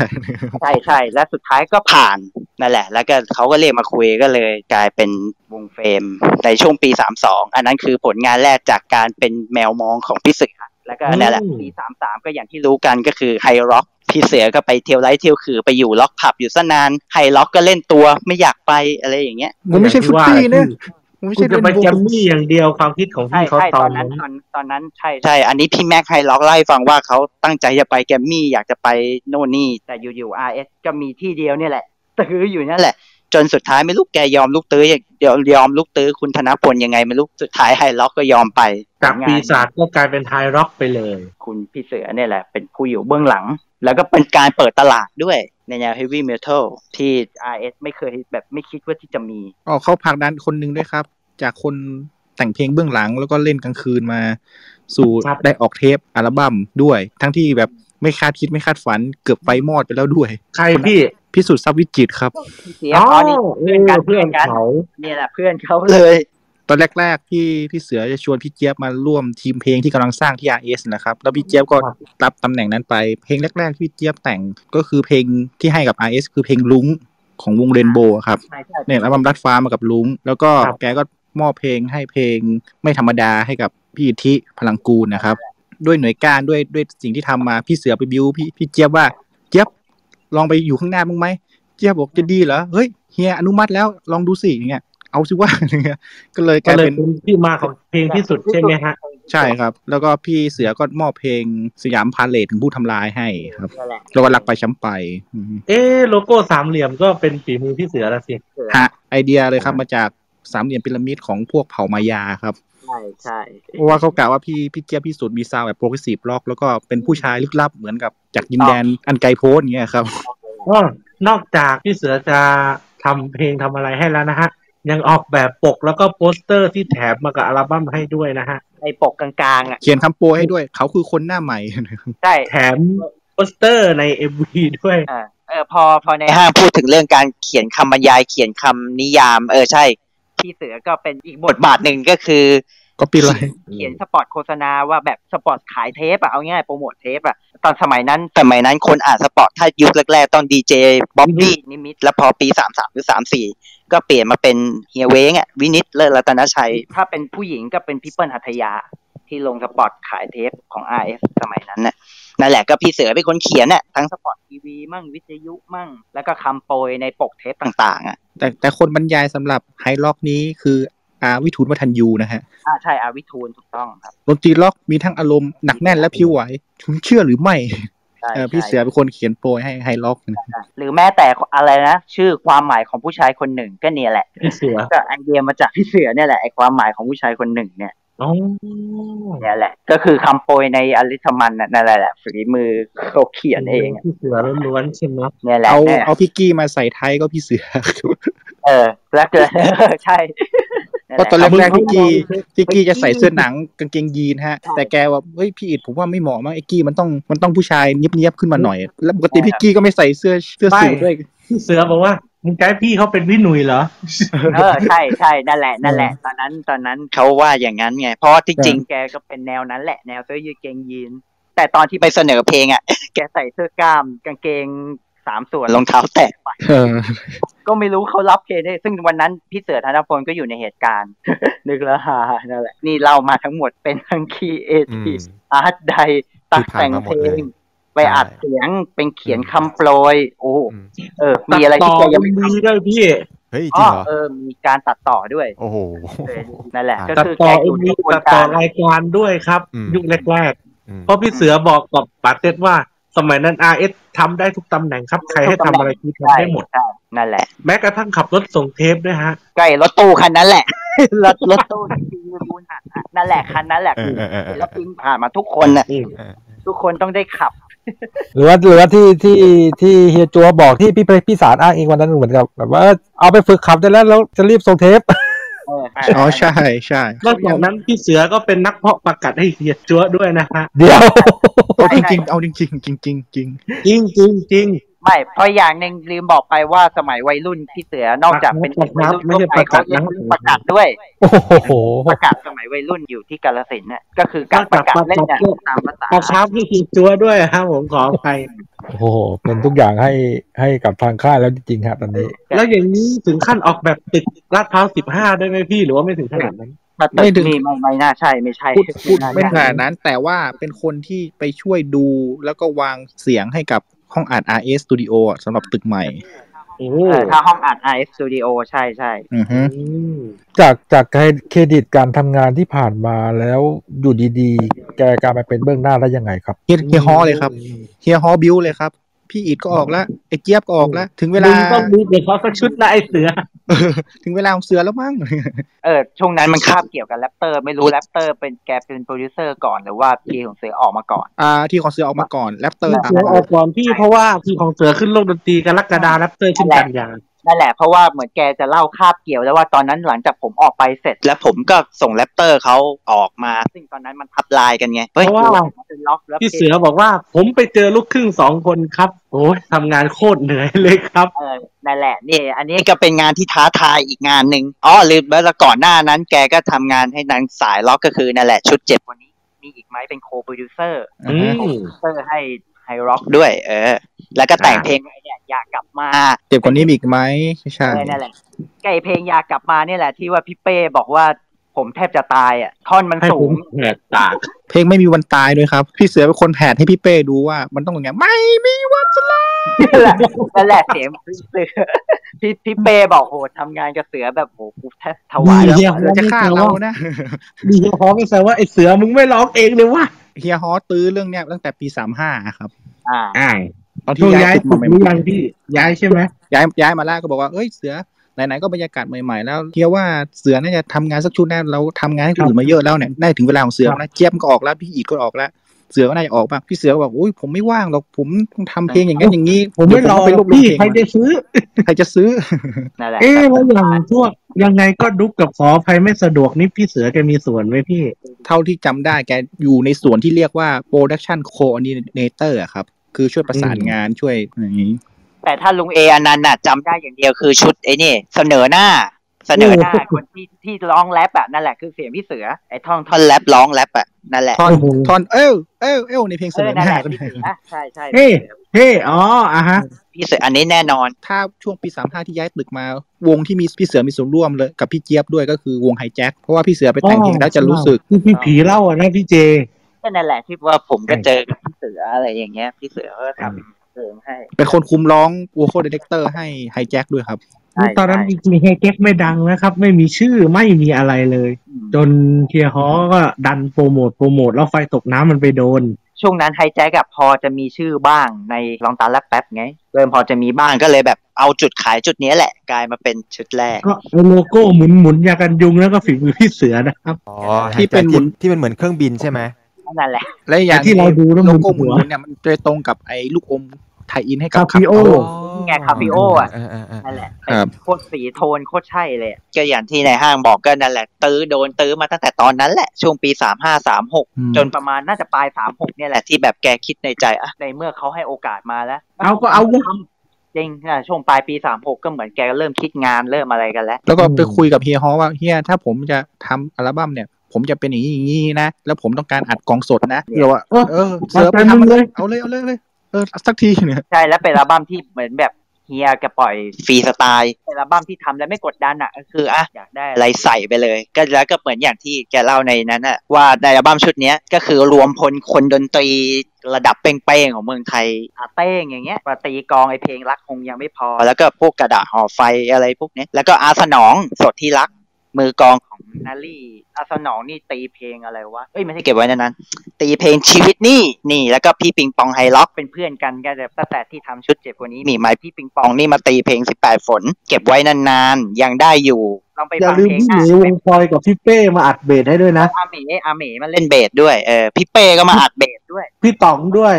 S6: ใช่ใช่และสุดท้ายก็ผ่านนั่นแหละ แล้วก็เขาก็เรียกมาคุยก็เลยกลายเป็นวงเฟรมในช่วงปีสามสองอันนั้นคือผลงานแรกจากการเป็นแมวมองของพี่เสือแล้วก็นั่นแหละ
S14: อืม
S6: ปีสามสามก็อย่างที่ รู้กันก็คือไฮร็อกพี่เสือก็ไปเที่ยวไลท์เที่ยวคือไปอยู่ล็อกผับอยู่ซะนานไฮร็อกก็เล่นตัวไม่อยากไปอะไรอย่างเงี้ย
S1: มันไม่ใช่ฟุตตี้นะ มันไม่
S3: คุ
S1: ใช่
S3: ณจะไป
S1: เป็นวง
S3: แจมมี่อย่างเดียวความคิดของพี่เขา
S6: ใช่
S3: ต
S6: ต
S3: อ
S6: อน น
S3: นั้
S6: นั้น นตอนตอนนั้นใช่ใช่ อันนี้พี่แม็กไฮล็อกเล่าให้ฟังว่าเขาตั้งใจจะไปแกรมมี่อยากจะไปโน่นนี่ แต่อยู่ๆ RS ก็มีที่เดียวเนี่ยแหละตื้ออยู่นั่นแหละ จนสุดท้ายไม่รู้แกยอมลูกตื้อยังยอมยอมลูกตื้อคุณธนพลยังไงไม่รู้สุดท้ายไฮล็อกก็ยอมไป
S3: จาก
S6: งน
S3: ปีศาจก็กลายเป็นไทยร็อกไปเลย
S6: คุณพี่เสือเนี่ยแหละ เป็นผู้อยู่เบื้องหลัง แล้วก็เป็นการเปิดตลาดด้วยในแนว heavy metal ที่ RS ไม่เคยแบบไม่คิดว่าที่จะมี
S1: อ๋อเขาผลักดันคนหนึ่งด้วยครับ จากคนแต่งเพลงเบื้องหลังแล้วก็เล่นกลางคืนมา สู่ได้ออกเทปอัลบั้มด้วย ทั้งที่แบบไม่คาดคิดไม่คาดฝันเกือบไฟมอดไปแล้วด้วย
S3: ใครพี่
S1: พิสุทธิ์ทรัพย์วิจิตรครับ
S6: เสียตอนนี้เพื่อนกันเพื่อนกันเนี่ยแหละเพื่อนเขาเลย
S1: ตอนแรกๆพี่พี่เสือจะชวนพี่เจี๊ยบมาร่วมทีมเพลงที่กำลังสร้างที่ RS นะครับ แล้วพี่เจี๊ยบก็รับตำแหน่งนั้นไป เพลงแรกๆที่พี่เจี๊ยบแต่งก็คือเพลงที่ให้กับ RS คือเพลงลุงของวงเรนโบว์ครับ
S6: ใช่ใช่
S1: เนี่ยอัลบั้มรัดฟ้ามากับลุงแล้วก็แกก็มอบเพลงให้เพลงไม่ธรรมดาให้กับพี่อิทธิพลังกูลนะครับ ด้วยหน่วยการด้วยด้วยสิ่งที่ทำมาพี่เสือไปบิวพี่พี่เจี๊ยบว่าเจี๊ยบลองไปอยู่ข้างหน้าบ้างไหม เจี๊ยบบอกจะดีเหรอ เฮ้ยเฮียอนุมัติแล้วลองดูสิอย่างเงี้ย เอาสิว่าอย่างเงี้ย ก็เลยก
S3: ก็
S1: ลาย
S3: เลย
S1: เป็น
S3: เป็นที่มาของเพลงที่สุดใช่ไหมฮะ
S1: ใช่ครับ แล้วก็พี่เสือก็มอบเพลงสยามพาเลทถึงผู้ทำลายให้ครับ
S6: นั่นแหละ
S1: แล้วก็รักไปช้ำไปอืม
S3: เอ๊ะโลโก้สามเหลี่ยมก็เป็นฝีมือพี่เสือละสิ
S1: ฮะไอเดียเลยครับมาจากสามเหลี่ยมพีระมิดของพวกเผ่ามายาครับ
S6: ใช่ใช่
S1: เพราะว่าเขากล่าวว่าพี่พี่เจี๊ยบพี่สุดมีซาวด์แบบโปรเกรสซีฟล็อก แล้วก็เป็นผู้ชายลึกลับเหมือนกับจากดินแดนอันไกลโพ้นอย่างเงี้ยครับ
S3: ก็นอกจากพี่เสือจะทำเพลงทำอะไรให้แล้วนะฮะ ยังออกแบบปกแล้วก็โปสเตอร์ที่แถมมากับอัลบั้มให้ด้วยนะฮะ
S6: ไอปกกลางๆอ่ะ
S1: เขียนคำโปรให้ด้วย เขาคือคนหน้าใหม่
S6: ใช่
S3: แถมโปสเตอร์ในเอ็มวีด้วย
S6: อ่าเออพอพอในห้างพูดถึงเรื่องการเขียนคำบรรยายเขียนคำนิยาม เออใช่ พี่เสือก็เป็นอีกบทบาทหนึ่งก็คือ
S1: ก็ปีไร
S6: เขียนสปอตโฆษณาว่าแบบสปอตขายเทปอะเอาง่ายโปรโมทเทปอะตอนสมัยนั้นสมัยนั้นคนอ่านสปอตถ้ายุคแรกๆ ต้องดีเจบ๊อบบี้นิมิต แล้วพอปีสามสามหรือสามสี่ก็เปลี่ยนมาเป็นเฮียเว้งอะวินิตเลิศรัตนชัย ถ้าเป็นผู้หญิงก็เป็นพี่เปิ้ลหัทยา ที่ลงสปอตขายเทปของ RF สมัยนั้นน่ะนั่นแหละก็พี่เสือเป็นคนเขียนน่ะทั้งสปอตทีวีมั่งวิทยุมั่ง แล้วก็คำโปรยในปกเทปต่างๆอะ
S1: แต่แต่คนบรรยายสำหรับไฮล็อกนี้คืออาวิทูลวัฒนยูนะฮะ
S6: อ่าใช่อาวิทูลถูกต้องครับ
S1: ดนตรีล็อกมีทั้งอารมณ์หนักแน่นและพริ้วไหวคุณเชื่อหรือไม่
S6: ใช่
S1: เอ่อพี่
S6: ใช่
S1: เสือเป็นคนเขียนโปรยให้ไฮล็อกนะ
S6: หรือแม้แต่อะไรนะ ชื่อความหมายของผู้ชายคนหนึ่งก็เนี่ยแหละ
S3: พี่เสือ
S6: ก็ไอเดียมาจากพี่เสือเนี่ยแหละไอความหมายของผู้ชายคนหนึ่งเนี่ย
S3: อ๋อ
S6: เนี่ยแหละ ก็คือคำโปรยในอลิธมันน่ะนั่นแหละฝีมือเขาเขียนเอง
S3: พี่เสือล้วนๆใช่ไหม
S6: เนี่ยแหละ
S1: เอา
S6: เนี่ย
S1: เอาพี่กี้มาใส่ไทยก็พี่เสือ
S6: เออแล้วเกิด ใช่
S1: เพราะตอนแรกๆพี่กี้พี่กี้จะใส่เสื้อหนังกางเกงยีนฮะ แต่แกว่าเฮ้ยพี่อิดผมว่าไม่เหมาะมั้งไอ้กี้มันต้องมันต้องผู้ชายเนียบๆขึ้นมาหน่อย แล้วปกติพี่กี้ก็ไม่ใส่เสื้อเสื้อสูทด้วย
S3: พี่เสือบอกว่ามึงไกด์พี่เขาเป็นพี่หนุ่ยเหรอ
S6: เออใช่ใช่นั่นแหละนั่นแหละ ตอนนั้นตอนนั้นเขาว่าอย่างนั้นไง เพราะจริงๆแกก็เป็นแนวนั้นแหละแนวเสื้อยืดเกงยีน แต่ตอนที่ไปเสนอเพลงอ่ะ แกใส่เสื้อกล้ามกางเกงสามส่วนรองเท้าแตะ ก็ไม่รู้เขารับเคได้ ซึ่งวันนั้นพี่เสือธนพลก็อยู่ในเหตุการณ์ นึกแล้วฮานั่นแหละ นี่เล่ามาทั้งหมดเป็นทั้งคีเอทีอาร์ตใดตักแต่งเพลง ไปอัดเสียงเป็นเขียนคำโปรย โอ้โหเออ มีอะไรที่แกยังไม่ทำ
S3: ด้วยพี่
S2: เฮ้ยจริงเหรอ
S6: เออมีการตัดต่อด้วย
S2: โอ้โห
S6: นั่นแหละ ก็
S3: ตัด
S6: คือ
S3: ต่
S6: แก
S3: อ
S6: อยู่ใน
S3: มี
S6: กระบวน
S3: ตัดต่อก
S6: า
S3: รายการด้วยครับ ยุคแรกๆเพราะพี่เสือบอกกับปาเต็ดว่า สมัยนั้น RS ทำได้ทุกตำแหน่งครับ ใครให้ทำอะไรคือทำได้หมด
S6: นั่นแหละ
S3: แม้กระทั่งขับรถส่งเทปด้วยฮะ
S6: ใกล้รถตู้คันนั้นแหละ รถรถตู้ที่ทีมบูนหันอะนั่นแหละคันนั้นแหละคือ
S2: เออเออเออ
S6: ศิลปินผ่านมาทุกคนน่ะทุกคนต้องได้ขับ
S7: หรือว่าหรือว่าที่ที่ที่เฮียจัวบอกที่พี่เพลพี่สารอ้างเองวันนั้นเหมือนกับแบบว่าเอาไปฝึกขับได้แล้วแล้วจะรีบส่งเทป
S1: อ๋อใช่ใช่
S3: นอกจากนั้นพี่เสือก็เป็นนักเพาะประกัดให้เฮียจั๊วด้วยนะฮะ
S7: เดี๋ยว
S1: เอาจริงๆเอาจริงๆจริงๆจริง
S3: จริงจริงจริง
S6: ไม่เพราะอย่างหนึ่งลืมบอกไปว่าสมัยวัยรุ่นพี่เสือนอกจากเป็นเด็กวัยรุ่นทั่วไปเขายังเป็นประกาศด้วย
S7: โอ้โห
S6: ประกาศสมัยวัยรุ่นอยู่ที่กาลสินธุ์น่ะก็คือการประกาศเล่นน่ะตามภาษา
S3: ประครับพี่เฮียจั๊วด้วยฮะผมขออภัย
S7: โอ้โห เป็นทุกอย่างให้ให้กับทางค่ายแล้วจริงๆฮะตอนนี้
S3: แล้วอย่างนี้ถึงขั้นออกแบบตึกลาดพร้าวสิบห้าได้ไหมพี่หรือว่าไม่ถึงขนาดนั้น
S6: ประตึกนี่ไม่ไม่น่าใช่ไม่ใช่
S1: พูดพูดไม่ข
S6: ใช่
S1: นาดนั้น แต่ว่าเป็นคนที่ไปช่วยดูแล้วก็วางเสียงให้กับห้องอัด RS Studio อะสำหรับตึกใหม่
S6: เออถ้าห้องอัด i Studio ใช่ใช่
S1: อือฮึ
S7: จากจากเครดิตการทำงานที่ผ่านมาแล้วอยู่ดีๆ แกกลายมาเป็นเบื้องหน้าได้ยังไงครับ
S1: เฮียเฮียฮอเลยครับ เฮียฮอบิวเลยครับ พี่อีดก็ออกแล้วไอ้เจี๊ยบก็ออกแล้ว ถึงเวลา
S3: มึงต้องมีเดี๋ยวเขาสักชุดละไอเสือ
S1: ถึงเวลาของเสือแล้วมั้ง
S6: เออช่วงนั้นมันคาบเกี่ยวกับแรปเตอร์ ไม่รู้แรปเตอร์เป็นแกเป็นโปรดิวเซอร์ก่อนหรือว่าพีของเสือออกมาก่อน
S1: อ่าที่ของเสือออกมาก่อนแรปเตอร์ตาม
S3: เสือ
S1: มา
S3: ออกก่อนพี่เพราะว่าพี่ของเสือขึ้นโลกดนตรีกันลักกระดาแรปเตอร์ขึ้นกันยา
S6: นั่นแหละเพราะว่าเหมือนแกจะเล่าคาบเกี่ยวแล้วว่าตอนนั้นหลังจากผมออกไปเสร็จ แล้วผมก็ส่งแรปเตอร์เขาออกมา ซึ่งตอนนั้นมันทับไลายกันไง
S3: เพราะว่าพี่เสือบอกว่า ผมไปเจอลูกครึ่งสองคนครับโอ้ยทำงานโคตรเหนื่อยเลยครับ
S6: เออนั่นแหละนี่อันนี้ก็เป็นงานที่ท้าทายอีกงานหนึ่งอ๋อลืมไปแล้วก่อนหน้านั้นแกก็ทำงานให้นางสายล็อกก็คือนั่นแหละชุดเจ็บวันนี้มีอีกไหมเป็นโคโปรดิวเซอร์
S1: อืม
S6: เตอร์ให้ไฮร็อกด้วย เออ แล้วก็แต่งเพลงไอ้เนี่ยอยากกลับมา
S1: เจ็บกว่านี้มีอีกไหมใช่
S6: เออนั่นแหละไก่เพลงอยากกลับมาเนี่ยแหละที่ว่าพี่เป้บอกว่าผมแทบจะตายอ่ะท่อนมันสูง
S3: แหกตา
S1: เพลงไม่มีวันตายด้วยครับ พี่เสือเป็นคนแผดให้พี่เป้ดูว่ามันต้องอย่างไงไม่มีวันจะลา
S6: นั่นแหละนั่นแหละเสียงพี่เสือ พี่พี่เป้บอกโหทำงานกับเสือแบบโหกูแทบถวายแล้ว
S3: เฮียฮอ
S6: เสือจะฆ่าเรานะ
S3: มีเฮียฮอไม่แซวว่าไอเสือมึงไม่ร้องเองเลยวะ
S1: เฮียฮอตื้อเรื่องเนี้ยตั้งแต่ปีสามห้าครับ
S6: อ่า
S3: อ่า
S1: ตอน
S3: ช่
S1: ที่
S3: วง
S1: ย้า
S3: ย้าย ย
S1: ตึก
S3: ตึ
S1: มาก ให
S3: หรือยั
S1: ม่
S3: งพี่ย้ายใช่ไหม
S1: ๆย้ายย้ายมาแล้วก็บอกว่าเอ้ยเสือไหนๆก็บรรยากาศใหม่ๆแล้วเฮียว่าเสือน่าจะทำงานสักชุดแน่เราทำงานให้คนอื่นมาเยอะแล้วเนี่ยได้ถึงเวลาของเสือแล้วนะเจี๊ยบมันก็ออกแล้วพี่อีดก็ออกแล้ว เสือก็น่าจะออกบ้างพี่เสือก็บอกอุ้ยผมไม่ว่างหรอกผมต้องทำเพลงอย่างนั้นอย่างนี้
S3: ผมไม่รอ
S1: เดี๋ยวผมไปร
S3: หรอก
S1: วบรวม
S3: พี่
S1: เพลง
S3: ใครจะ
S1: มา
S3: ซื้อ
S1: ใครจะซื้อ
S6: นั่นแหละ
S3: เอ๊ะแล้วอย่างช่วงยังไงก็ดุกกับขออภัยไม่สะดวกนี่พี่เสือแกมีส่วนไหมพี่
S1: เท่าที่จำได้แกอยู่ในส่วนที่เรียกว่า production coordinator อะครับ คือช่วยประสานงานช่วยอย่างนี้
S6: แต่ถ้าลุงเออนันต์น่ะจำได้อย่างเดียวคือชุดไอ้นี่ เสนอหน้า เสนอ หน้า
S1: โอ้โห
S6: คนที่ที่ร้องแรปแบบนั่นแหละคือเสียงพี่เสือไอ้ท่อนท่อนแรปร้องแรปอะนั่นแหละ
S1: ทอนทอนเอ้วเอ้วเอ้วในเพลงเส
S6: เอน อ
S1: อห
S6: นั่นแห
S1: น้า
S6: ละ
S1: ก็
S6: พี่
S1: ได้
S6: เสือใช่ใช่
S3: เฮ้เฮ้อ๋ออ่ะฮะ
S6: พี่เสืออันนี้แน่นอน
S1: ถ้าช่วงปีสามห้าที่ย้ายตึกมา วงที่มีพี่เสือมีส่วนร่วมเลยกับพี่เจี๊ยบด้วยก็คือวงไฮแจ็คเพราะว่าพี่เสือไปแต่งเพลงแล้วจะรู้สึก
S3: ที่พี่ผีเล่าอ่ะนะพี่เจ
S6: ก็นั่นแหละที่ว่าผมก็เจอกับพี่เสืออะไรอย่างเงี้ยพี่เสือก็ทำเสริมให้
S1: เป็นคนคุมร้องว o ค a l ดี r เตอร์ให้ไฮแจ็คด้วยครับ
S3: ตอนนั้นจริงๆเฮเก็กไม่ดังนะครับ ไม่มีชื่อไม่มีอะไรเลย จนเฮียฮอก็ดันโปรโมทโปรโมทแล้วไฟตกน้ำมันไปโดน
S6: ช่วงนั้นไฮแจ็คกับพอจะมีชื่อบ้างในลองตาลักแป๊บไงเริ่มพอจะมีบ้างก็เลยแบบเอาจุดขายจุดเนี้ยแหละกลายมาเป็นชุดแรก
S3: ก็เอาโลโก้หมุนหมุนๆยากันยุงแล้วก็ฝีมือพี่เสือนะครับ
S2: อ๋อ
S1: ที่เป็นหมุน
S2: ที่เป็นเหมือนเครื่องบินใช่ไหม
S6: นั่นแหละ
S1: และอย่าง
S3: ที่เราดูแล้ว
S1: โล
S3: หมุน
S1: โก้ห
S3: หัว
S1: มุนๆเนี่ยมันจะตรงกับไอ้ลูกอมไทยอินให้กับ
S3: Caprio
S1: ขับเอา
S6: นี่ไงคาฟิโออ่ะ
S2: เออเออเออ
S6: นั่นแหละ
S1: ครับ
S6: โคตรสีโทนโคตรใช่เลยก็อย่างที่ในห้างบอกก็นั่นแหละ ตื้อโดนตื้อมาตั้งแต่ตอนนั้นแหละ ช่วงปีสามห้าสามหก
S1: อืม
S6: จนประมาณน่าจะปลายสามหกเนี่ยแหละที่แบบแกคิดในใจอ่ะในเมื่อเขาให้โอกาสมาแล้ว
S3: เอาก็เอาวะ
S6: จริงอ่ะช่วงปลายปีสามหกก็เหมือนแกเริ่มคิดงานเริ่มอะไรกันแล้ว
S1: แล้วก็ไปคุยกับเฮียฮอว่าเฮียถ้าผมจะทำอัลบั้มเนี่ย ผมจะเป็นอย่างนี้อย่างนี้นะ แล้วผมต้องการอัดกองสดนะเดี๋ยวว่าเออเสือไปทำมาเลยเอาเลยเอาเลยเอาเลยเออสักทีเนี่ย
S6: ใช่แล้วเป็นอัลบั้มที่เหมือนแบบ เฮียแกปล่อยฟรีสไตล์อัลบั้มที่ทำแล้วไม่กดดันอ่ะก็คืออ่ะอยากได้อะไรใส่ไปเลย ก็แล้วก็เหมือนอย่างที่แกเล่าในนั้นอ่ะว่าในอัลบั้มชุดเนี้ยก็คือรวมพลคนดนตรีระดับเป้งๆของเมืองไทยอาเต้งอย่างเงี้ยมาตีกลองไอเพลงรักคงยังไม่พอ แล้วก็พวกกระดาษห่อไฟอะไรพวกเนี้ยแล้วก็อาสนองสดที่รัก มือกลองของนารีอาสนองนี่ตีเพลงอะไรวะเอ้ยไม่ใช่เก็บไว้นะนั้น ตีเพลงชีวิตนี่นี่แล้วก็พี่ปิงปองไฮล็อกเป็นเพื่อนกันก็แต่ตั้งแต่ที่ทำชุดเจ็บคนนี้มีไหมพี่ปิงปองนี่มาตีเพลง 18 ฝน เก็บไว้นานๆ ยังได้อยู่ลองไป
S3: อย่า
S6: ฟัง
S3: ลืม
S6: เพลง
S3: พี่ห
S6: อ่ะ
S3: มีวงพลอยกับพี่เป้มาอัดเบสให้ด้วยนะ
S6: อาเมอาเมมาเล่นเบสด้วยเออพี่เป้ก็มาอัดเบสด้วย
S3: พี่ต๋องด้วย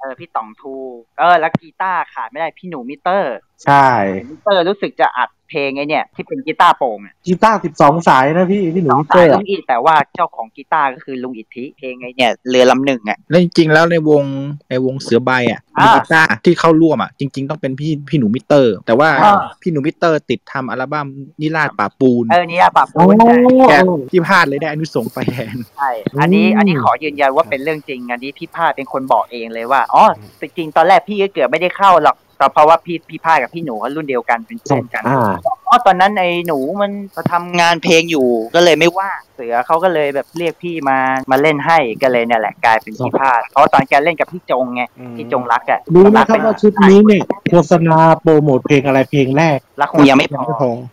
S6: เออพี่ต๋องทูเออแล้วกีตาร์ขาดไม่ได้พี่หนูมิเตอร์
S3: ใช่
S6: มิเตอร์รู้สึกจะอัดเพลงไอเนี่ยที่เป็นกีตาร์โปร่งอะ
S3: กีตาร์สิบสองสายนะพี่พี่หนูพี่
S6: สา
S3: เป้
S6: ย
S3: อะ
S6: ลุงอิทแต่ว่าเจ้าของกีตาร์ก็คือลุงอิทธิเพลงไงเนี่ยเรือลำหนึ่งอ่ะ
S1: แล้วจริงๆแล้วในวงในวงเสือใบอ่ะ
S6: อ่า
S1: มีกีตาร์ที่เข้าร่วมอ่ะจริง ๆ ต้องเป็นพี่พี่หนูมิเตอร์ แต่ว่า
S6: อ่า
S1: พี่หนูมิเตอร์ติดทำอัลบั้มนิราศป่าปูน
S6: เออนี่อะปรับปูนได้
S1: แกที่พลาดเลยได้อนุสงส์ไปแทน
S6: ใช่อันนี้
S1: อืม
S6: อันนี้ขอยืนยันว่าเป็นเรื่องจริง อันนี้พี่พาดเป็นคนบอกเองเลยว่าอ๋อจริงๆตอนแรกพี่ก็เกือบไม่ได้เข้าหรอกแต่เพราะว่าพี่พี่พาดกับพี่หนูเขารุ่นเดียวกันเป็นเพื่อนกัน
S3: อ่า
S6: อ๋อตอนนั้นไอ้หนูมันมาทำงานเพลงอยู่ก็เลยไม่ว่างเสือเขาก็เลยแบบเรียกพี่มามาเล่นให้ก็เลยเนี่ยแหละกลายเป็นพี่พาดเพราะตอนแกเล่นกับพี่จงไงพี่จงรักอ่ะ
S3: รู้ไหม
S6: รัก
S3: ครับ
S6: เป็น
S3: ว่าชุดนี้เนี่ยโฆษณาโปรโมทเพลงอะไรเพลงแรก
S6: รักคงยังไม่พอ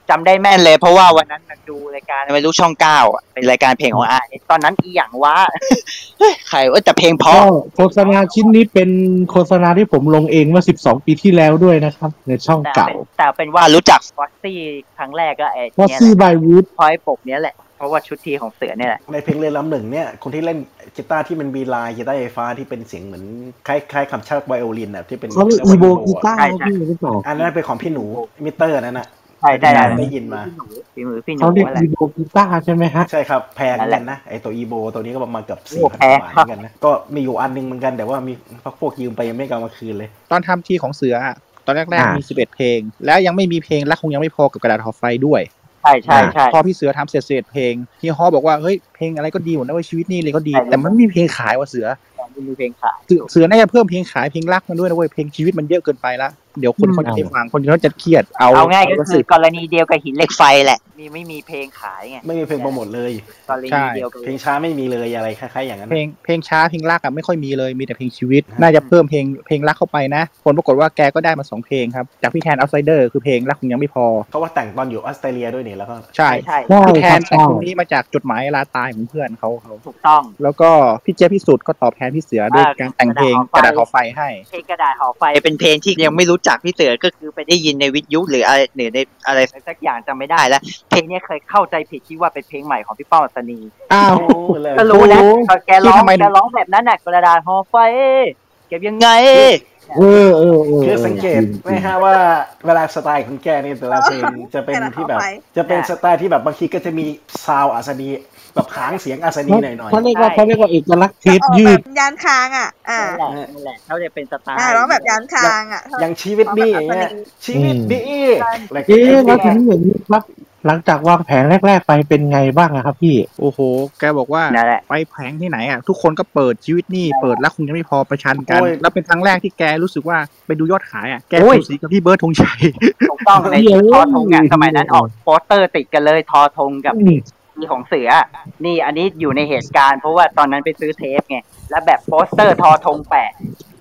S6: จำได้แม่นเลย เพราะว่าวันนั้นมันดูรายการไม่รู้ช่องเก้าอะเป็นรายการเพลงของอาตอนนั้นอีหยังวะ เฮ้ยใครว่าแต่เพลงเพ
S3: ก็
S6: ราะ
S3: โฆษณาชิ้นนี้เป็นโฆษณาที่ผมลงเองเมื่อ 12 ปีที่แล้วด้วยนะครับ ในช่อง
S6: แต่เป็
S3: เก่าน
S6: แต่เป็นว่ารู้จักฟอสซี่ครั้งแรกก็ไอ้
S3: ฟอส
S6: เนี่ย
S3: ซี่
S6: แห
S3: บา
S6: ละ
S3: ยวูด
S6: พอยปกเนี้ยแหละเพราะว่าชุดทีของเสือเนี่ยแหละ
S12: ในเพลงเรือลำหนึ่งเนี่ยคนที่เล่นกีตาร์ที่มันมีลายกีตาร์ไฟฟ้าที่เป็นเสียงเหมือนคล้ายคล้ายคำชักไวโอลินน่ะที่เป็น
S3: เขาเรียกอี
S12: รีย
S3: โบ
S12: ว่
S3: กีตาร์
S12: อะ
S6: ใช่
S3: พี่หรือเปล่า
S12: อันนั้นเป็นของพี่หนูมิเตอร์นั่นน่ะ
S6: ใช่ใช่ใช่
S12: ได้ยินมา
S6: ฝีมือพี่หนู
S3: เขาเรียก
S6: นั่นแหละ
S3: อีโบกีตาร์ใช่ไหมฮะ
S12: ใช่ครับแพงเหมือนกันนะไอตัวอีโบตัวนี้ก็ประมาณเกือบสี่พันกว่าบาทเหมือนกันนะก็มีอยู่อันหนึงเหมือนกันแต่ว่ามีพวกยืมไปยังไม่กลับมาคืนเลย
S1: ตอนทำทีของเสืออะตอนแรก
S12: อ่า
S1: ๆ
S12: มี
S1: มี 11 เพลง แล้วยังไม่มีเพลงรักคงยังไม่พอกับกระดาษห่อไฟด้วย
S6: ใช่ใช่ใช่
S1: พอพี่เสือทำเสร็จเสร็จเพลงเฮียฮอบอกว่าเฮ้ยเพลงอะไรก็ดีหมดนะเว่าชีวิตนี่เลยก็ดี แต่มันไม่มีเพลงขายว่ะเสือ
S6: แต่ไม่มีเพลงขาย
S1: เสือเสือน่าจะเพิ่มเพลงขายเพลงรักมันด้วยนะเว้ยเพลงชีวิตมันเยอะเกินไปละเดี๋ยวคนเขาจะไม่ฟังคนเขาจะเครียดเอา
S6: เอาง่ายก็
S1: เอ
S6: คื
S1: สิ
S6: อกรณีเดียวกับหินเหล็กไฟแหละ มีไม่มีเพลงขายไง
S12: ไม่มีเพลงโปรโมทเลย
S6: กร
S1: ใช่
S6: ณีเดียวกัน
S12: เพลงช้าไม่มีเลยอะไรคล้ายๆอย่างนั้น
S1: เพลงเพลงช้าเพลงรักอะไม่ค่อยมีเลยมีแต่เพลงชีวิต น่าจะเพิ่มเพลงเพลงรักเข้าไปนะผลปรากฏว่าแกก็ได้มาสองเพลงครับจากพี่แทน outsider คือเพลงรักคงยังไม่พอ
S12: เขาว่าแต่งตอนอยู่ออสเตรเลียด้วยนี่แล้วก็
S1: ใช่
S12: ใช่ใช่
S1: พี่แทนแต่งตรงนี้มาจากจดหมายลาตายของเพื่อนเขาเขา
S6: ถูกต้อง
S1: แล้วก็พี่เจพี่สุดก็ตอบแทนพี่เสือด้วยการแต่งเพลงกระดาษขอไฟให้
S6: เพลงกระดาษห่อไฟเป็นเพลงที่ยังไม่รู้จักพี่เสือก็คือไปได้ยินในวิทยุหรืออะไรหรือในอะไรสักอย่างจำไม่ได้แล้วเพลงเนี้ยเคยเข้าใจผิดที่ว่าเป็นเพลงใหม่ของพี่เป้าอัศนี
S1: อ้าว
S6: ก็รู้นะ
S1: โอ้โห
S6: แกร้อ
S1: ที่
S6: ง
S1: ทำไม
S6: แกร้องแบบนั้นน่ะกระดาษห่อไฟ เก็บยังไง
S3: เออเออเออ
S12: คือสังเกตไหมฮะว่าเวลาสไตล์ของแกเนี่ยแต่ละเพลง จะเป็นที่แบบ จะเป็นสไตล์ที่แบบบางทีก็จะมีซาวด์อัศนีแบบหางเสียงอัศนีหน่อย
S3: เขาเรียกว่าเขาเรียกว่าเอกลักษณ์เทป
S4: ออก
S3: ยื
S4: แบ
S3: ด
S4: บยานค้างอ่ะ อ่า
S6: นั่นแหละเขาจะเป็นสไตล์
S4: อ่าร้องแบบยานค้างอ่ะ
S12: ๆอย่างชีวิตนี้อย่างเงี้ยชีวิตนี้แล้วก็
S3: เอ๊ะแล้วทีนี้อย่างนี้ครับ หลังจากวางแผนแรก ๆ ไปเป็นไงบ้างอะครับพี่
S1: โอ้โห แกบอกว่า
S6: นั่นแหละ
S1: ไปแผงที่ไหนอ่ะ ทุกคนก็เปิดชีวิตนี่เปิดรักคงยังไม่พอประชันกัน
S6: โอ้ย
S1: แล้วเป็นครั้งแรกที่แกรู้สึกว่าไปดูยอดขายอ่ะ แก
S6: โอ้ย
S1: สูสีกับพี่เบิร์ดธงชัย
S6: ถูกต้องใน
S1: เดี๋ยว
S6: ทอธงอ่ะสมัยนั้นออกโปสเตอร์ติดกันเลยทอธงกับ มีของเสือ นี่อันนี้อยู่ในเหตุการณ์เพราะว่าตอนนั้นไปซื้อเทปไง แล้วแบบโปสเตอร์ทอธงแปะ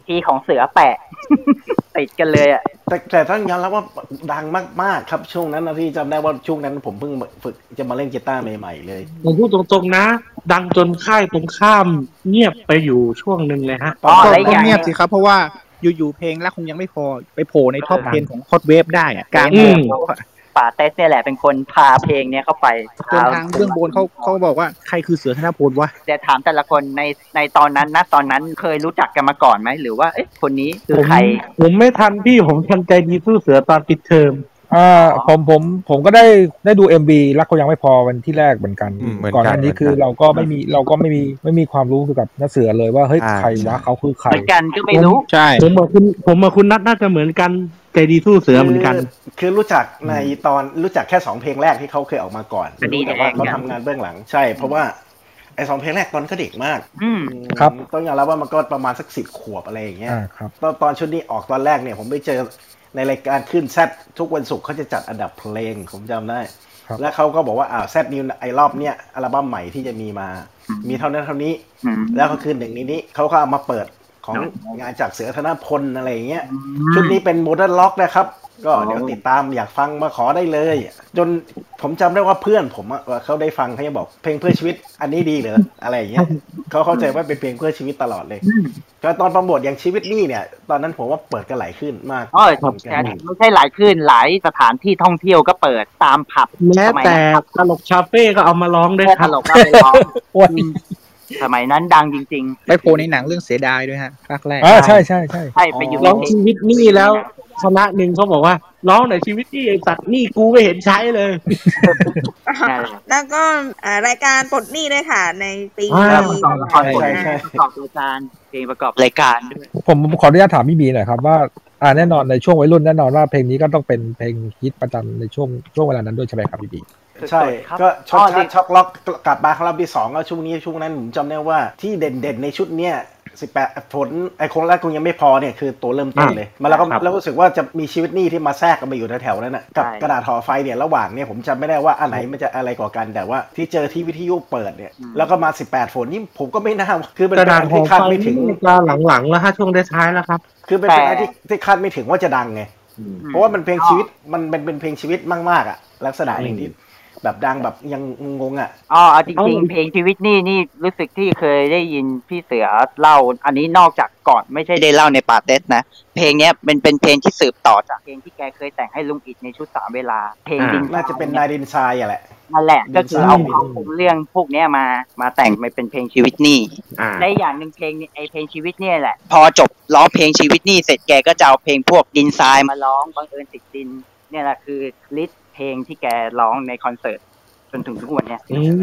S6: ทีของเสือแปะ ติดกันเลยอ่ะ
S12: แต่แต่ต้องยอมรับว่าดังมากๆครับช่วงนั้นนะที่จำได้ว่าช่วงนั้นผมเพิ่งฝึกจะมาเล่นกีตาร์ใหม่ๆเลย
S3: ผมพูดตรงๆนะ ดังจนค่ายตรงข้ามเงียบไปอยู่ช่วงหนึ่งเลยฮะ
S6: อ๋อ
S1: ก็
S6: และอีก
S1: ก็
S6: อย่าง
S1: เงียบสิครับ เพราะว่าอยู่ๆเพลงรักคงยังไม่พอไปโผล่ในท็อป
S3: เออ
S1: เทนของฮอตเวฟได้อะกลาง
S6: อื
S1: เดือ
S6: ม
S1: นเขาอะ
S6: ป่าเตสเนี่ยแหละเป็นคนพาเพลงเนี้ยเข้าไป
S1: จนทางเบื้องบนเขาเขาบอกว่าใครคือเสือธนพลวะ
S6: จะถามแต่ละคนในในตอนนั้นนะตอนนั้นเคยรู้จักกันมาก่อนไหมหรือว่าเอ๊ะคนนี้คือ
S3: ผม
S6: ใคร
S3: ผมไม่ทันพี่ผมทันใจดีสู้เสือตอนปิดเทอม
S7: อ่าผมผมผมก็ได้ได้ดู MB รักก็ยังไม่พอวันที่แรกเหมือนกัน
S2: อืมเหมือนกัน
S7: ก่อนหน้านี้
S2: เหมือนกัน
S7: คือเราก็ไม่มีเราก็ไม่มีไม่มีความรู้เกี่ยวกับนักเสือเลยว่าเฮ้ย
S2: อ่า
S7: ใครวะเขาคือใคร
S6: เหมือนกันก็ไม่รู้
S1: ใช่
S3: ผมกับคุณผมกับคุณนัทน่าจะเหมือนกันใจดีสู้เสือเหมือนกัน
S12: คืคือรู้จักในตอนรู้จักแค่สองเพลงแรกที่เขาเคยออกมาก่อน
S6: อันนี้
S12: รู้แต่ว่า
S6: แดง
S12: เขา
S6: อย่าง
S12: ทำงานเบื้องหลังใช่ เพราะว่าไอ้สองเพลงแรกตอนก็เด็กมาก
S6: อืม
S7: ครับ
S12: อืมต้องยอมรับว่ามันก็ประมาณสักสิบขวบอะไรอย่างเงี้ย
S7: อ่าครับ
S12: ตอนตอนชุดนี้ออกตอนแรกเนี่ยผมไปเจอ ในรายการขึ้นแซดทุกวันศุกร์เขาจะจัดอันดับเพลงผมจำได้ แล้วเขาก็บอกว่าอ่าแซดนิวไอรอบเนี้ยอัลบั้มใหม่ที่จะมีมา มีเท่านั้นเท่านี้ แล้วก็คือหนึ่งในนี้เขาก็เอามาเปิดของงานจากเสือธนพลอะไรอย่างเงี้ย ชุดนี้เป็นโมเดิร์นล็อกนะครับ ก็เดี๋ยวติดตามอยากฟังมาขอได้เลย จนผมจำได้ว่าเพื่อนผมอะเขาได้ฟังเขาจะบอกเพลงเพื่อชีวิตอันนี้ดีเหรออะไรอย่างเงี้ยเขาเข้าใจว่าเป็นเพลงเพื่อชีวิตตลอดเลย ก็ตอนโปรโมทอย่างชีวิตนี่เนี่ย ตอนนั้นผมว่าเปิดกันหลายขึ้นมาก
S6: อ๋อแต่ไม่ใช่หลายขึ้นหลายสถานที่ท่องเที่ยวก็เปิดตามผับ
S3: แม้
S6: สมัย
S3: แต่
S6: นั้น
S3: ตลกชาเฟ่ก็เอามาร้องด้วย
S6: แค่
S3: ค
S6: ต
S3: รับ
S6: ลกก็ไปร้องสมัยนั้นดังจริง ๆ
S14: ไปโผล่ในหนังเรื่องเสียดายด้วยฮะภาคแรก
S7: อ่าใช่ใช่ใช่
S6: ใช่ไปอยู่
S3: ร้องชีวิตนี่แล้วคณะหนึ่งเขาบอกว่า ร้องหน่อยชีวิตนี่ไอ้สัตว์นี่กูไม่เห็นใช้เลย
S4: แล้วก็อ่ารายการปลดหนี้ด้วยค่ะ ในปี
S7: อ่า
S4: นี้
S6: ประกอบละครผลงานประกอบรายการเพลงประกอบรายการด้วย
S7: ผมผมขออนุญาตถามพี่บีหน่อยครับว่าอ่าแน่นอนในช่วงวัยรุ่นแน่นอนว่าเพลงนี้ก็ต้องเป็นเพลงฮิตประจำในช่วงช่วงเวลานั้นด้วยใช่ไหมครับพี่บี
S12: ใช่
S6: สุดๆครับ
S12: ก็ช็อกชักช็อกล็อกกลับมาครั้งที่สองก็ช่วงนี้ช่วงนั้นผมจำได้ว่าที่เด่นๆในชุดเนี้ยสิบแปดผลไอ้คนแรกคงยังไม่พอเนี่ยคือตัวเริ่มต้นเลยมาแล้วก็
S3: ครับ
S12: แล้วรู้สึกว่าจะมีชีวิตหนี้ที่มาแทรกกันมาอยู่แถวๆนั้นน่ะกับ
S6: ใช่
S12: กระดาษห่อไฟเนี่ยระหว่างเนี่ยผมจำไม่ได้ว่าอันไหนมันจะอะไรกว่ากันแต่ว่าที่เจอที่วิทยุเปิดเนี่ยแล้วก็มา 18ฝนนี่ผมก็ไม่น่าคือเป็น
S3: กระดาษ
S12: อัน
S3: ห่อ
S12: ที่
S3: ไฟ
S12: คาดไม่ถึง
S3: นี่จะหลังๆแล้วฮะช่วงท้ายๆแล้วครับ
S12: คือเป็นเพลงที่ที่คาดไม่ถึงว่าจะดังไง เพราะว่ามันเพลงชีวิตมันเป็นเป็นเพลงชีวิตมากๆอ่ะลักษณะหนึ่งที่แบบดังแบบยังงงๆอ่ะ
S6: อ๋อเอาจริงๆ เพลงชีวิตนี่นี่รู้สึกที่เคยได้ยินพี่เสือเล่า อันนี้นอกจากก่อนไม่ใช่ได้เล่าในป่าเต็ดนะ เพลงเนี้ยเป็นเป็นเพลงที่สืบต่อจากเพลงที่แกเคยแต่งให้ลุงอิดในชุดสามเวลา เพลงดิน
S12: น่าจะเป็นนายดินทรายอ่ะแหละ
S6: นั่นแหละ ก็คือเอาเอาเอาเรื่องพวกเนี้ยมามาแต่งมาเป็นเพลงชีวิตนี่
S12: อ่า
S6: และอีกอย่างหนึ่งเพลงไอเพลงชีวิตเนี่ยแหละ พอจบร้องเพลงชีวิตนี่เสร็จแกก็จะเอาเพลงพวกดินทรายมาร้องบังเอิญติดดิน เนี่ยแหละคือลิสต์เพลงที่แกร้องในคอนเสิร์ตจนถึงทุกวันเนี้ย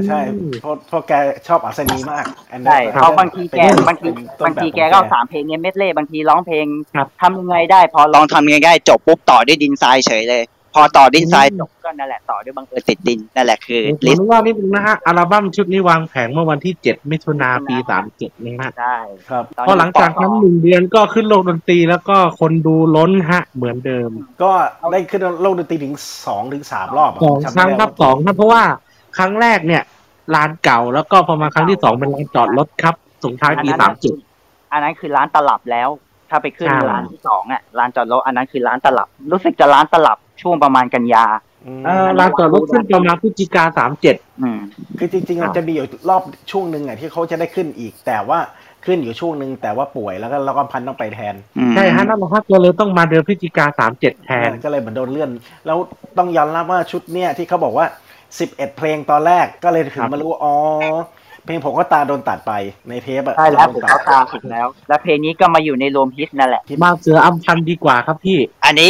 S12: ใช่เพราะเพราะแกชอบอัศนีมากอันนั้น
S6: ใช่เพราะบางทีแก
S12: เป็น
S6: บางที
S12: ต้น
S6: บาง
S12: แบบ
S6: ที
S12: ของ
S6: แกก็เอาสามเพลงเนี้ยเม็ดเล่บางทีร้องเพลง
S3: ครับ
S6: ทำยังไงได้ พอลองทำยังไงได้จบปุ๊บต่อด้วยดินทรายเฉยเลย พอต่อดินทรายจบก็นั่นแหละต่อด้วยบังเอิญติดดินนั่นแหละคือ
S3: ผ
S6: ลิ
S3: ม
S6: สต์
S3: ว่านิดนึงนะฮะอัลบั้มชุดนี้วางแผงเมื่อวันที่เจ็ดมิถุนาปีสามเจ็ดนะฮะ
S6: ได้
S12: ครับ
S3: พอหลังจากนั้นหนึ่งเดือนก็ขึ้นโลกดนตรีแล้วก็คนดูล้นฮะ เหมือนเดิม
S12: ก็ได้ขึ้นโลกดนตรีถึงสองถึงสามรอบะ
S3: สอง
S12: จำ
S3: ครั้ง
S12: ไม่ได้
S3: ครับสองครับเพราะว่าครั้งแรกเนี่ยลานเก่าแล้วก็พอมาครั้งที่สองเป็นลานจอดรถครับส่งท้ายปีสามเจ็ด
S6: อันนั้นคือร้านตลับแล้ว ถ้าไปขึ้น
S3: ใช่
S6: ร้านที่สองอ่ะร้านจอดรถอันนั้นคือร้านตลับ รู้สึกจะร้านตลับช่วงประมาณกันยา
S3: เอ่อลานจอดรถขึ้นประมาณพฤศจิกาสามเจ็ด
S12: คือจริงๆ
S3: อ่า
S12: มันจะมีอยู่รอบช่วงหนึ่งอ่ะที่เขาจะได้ขึ้นอีก แต่ว่าขึ้นอยู่ช่วงหนึ่งแต่ว่าป่วยแล้วก็เราก็พันต้องไปแทน
S3: ใช่ฮะนั่นแหละครับเราเลยต้องมาเดือนพฤศจิกาสามเจ็ดแทน
S12: ก็เลยเหมือนโดนเลื่อน แล้วต้องยอมรับว่าชุดเนี่ยที่เขาบอกว่า 11 เพลงตอนแรกก็เลยถึงมารู้ว่าอ๋อเพลงผมก็ตาโดนตัดไปในเทปอะ
S6: ใช่แล้ว
S12: โด
S6: ผม
S12: นตั
S6: เอา
S12: ด
S6: ตามถูกแล้ว แล้วเพลงนี้ก็มาอยู่ในรวมฮิตนั่นแหละ
S3: มาเสืออัมพันธ์ดีกว่าครับพี่
S6: อันนี้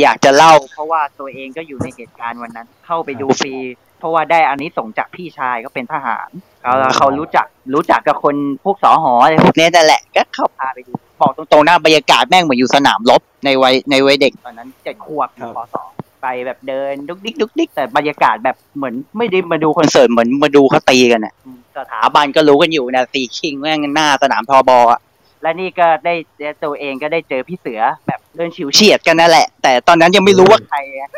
S6: อยากจะเล่า เพราะว่าตัวเองก็อยู่ในเหตุการณ์วันนั้น เข้าไปดูฟรี เพราะว่าได้อันนี้ส่งส์จากพี่ชายก็เป็นทหารเขาเขารู้จักรู้จักกับคนพวกสอหออะไรพวกเนี้ยนั่นแหละก็เข้าพาไปดูบอกตรงๆหน้าบรรยากาศแม่งเหมือนอยู่สนามรบในวัยในวัยเด็กตอนนั้นเจ็ดขวบอยู่ปสองไปแบบเดินดุกดิกดุกดิกแต่บรรยากาศแบบเหมือนไม่ได้มาดูคอนเสิร์ตเหมือนมาดูเขาตีกันอ่ะสถาบันก็รู้กันอยู่นะสีคิงแม่งหน้าสนามทบอ่ะ และนี่ก็ได้ได้ตัวเองก็ได้เจอพี่เสือแบบเดินชิวเฉียดกันนั่นแหละ แต่ตอนนั้นยังไม่รู้ว่าใครอะ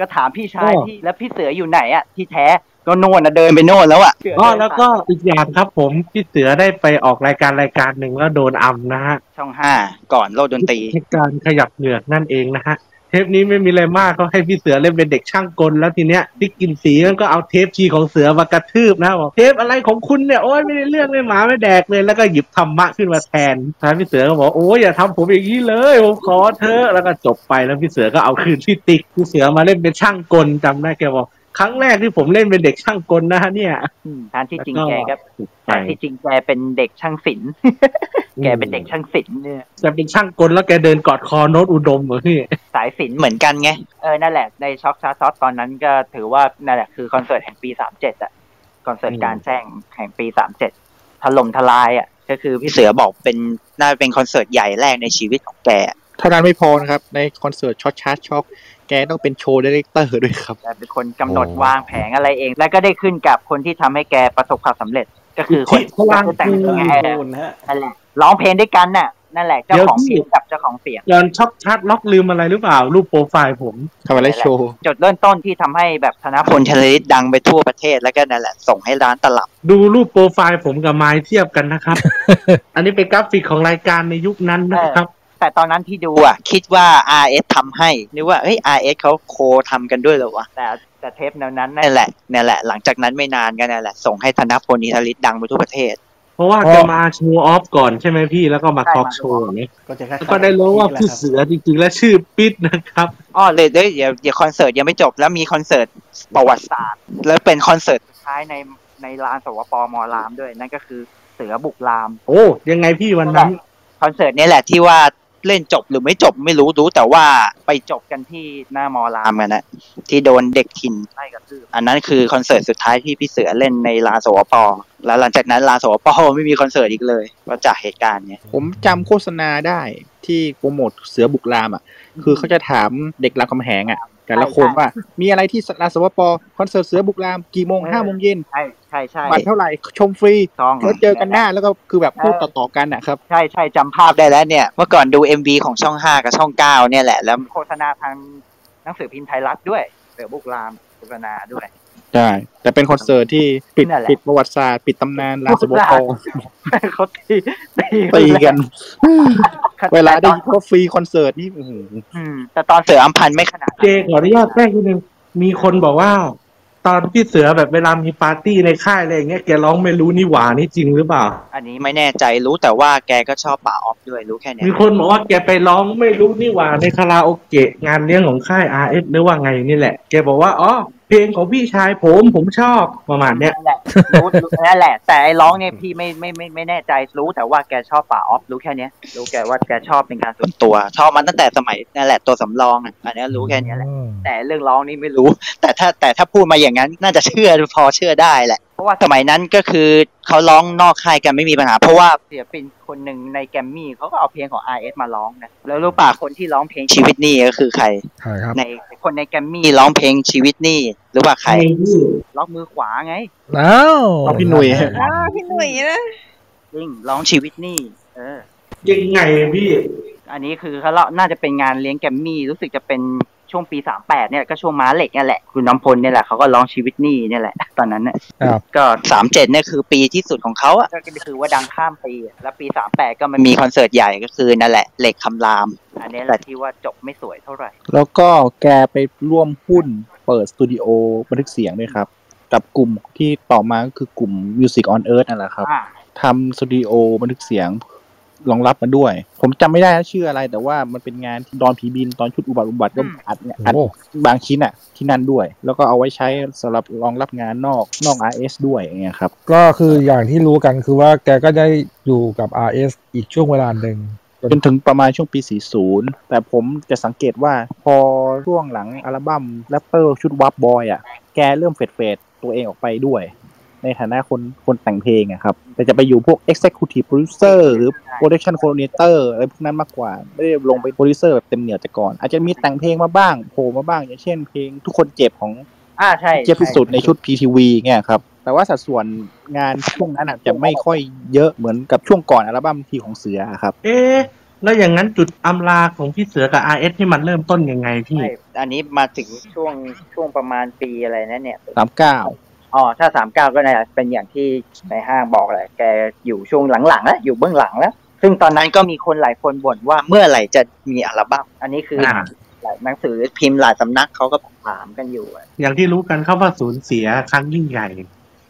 S6: ก็ถามพี่ชาย
S3: อ๋อ
S6: พี่แล้วพี่เสืออยู่ไหนอ่ะที่แท้ก็โน่นนะเดินไปโน่นแล้วอ่ะ
S3: อ๋อแล้วก็อีกอย่างครับผมพี่เสือได้ไปออกรายการรายการหนึ่งแล้วโดนอัมนะฮะ
S6: ช่องห้าก่อนโลดดนตรี
S3: เทคการขยับเหงือกนั่นเองนะฮะเทปนี้ไม่มีอะไรมากก็ให้พี่เสือเล่นเป็นเด็กช่างกลแล้วทีเนี้ยพี่กินสีมันก็เอาเทปชีของเสือมากระทืบนะบอกเทปอะไรของคุณเนี่ยโอ้ยไม่ได้เรื่องเลยหมาไม่แดกเลยแล้วก็หยิบธรรมะขึ้นมาแทนท้ายพี่เสือก็บอกโอ้ยอย่าทำผมอย่างนี้เลยผมขอเถอะแล้วก็จบไปแล้วพี่เสือก็เอาคืนพี่ติ๊กพี่เสือมาเล่นเป็นช่างกลจำได้แกบอกครั้งแรกที่ผมเล่นเป็นเด็กช่างกลนะฮะเนี่ย
S6: ทานที่จริงแกก็
S3: ไป
S6: ทานที่จริงแกเป็นเด็กช่างศิลป์ แกเป็นเด็กช่างศิลป์เนี่ย
S3: จะเป็นช่างกลแล้วแกเดินกอดคอโน้ตอุดมเหรอพี่
S6: สายศิลป์เหมือนกันไง เออ นั่นแหละ ในช็อกชาร์ตซอสตอนนั้นก็ถือว่า นั่นแหละคือคอนเสิร์ตแห่งปีสามเจ็ดอะคอนเสิร์ตกลารแจ้งแห่งปีสามเจ็ดถล่มทลายอะก็คือพี่เสือบอกเป็น น่าจะเป็นคอนเสิร์ตใหญ่แรกในชีวิตของแกอะ
S14: เท่านั้นไม่พอนะครับ ในคอนเสิร์ตช็อตชาร์ตช็อกแกต้องเป็นโชว์ดีเรคเตอร์ด้วยครับ
S6: แกเป็นคนกำหนดวางแผงอะไรเอง แล้วก็ได้ขึ้นกับคนที่ทำให้แกประสบความสำเร็จ ก็คือคน
S3: พลัง
S6: ก็คือแต่งเพลง
S12: เออ
S6: ให้แก
S12: โดนฮะ
S6: นั่นแหละร้องเพลงด้วยกันน่ะ นั่นแหละเจ้าของเพลงกับเจ้าของเสียง
S3: ยอนช็อกชัดล็อกลืมอะไรหรือเปล่า รูปโปรไฟล์ผม
S15: ทำอะไรโชว์
S6: จุดเริ่มต้นที่ทำให้แบบธนพลชลิดดังไปทั่วประเทศแล้วก็นั่นแหละ ส่งให้ร้านตลับ
S3: ดูรูปโปรไฟล์ผมกับไม้เทียบกัน นะครับ อันนี้เป็นกราฟิกของรายการในยุคนั้นนะครับ
S6: แต่ตอนนั้นที่ดูอ่ะ คิดว่า RS ทำให้นึกว่าเอ้ย RS เขาโคทำกันด้วยเหรอวะ แต่แต่เทปแนวนั้นนั่นแหละนั่นแหละ หลังจากนั้นไม่นานก็นั่นแหละ ส่งให้ธนพลนิทลิตดังไปทั่วประเทศ
S3: เพราะว่าจะมาโชว์ออฟก่อนใช่ไหมพี่แล้วก็มาทอล์กโชว์เนี่ยแล้วก็ได้รู้ว่าพี่เสือจริงๆ และชื่อปิดนะครับ
S6: อ๋อเลยเดี๋ยวเดี๋ยวเดี๋ยวคอนเสิร์ตยังไม่จบแล้วมีคอนเสิร์ตประวัติศาสตร์ แล้วเป็นคอนเสิร์ตสุดท้ายในในลานสวปมรามด้วย นั่นก็คือเสือบุกราม
S3: โอ้ยังไงพี่วันนั้น
S6: คอนเสิร์ตเนี่ยแหละที่ว่าเล่นจบหรือไม่จบไม่รู้รู้แต่ว่าไปจบกันที่หน้ามอรามกันนะที่โดนเด็กถิ่นไล่กระทืบอันนั้นคือคอนเสิร์ตสุดท้ายที่พี่เสือเล่นในลานสวปแล้วหลังจากนั้นลานสวปไม่มีคอนเสิร์ตอีกเลยก็จากเหตุการณ์เนี่ย
S15: ผมจำโฆษณาได้ที่โปรโมทเสือบุกรามอ่ะ คือเขาจะถามเด็กรามคำแหงอ่ะแต่ละคนว่า มีอะไรที่ลานสวปคอนเสิร์ตเสือบุกรามกี่โมง
S6: เออ
S15: ห้าโมงเย็น
S6: ใช่ใช่ใช่
S15: บัตรเท่าไหร่ชมฟรี
S6: ต้อง
S15: แล้วเจอกันหน้าแล้วก็คือแบบพูด
S6: เอ
S15: ต่
S6: อ
S15: อๆกันนะครับ
S6: ใช่ใช่จำภาพได้แล้วเนี่ยเมื่อก่อนดู MV ของช่อง 5 กับช่อง 9 เนี่ยแหละ แล้วโฆษณาทางหนังสือพิมพ์ไทยรัฐด้วยเสือบุกรามโฆษณาด้วย
S15: ใช่ แต่เป็นคอนเสิร์ตที่ปิด
S6: นั่นแหละ
S15: ปิดประวัติศาสตร์ปิดตำนานลานสวป
S6: เขาตี
S15: ตีกัน
S6: ครับ
S15: เวลาได้ยินว่าฟรีคอนเสิร์ตนี่อื้อหือ
S6: อืมแต่ตอนเสืออัมพันธ์ไม่ขนาด
S3: เจขออนุญาตแทรกนิดนึงมีคนบอกว่า ตอนพี่เสือแบบเวลามีปาร์ตี้ในค่ายอะไรอย่างเงี้ยแกร้องไม่รู้นี่หว่านี่จริงหรือเปล่า
S6: อันนี้ไม่แน่ใจรู้แต่ว่าแกก็ชอบป่าออฟด้วยรู้แค่เนี้ย
S3: มีคนบอกว่าแกไปร้องไม่รู้นี่หว่าในคาราโอเกะงานเลี้ยงของค่าย R S หรือว่าไงนี่แหละ แกบอกว่าอ๋อเพลงของพี่ชายผมผมชอบประมาณเนี้ย
S6: รู้รู้นั่นแหละ แต่ไอ้ร้องเนี่ยพี่ไม่ไม่ไม่ไม่แน่ใจรู้แต่ว่าแกชอบป่าออฟรู้แค่เนี้ยรู้แกว่าแกชอบเป็นการส่วนตัวชอบมันตั้งแต่สมัยนั่นแหละตัวสำรองอะอันนี้รู้แค่เนี้ยแหละแต่เรื่องร้องนี่ไม่รู้ แต่ถ้าแต่ถ้าพูดมาอย่างนั้นน่าจะเชื่อพอเชื่อได้แหละ เพราะว่าสมัยนั้นก็คือเขาร้องนอกค่ายกันไม่มีปัญหา เพราะว่าศิลปินคนหนึ่งในแกรมมี่เขาก็เอาเพลงของ R S มาร้องนะแล้วรู้ป่ะคนที่ร้องเพลงชีวิตนี่ก็คือใคร
S7: ใช่ครับ
S6: ในคนในแกรมมี่ร้องเพลงชีวิตนี่หรือว่าใครร้องมือขวาไง
S7: อ้าว
S15: เอาพี่หนุ่ย
S16: อ้าวพี่หนุ่ยนะ
S6: จริงร้องชีวิตนี่ เออ
S3: ยังไงพี่
S6: อันนี้คือเขาเล่าน่าจะเป็นงานเลี้ยงแกรมมี่รู้สึกจะเป็นช่วงปีสามแปดเนี่ยก็ช่วงม้าเหล็กเนี่ยแหละคุณน้ำพลเนี่ยแหละเขาก็ร้องชีวิตนี่เนี่ยแหละ ตอนนั้นเนี่ย
S7: ครับ
S6: ก็สามเจ็ดเนี่ยคือปีที่สุดของเขาอ่ะก็คือว่าดังข้ามปีอะแล้วปีสามแปดก็มันมีคอนเสิร์ตใหญ่ก็คือนั่นแหละเหล็กคำราม อันนี้แหละที่ว่าจบไม่สวยเท่าไหร่
S1: แล้วก็แกไปร่วมหุ้นเปิดสตูดิโอบันทึกเสียงด้วยครับ กับกลุ่มที่ต่อมาก็คือกลุ่ม Music on Earth นั่นแหละครับ
S6: อ่า
S1: ทำสตูดิโอบันทึกเสียงรองรับมาด้วย ผมจำไม่ได้นะชื่ออะไร แต่ว่ามันเป็นงานที่ดอนผีบินตอนชุดอุบัติอุบัติก็อัดเนี่ยอัดบางชิ้นอะที่นั่นด้วย แล้วก็เอาไว้ใช้สำหรับรองรับงานนอกนอก RS ด้วยอย่างเงี้ยครับ
S7: ก็คืออย่างที่รู้กันคือว่าแกก็ได้อยู่กับ RS อีกช่วงเวลาหนึ่ง
S1: จนถึงประมาณช่วงปี 40 แต่ผมจะสังเกตว่าพอช่วงหลังอัลบั้มแรปเปอร์ชุดวับบอยอ่ะ แกเริ่มเฟดเฟดๆตัวเองออกไปด้วย ในฐานะคนคนแต่งเพลงอะครับ แต่จะไปอยู่พวก Executive Producer หรือ Production Coordinator อะไรพวกนั้นมากกว่า ไม่ได้ลงไปโปรดิวเซอร์แบบเต็มเหนียวแต่ก่อน อาจจะมีแต่งเพลงมาบ้างโผล่มาบ้าง อย่างเช่นเพลงทุกคนเจ็บของ
S6: อ่าใช่
S1: เจ็บที่สุดในชุด PTV เงี้ยครับ แต่ว่าสัดส่วนงานช่วงนั้นอาจจะไม่ค่อยเยอะเหมือนกับช่วงก่อนอัลบั้มทีของเสืออะครับ
S3: เอ๊ะแล้วอย่างนั้นจุดอำลาของพี่เสือกับ R S ที่มันเริ่มต้นยังไงพี่
S6: ใช่อันนี้มาถึงช่วงช่วงประมาณปีอะไรนะเนี่ย
S1: สามเก้า
S6: อ๋อถ้าสามเก้าก็น่าจะเป็นอย่างที่ในห้างบอกแหละ แกอยู่ช่วงหลังๆแล้วอยู่เบื้องหลังแล้ว ซึ่งตอนนั้นก็มีคนหลายคนบ่นว่าเมื่อไหร่จะมีอัลบั้มอันนี้คืออา หลายหนังสือพิมพ์หลายสำนักเขาก็ถามกันอยู่อะ
S3: อย่างที่รู้กันเขาว่าสูญเสียครั้งยิ่งใหญ่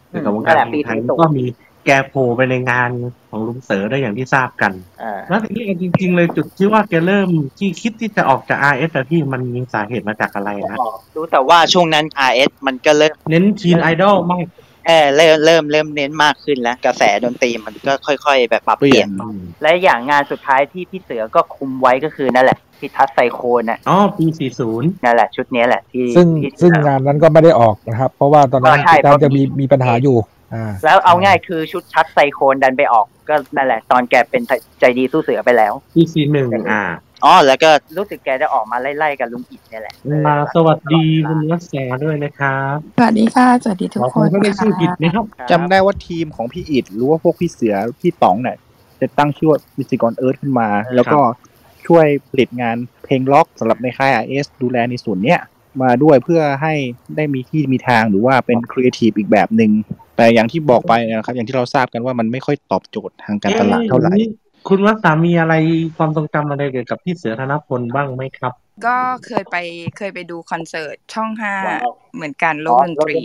S3: เกี่ยวกับวงการ
S6: นั่นแหละ
S3: เพ
S6: ปี
S3: ลงไทย
S6: ที่สุด
S3: ก็มีแกโผล่ไปในงานของลุงเต๋อได้อย่างที่ทราบกัน
S6: อ่า
S3: แล้วทีนี้เอาจริง ๆ เลยจุดที่ว่าแกเริ่มที่คิดที่จะออกจาก RS แต่พี่มันมีสาเหตุมาจากอะไรนะ
S6: รู้แต่ว่าช่วงนั้น RS มันก็เริ่ม
S3: เน้นทีนไอดอลมาก
S6: เออเริ่มเริ่มเริ่มเน้นมากขึ้นแล้ว กระแสดนตรีมันก็ค่อย ๆ แบบปรับเปลี่ยน และอย่างงานสุดท้ายที่พี่เสือก็คุมไว้ก็คือนั่นแหละพิทัศน์ไซโคนน่ะ
S3: อ๋อปี 40
S6: นั่นแหละชุดเนี้ยแหละที่
S7: ซึ่ง
S6: ที่
S7: ซึ่งงานนั้นก็ไม่ได้ออกนะครับ เพราะว่าตอนนั้น
S6: อ่าใช่
S7: ตาม
S6: เพราะ
S7: จะมีมีปัญหาอยู่อ่า
S6: แล้วเอาง่ายคือชุดชัดไซโคนดันไปออกก็นั่นแหละ ตอนแกเป็นใจดีสู้เสือไปแล้ว
S3: ปีสี่หนึ่งอ่า
S6: อ๋อแล้วก็รู้สึกแกจะออกมาไล่ๆกับลุงอิดเนี่ยแหละ
S3: มาสวัสดีคุณรัศาด้วยนะครับ
S17: สวัสดีค่ะสวัสดีทุก
S3: ขอ
S17: ค
S3: คุ
S17: น
S3: ณก็ได้ชื่อผิด
S17: ค่ะ
S3: นะครับ
S1: จำได้ว่าทีมของพี่อิดหรือว่าพวกพี่เสือพี่ต๋องเนี่ย จะตั้งชื่อว่ามิสิกรเอิร์ธขึ้นมา แล้วก็ช่วยผลิตงานเพลงล็อกสำหรับในค่าย RS ดูแลในส่วนเนี้ยมาด้วยเพื่อให้ได้มีที่มีทางหรือว่าเป็นครีเอทีฟอีกแบบหนึ่งแต่อย่างที่บอกไปนะครับ อย่างที่เราทราบกันว่ามันไม่ค่อยตอบโจทย์ทางการตลาดเท่าไหร่
S3: อ๊ะคุณว่าสามีอะไรความทรงจำอะไรเกี่ยวกับพี่เสือธนพลบ้างไหมครับ
S17: ก็เคยไปเคยไปดูคอนเสิร์ตช่องห้าเหมือนกันโลกดนตรี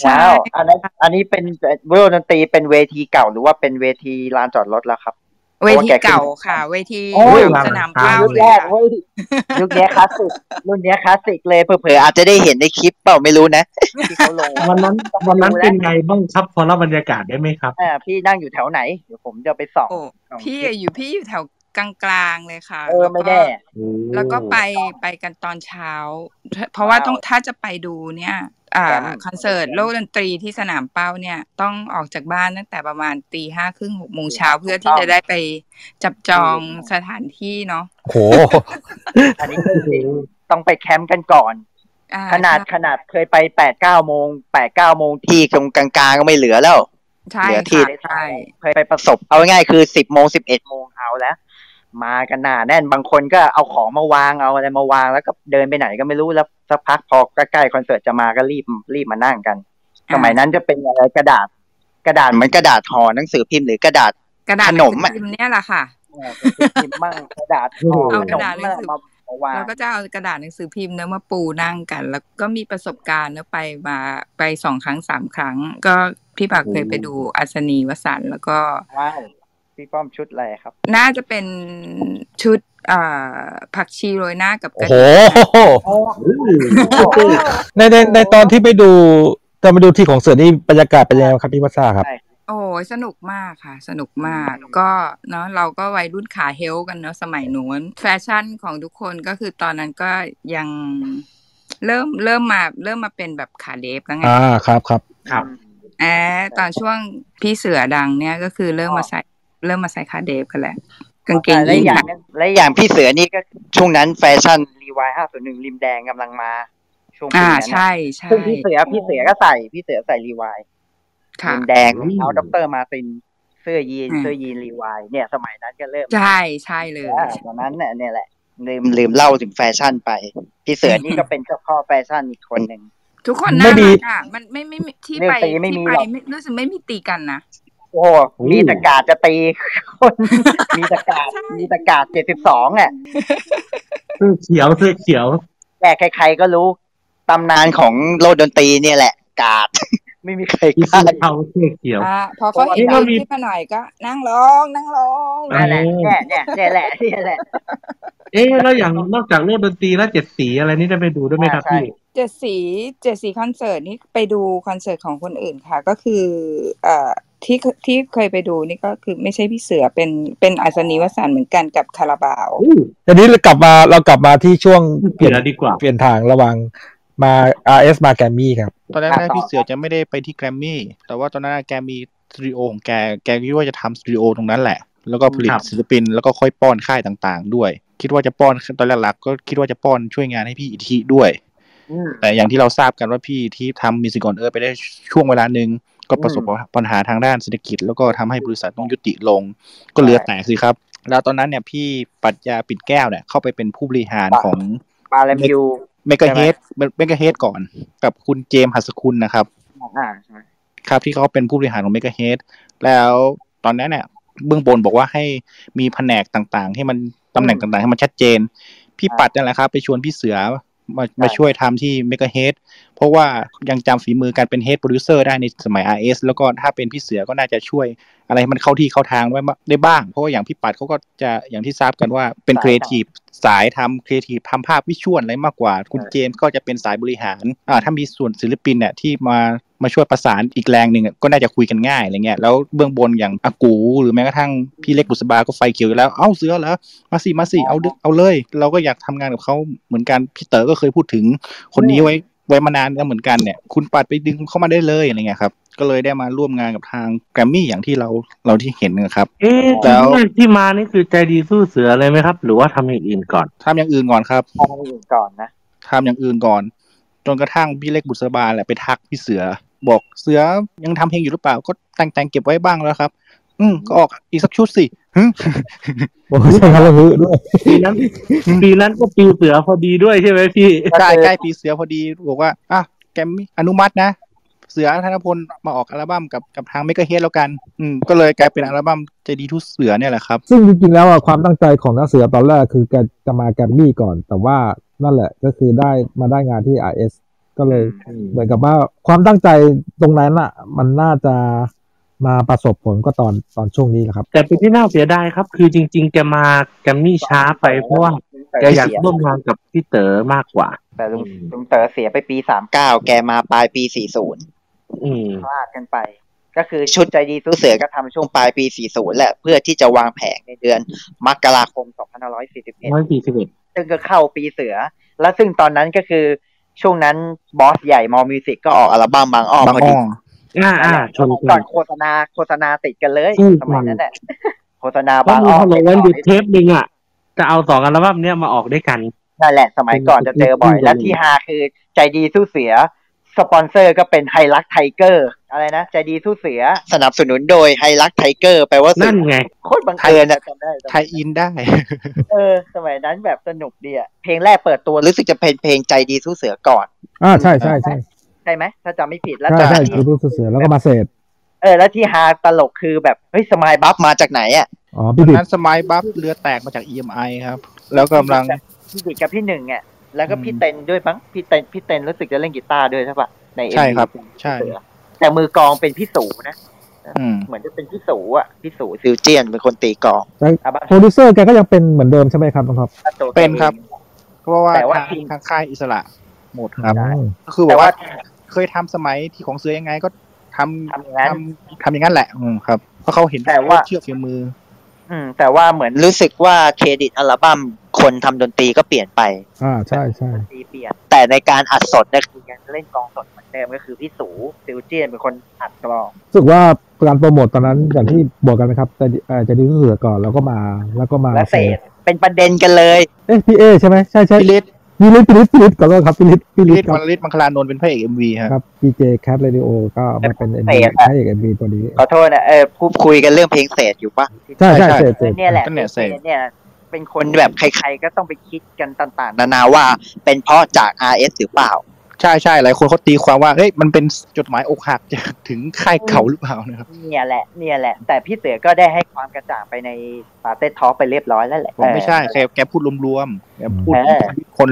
S17: ใช่
S6: ว้าวอันนั้นอันนี้เป็นเวลดนตรีเป็นเวทีเก่าหรือว่าเป็นเวทีลานจอดรถแล้วครับ
S17: เวทีเก่าค่ะ เวที
S6: โอ้ย
S17: สนามเป้า
S6: รุ่น
S17: เลย
S6: แรกเว้ยยุคเนี้ยคลาสสิกรุ่นเนี้ยคลาสสิกเลยเผื่อๆอาจจะได้เห็นในคลิปเปล่าไม่รู้นะ
S3: วันนั้นวันนั้นเป็นไงบ้างครับพอเล่าบรรยากาศได้ไหมครับ
S6: อ่าพี่นั่งอยู่แถวไหน เดี๋ยวผมจะไปส่องส่อง
S17: พี่
S6: คลิป
S17: อยู่พี่อยู่แถวกลางๆเลยค่ะ
S6: เอ
S17: ล้ว
S6: อ
S17: ก็
S6: ไม่แน่
S17: แล้วก็ไปไปกันตอนเช้า เพราะว่าต้องถ้าจะไปดูเนี่ย อ่า
S4: อืม
S17: คอนเสิร์ตโลกดนตรีที่สนามเป้าเนี่ยต้องออกจากบ้านตั้งแต่ประมาณตีห้าครึ่งหกโมงเช้าเพื่อที่จะได้ไปจับจองสถานที่เนาะ
S18: โห
S6: อันนี้คือจริงต้องไปแคมป์กันก่อน
S17: อ่า
S6: ขนาด
S17: ใช่
S6: ขนาดเคยไปแปดเก้าโมงแปดเก้าโมงที่ตรงกลางๆก็ไม่เหลือแล้ว
S17: ใช่
S6: เหลือที่
S17: ค่ะ
S6: ได้
S17: ใช่
S6: เคยไปประสบ เอาง่ายๆคือสิบโมงสิบเอ็ดโมงเอาแล้ว มากันหนาแน่นบางคนก็เอาของมาวางเอาอะไรมาวางแล้วก็เดินไปไหนก็ไม่รู้แล้วสักพักพอใกล้ๆคอนเสิร์ตจะมาก็รีบรีบมานั่งกัน สมัยนั้นจะเป็นอะไรกระดาษ กระดาษเหมือนกระดาษห่อหนังสือพิมพ์หรือกระดาษ
S17: กระดาษ
S6: ขนม
S17: หนั
S6: อะ
S17: งสือพิมพ์เนี่ยแหละค่ะ
S6: พิมพ์มั่งกระดาษห่อ
S17: เอาก
S6: ขน
S17: ระ
S6: ม
S17: ดาษหนังสือเราก็จะเอากระดาษหนังสือพิมพ์เนื้อะมาปูนั่งกัน แล้วก็มีประสบการณ์เนื้อะไปมาไปสองครั้งสามครั้ง ก็พี่ปากเคยไปดูอัศนีวสันต์แล้วก็
S6: ว้าวพี่ป้อมชุดอะไรครับ
S17: น่าจะเป็นชุดอ่าผักชีโรยหน้ากับกระ
S7: โห
S17: เทียม
S7: ในในในตอนที่ไปดูตอนไปดูที่ของเสือนี่บรรยากาศเป็นยังไงครับพี่วัชชาครับ
S17: โอ้ยสนุกมากค่ะ สนุกมากก็เนาะเราก็วัยรุ่นขาเฮลท์กันเนาะสมัยนู้นแฟชั่นของทุกคนก็คือตอนนั้นก็ยังเริ่มเริ่มมาเริ่มมาเป็นแบบขาเดฟแล้วไง
S7: อ่าครับครับ
S3: ครับ
S17: แอาตอนช่วงพี่เสือดังเนี่ยก็คือเริ่มมาใส่เริ่มมาใส่คาเดฟกันแหละกางเกง
S6: และ
S17: ยีนส์
S6: อย่างนั้นและอย่างพี่เสือนี่ก็ช่วงนั้นแฟชั่นรีวายห้าหนึ่งริมแดงกำลังมา ช่วงปี
S17: อ่า
S6: นั้น
S17: ใช่ใช่
S6: ซึ่งพี่เสือพี่เสือก็ใส่พี่เสือใส่รีวาย
S17: ค่ะ
S6: ริมแดงรองเท้าด็อกเตอร์มาตินเสื้อยีน
S17: อืม
S6: เสื้อยีนรีวายเนี่ย สมัยนั้นก็เริ่ม
S17: ใช่ใช่เลย
S6: อ่าตอนนั้นเนี่ยเนี่ยแหละลืมลืมเล่าถึงแฟชั่นไป พี่เสือนี่ก็เป็นเจ้าพ่อแฟชั่นอีกคนหนึ่ง
S17: ทุกคน
S6: ไม่
S17: น่า
S6: มี
S17: รักอ่ะมันไม่ไม่ไม่ที่
S6: เรื่อง
S17: ไป
S6: ตีไม่มี
S17: ที่ไป
S6: หรอก
S17: ไม่รู้สึกไม่มีตีกันนะ
S6: โอ้โหมีตะกาดจะตีคน มีตะกาดมีตะกาดเจ็ดสิบสองอ่ะ
S3: เสื้อเขียวเสื้อเขียว
S6: แต่ใครๆก็รู้ตำนานของโลกดนตรีเนี่ยแหละ กาด ไม่มีใครกล้า
S3: เอาเสื้อเขียว
S17: อ่าพอเขาเห็น
S3: นี่ก็
S17: เรา
S3: มี
S17: ขึ้นมาหน่อยก็ นั่งลงนั่งลง
S6: นั่นแหละเนี่ยเนี่ยเนี่ยแหละเนี่ยแหละ
S3: เอ๊ะแล้วอย่างนอกจากโลกดนตรีแล้วเจ็ดสีอะไรนี่ได้ไปดูด้วยไหมครับพี่
S17: เจ็ดสีเจ็ดสีคอนเสิร์ตนี่ไปดูคอนเสิร์ตของคนอื่นค่ะ ก็คือเอ่อที่ที่เคยไปดูนี่ก็คือไม่ใช่พี่เสือเป็นเป็นอัศนีวสันต์เหมือนกันกับคาราบาว
S7: ทีนี้เรากลับมาเรากลับมาที่ช่วงเปลี่ยน
S3: ดีกว่า
S7: เปลี่ยนทางระหว่างมา RS มาแกรมมี่ครับ
S1: ตอนแร
S7: อ่ะ
S1: ก
S7: ต่อ
S1: ๆพี่เสือจะไม่ได้ไปที่แกรมมี่แต่ว่าตอนนั้นน่ะแกมีสตูดิโอของแกแกคิดว่าจะทำสตูดิโอตรงนั้นแหละ แล้วก็ผลิต
S3: ครับ
S1: ศิลปินแล้วก็ค่อยป้อนค่ายต่างๆ ด้วย คิดว่าจะป้อนตอนแรกหลักก็คิดว่าจะป้อนช่วยงานให้พี่อิทธิด้วย แต่อย่างที่เราทราบกันว่าพี่ที่ทำมิวสิกอนเออร์ไปได้ช่วงเวลาหนึ่งก็ประสบปัญหาทางด้านเศรษฐกิจ แล้วก็ทำให้บริษัทต้องยุติลง ก็เหลือแต่สิครับ แล้วตอนนั้นเนี่ยพี่ปรัจญาปิ่นแก้วเนี่ยเข้าไปเป็นผู้บริหารของ
S6: ปาเลมยู
S1: เมกะเฮดเมกะเฮดก่อนกับคุณเจมส์หัสคุณนะครับ
S6: อ่า
S1: ครับที่เขาเป็นผู้บริหารของเมกะเฮดแล้วตอนนั้นเนี่ยเบื้องบนบอกว่าให้มีแผนกต่างๆ ให้มันตำแหน่งต่างๆ ให้มันชัดเจน พี่ปัดนั่นแหละครับ ไปชวนพี่เสือมามาช่วยทำที่เมกะเฮดเพราะว่ายังจำฝีมือการเป็นเฮดโปรดิวเซอร์ได้ในสมัย RS แล้วก็ถ้าเป็นพี่เสือก็น่าจะช่วยอะไรให้มันเข้าที่เข้าทางไว้มาได้บ้าง เพราะว่าอย่างพี่ปัดเขาก็จะอย่างที่ทราบกันว่าเป็นครีเอทีฟสายทำครีเอทีฟทำภาพวิชวลอะไรมากกว่า คุณเจมส์ก็จะเป็นสายบริหารอ่าถ้ามีส่วนศิลปินเนี่ยที่มามาช่วยประสานอีกแรงหนึ่งอะก็น่าจะคุยกันง่ายอะไรเงี้ยแล้วเบื้องบนอย่างอากูหรือแม้กระทั่งพี่เล็กบุษบาก็ไฟเขียวอยู่แล้วเอ้าเสือแล้วมาสิมาสิเอาดิเอาเลย เราก็อยากทำงานกับเขาเหมือนกันพี่เต๋อก็เคยพูดถึงคนนี้ไว้ ไว้มานานแล้วเหมือนกันเนี่ย คุณปัดไปดึงเข้ามาได้เลยอะไรเงี้ยครับ ก็เลยได้มาร่วมงานกับทางแกรมมี่อย่างที่เราเราที่เห็นนะครับ
S3: เอ๊ะ
S1: แล้ว
S3: ที่มานี่คือใจดีสู้เสือเลยไหมครับ หรือว่าทำอย่างอื่นก่อน
S1: ทำอย่างอื่นก่อนครับ
S6: ทำอย่างอื่นก่อนนะ
S1: ทำอย่างอื่นก่อน จนกระทั่งพี่เล็กบุษบาแหละไปทักพี่เสือ บอกเสือยังทำเพลงอยู่หรือเปล่าก็แต่งแต่งๆเก็บไว้บ้างแล้วครับ อืมก็ออกอีกสักชุดสิหึ
S7: โอ้ยใช่ครับฮึด้วย
S3: ปีนั้นปีนั้นก็ปีเสือพอดีด้วยใช่ไหมพี่
S1: ใช่ใกล้ปีเสือพอดีบอกว่าอ่ะแกมมี่อนุมัตินะ เสือธนพลมาออกอัลบั้มกับกับทางเมกะเฮดแล้วกัน อืมก็เลยกลายเป็นอัลบั้มใจดีทุกเสือเนี่ยแหละครับ
S7: ซึ่งจริงๆแล้วอะความตั้งใจของนักเสือตอนแรกคือแกจะมาแกรมมี่ก่อน แต่ว่านั่นแหละก็คือได้มาได้งานที่ RS ก็เลยเหมือนกับว่าความตั้งใจตรงนั้นอะมันน่าจะมาประสบผลก็ตอนตอนช่วงนี้แหละครับ
S3: แต่เป็นที่น่าเสียดายครับ คือจริง ๆ แกมาแกมมี่ช้าไปเพราะว่าแกอยากร่วมงานกับพี่เต๋อมากกว่า
S6: แต่ลุงลุงเต๋อเสียไปปีสามเก้าแกมาปลายปีสี่ศูนย์
S3: อืม
S6: พลาดกันไป ก็คือชุดใจดีสู้เสือก็ทำช่วงปลายปีสี่ศูนย์แหละ เพื่อที่จะวางแผงในเดือนมกราคมสองพันห้าร้อยสี่สิบเอ็ด
S3: ร้อยสี่สิบเอ็ด
S6: ซึ่งก็เข้าปีเสือ และซึ่งตอนนั้นก็คือช่วงนั้นบอสใหญ่มอมิวสิกก็ออกอัลบั้มบางอ้อพอดี
S3: อ่าอ่าชน
S6: ก่
S3: กั
S6: อน นโฆษณาโฆษณาติดกันเลย
S3: อืม
S6: สมัยนั้นแหละโฆษณา
S3: ก็
S6: บาง
S3: มี
S6: อ้อ
S3: ฮัลโหล
S6: ติด
S3: วันหยุด
S6: ต่อ
S3: เทปหนึ่งอ่ะ จะเอาสองอัลบั้มเนี้ยมาออกด้วยกัน
S6: นั่นแหละสมัยก่อนจะเจอบ่อย และที่ฮาคือใจดีสู้เสือ สปอนเซอร์ก็เป็นไฮลักไทเกอร์อะไรนะ ใจดีสู้เสือ สนับสนุนโดยไฮลักไทเกอร์แปลว่า
S3: นั่นไง
S6: โคตรบังเอิญอะจำได้
S1: ไทยอินได้
S6: เออ สมัยนั้นแบบสนุกดีอะเพลงแรกเปิดตัวรู้สึกจะเป็นเพลงใจดีสู้เสือก่อน
S7: อ่าใช่ใช่ใช่
S6: ใช่ไหมถ้าจำไม่ผิดแล้ว
S7: ใช่
S6: จาก
S7: ใช่
S6: นั้น
S7: คือรู้สึกเสือแล้วก็มาเสด
S6: เออ แล้วที่ฮาตลกคือแบบเฮ้ยสมายบัฟมาจากไหนอะ
S7: อ๋อ
S1: ตอ
S7: พี่
S1: น
S7: ดิบ
S1: นั้นสมัยบัฟเรือแตกมาจาก EMI ครับ แล้วกำลัง
S6: พี่ดิกกับพี่หนึ่งอ่ะแล้วก็พี่เต็นด้วยมั้งพี่เต็นพี่เต็นรู้สึกจะเล่นกีตาร์ด้วยใช่ปะใน MV
S1: ใช่ครับใช่
S6: แต่มือกลองเป็นพี่สูนะ
S1: อืม
S6: เหมือนจะเป็นพี่สูอ่ะพี่สูซิลเจียนเป็นคนตีกลอง
S7: แล้วโปรดิวเซอร์แกก็ยังเป็นเหมือนเดิมใช่ไหมครับน้องท็อป
S1: เป็นครับ เพราะว่า
S6: แต่ว่า
S1: ทาง
S6: ทีม
S1: ทางค่ายอิสระหมดครับ
S7: อืม
S1: ก็คือแบบว่าเคยทำสมัยที่ของเสือยังไงก็ทำ
S6: ทำอย่างนั้น
S1: ทำทำอย่างนั้นแหละอืมครับเพราะเขาเห็น
S6: แต่ว่า
S1: เชื่อฝีมือ
S6: อืม แต่ว่าเหมือนรู้สึกว่าเครดิตอัลบั้มคนทำดนตรีก็เปลี่ยนไป
S7: อ่าใช่ใช่
S6: ตีเปลี่ยน แต่ในการอัดสดเนี่ยคือยังเล่นกลองสดเหมือนเดิมก็คือพี่สูซิลเจียนเป็นคนอัดกลอง
S7: รู้สึกว่าการโปรโมทตอนนั้นอย่างที่บอกกันนะครับแต่เอ่อจะดีรู้สึกเสือก่อนแล้วก็มาแล้วก็มา
S6: และเศ
S7: เส
S6: ษเป็นประเด็นกันเลย
S7: เอ๊ะพี่เอใช่ไหมใช่ใช่
S1: พี่ฤทธิ์
S7: พี่ฤทธิ์พี่ฤทธิ์พี่ฤทธิ์ขอโทษครับพี่ฤทธิ์พี่ฤท
S1: ลิศ
S7: ธิ์ค
S1: มา
S7: รับ
S1: ลิศมังคลานนท์เป็นพระเอกเอ็มวีครับ
S7: ครับพีเจแคทเรดิโอก็มาเป็นเอ็ม
S6: เศ
S7: บี
S6: ษอะ
S7: ให้เอกเอ็มบีตัวนี้
S6: ขอโทษนะเออพูดคุยกันเรื่องเพลงเศษอยู่ปะ
S7: ใช่ใช่เศษเศษ
S6: เนี่ยแหละ
S1: ตั้งแต่เศษ
S6: เนี่ย เป็นคนแบบใครๆก็ต้องไปคิดกันต่างๆ นานาว่าเป็นเพราะจาก RS หรือเปล่า
S1: ใช่ใช่หลายคนเขาตีความว่าเฮ้ยมันเป็นจดหมายอกหัก จากถึงค่ายเขาหรือเปล่านะครับ
S6: เนี่ยแหละ เนี่ยแหละ แต่พี่เสือก็ได้ให้ความกระจ่างไปในปาเต้ทอไปเรียบร้อยแล้วแหละ
S1: ผมไม่ใช่แกแกพูดรวมๆแกพูดถึงคน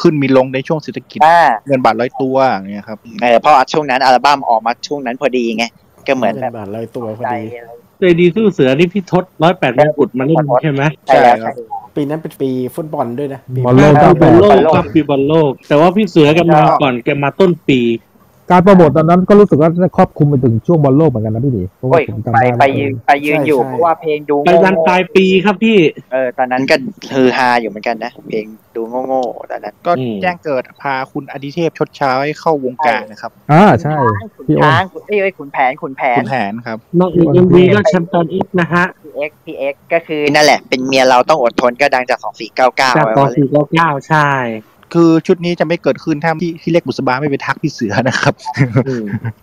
S1: ขึ้นมีลงในช่วงเศรษฐกิจ
S6: อ่า
S1: เงินบาทร้อยตัวอย่างเงี้ยครับ
S6: เออเพราะช่วงนั้นอัลบั้มออกมาช่วงนั้นพอดีไง ก็เหมือนแบบ
S12: บาทลอยตัวพอ
S6: ใจ
S12: ดี
S6: อะไร
S3: เคยดีสู้เสือนี่พี่ทศร้อยแปดมงกุฎมาเล่นใช่ไหม
S6: ใช่แล้วใช่
S12: ปีนั้นเป็นปีฟุตบอลด้วยนะปี
S7: บอลโลก
S3: ปีบอลโลกครับปีบอลโลก แต่ว่าพี่เสือแกมาก่อนแกมาต้นปี
S7: การโปรโมทตอนนั้นก็รู้สึกว่าครอบคลุมไปถึงช่วงบอลโลกเหมือนกันนะพี่ดิเพราะว่า
S6: โอ้ย
S7: ผมจำ
S6: ไป
S7: ได้
S6: ไป
S7: ว่า
S6: ยืนไปยืนอยู่
S3: ใช่
S6: เพราะว่าเพลงดู
S3: ไป
S6: โง่
S3: ยันปลายปีครับพี่
S6: ๆเออตอนนั้นก็ฮือฮาอยู่เหมือนกันนะเพลงดูโง่ๆตอนนั้น
S1: ก็
S3: อืม
S1: แจ้งเกิดพาคุณอดิเทพชดใช้เข้าวงการนะครับ
S7: อ่าใช่
S6: ขุน
S7: พี่โอ้
S6: ช้าน งขุนเอ้ยเอ้ยขุนแผนขุนแผน
S1: คุณแผนครับ
S3: นอกเอ็มวีก็แชมเปี้ยนอีกนะฮะ
S6: PX PX ก็คือนั่นแหละ เป็นเมียเราต้องอดทนก็ดังจากสองสี่เก้าเก้า
S3: จาก
S6: ไว้
S3: ต่อ
S6: ว่าเลย
S3: สี่เก้าเก้าใช่
S1: คือชุดนี้จะไม่เกิดขึ้นถ้าที่ที่เล็กบุษบาไม่ไปทักพี่เสือนะครับ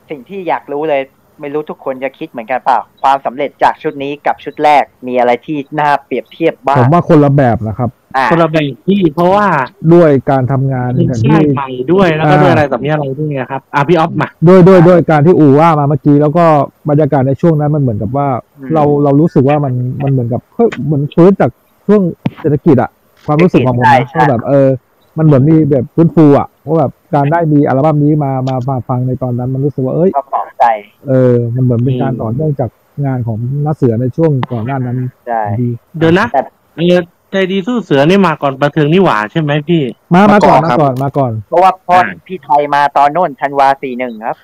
S6: สิ่งที่อยากรู้เลย ไม่รู้ทุกคนจะคิดเหมือนกันเปล่า ความสำเร็จจากชุดนี้กับชุดแรกมีอะไรที่น่าเปรียบเทียบบ้า
S7: ผ
S6: ง
S7: มว่าคนละแบบนะครับ
S6: อ่า
S3: คนละแบ่งที่เพราะว่า
S7: ด้วยการทำงาน
S3: เป็น
S7: อย่าง
S3: ช่
S7: ที่
S3: ใหม่ด้วยแล้วก็ด้วยอะไรแบบนี้อะไรด้วยไงครับอ่ะพี่ออฟมา
S7: ด้วยด้วยด้วยการที่อูว่ามาเมื่อกี้แล้วก็บรรยากาศในช่วงนั้นมันเหมือนกับว่า เราเรารู้สึกว่ามันมันเหมือนกับเฮ้ยเหมือนฟื้นจากช่วงเศรษฐกิจอะความรู้สึกของผมนะว่าแบบเออ มันเหมือนมีแบบฟื้นฟูอะว่าแบบการได้มีอัลบั้มนี้มามามาฟังในตอนนั้น มันรู้สึกว่าเอ้ย
S6: ก็ปลอบใจ
S7: เออมันเหมือนเป็นการต่อเนื่องจากงานของนักเสือในช่วงก่อนหน้านั้น
S6: ใช่
S7: ดี
S3: เดี๋ยวนะเออใจดีสู้เสือนี่มาก่อนประเทืองนี่หว่าใช่ไหมพี่
S7: มามา
S1: มาก่
S7: ก่อ
S1: อน น
S7: มา
S1: ครับ
S7: ก่อนมาก่อน
S6: เพราะว่าพ่อพี่ไทยมาตอนโน่นธันวาสี่หนึ่งครับ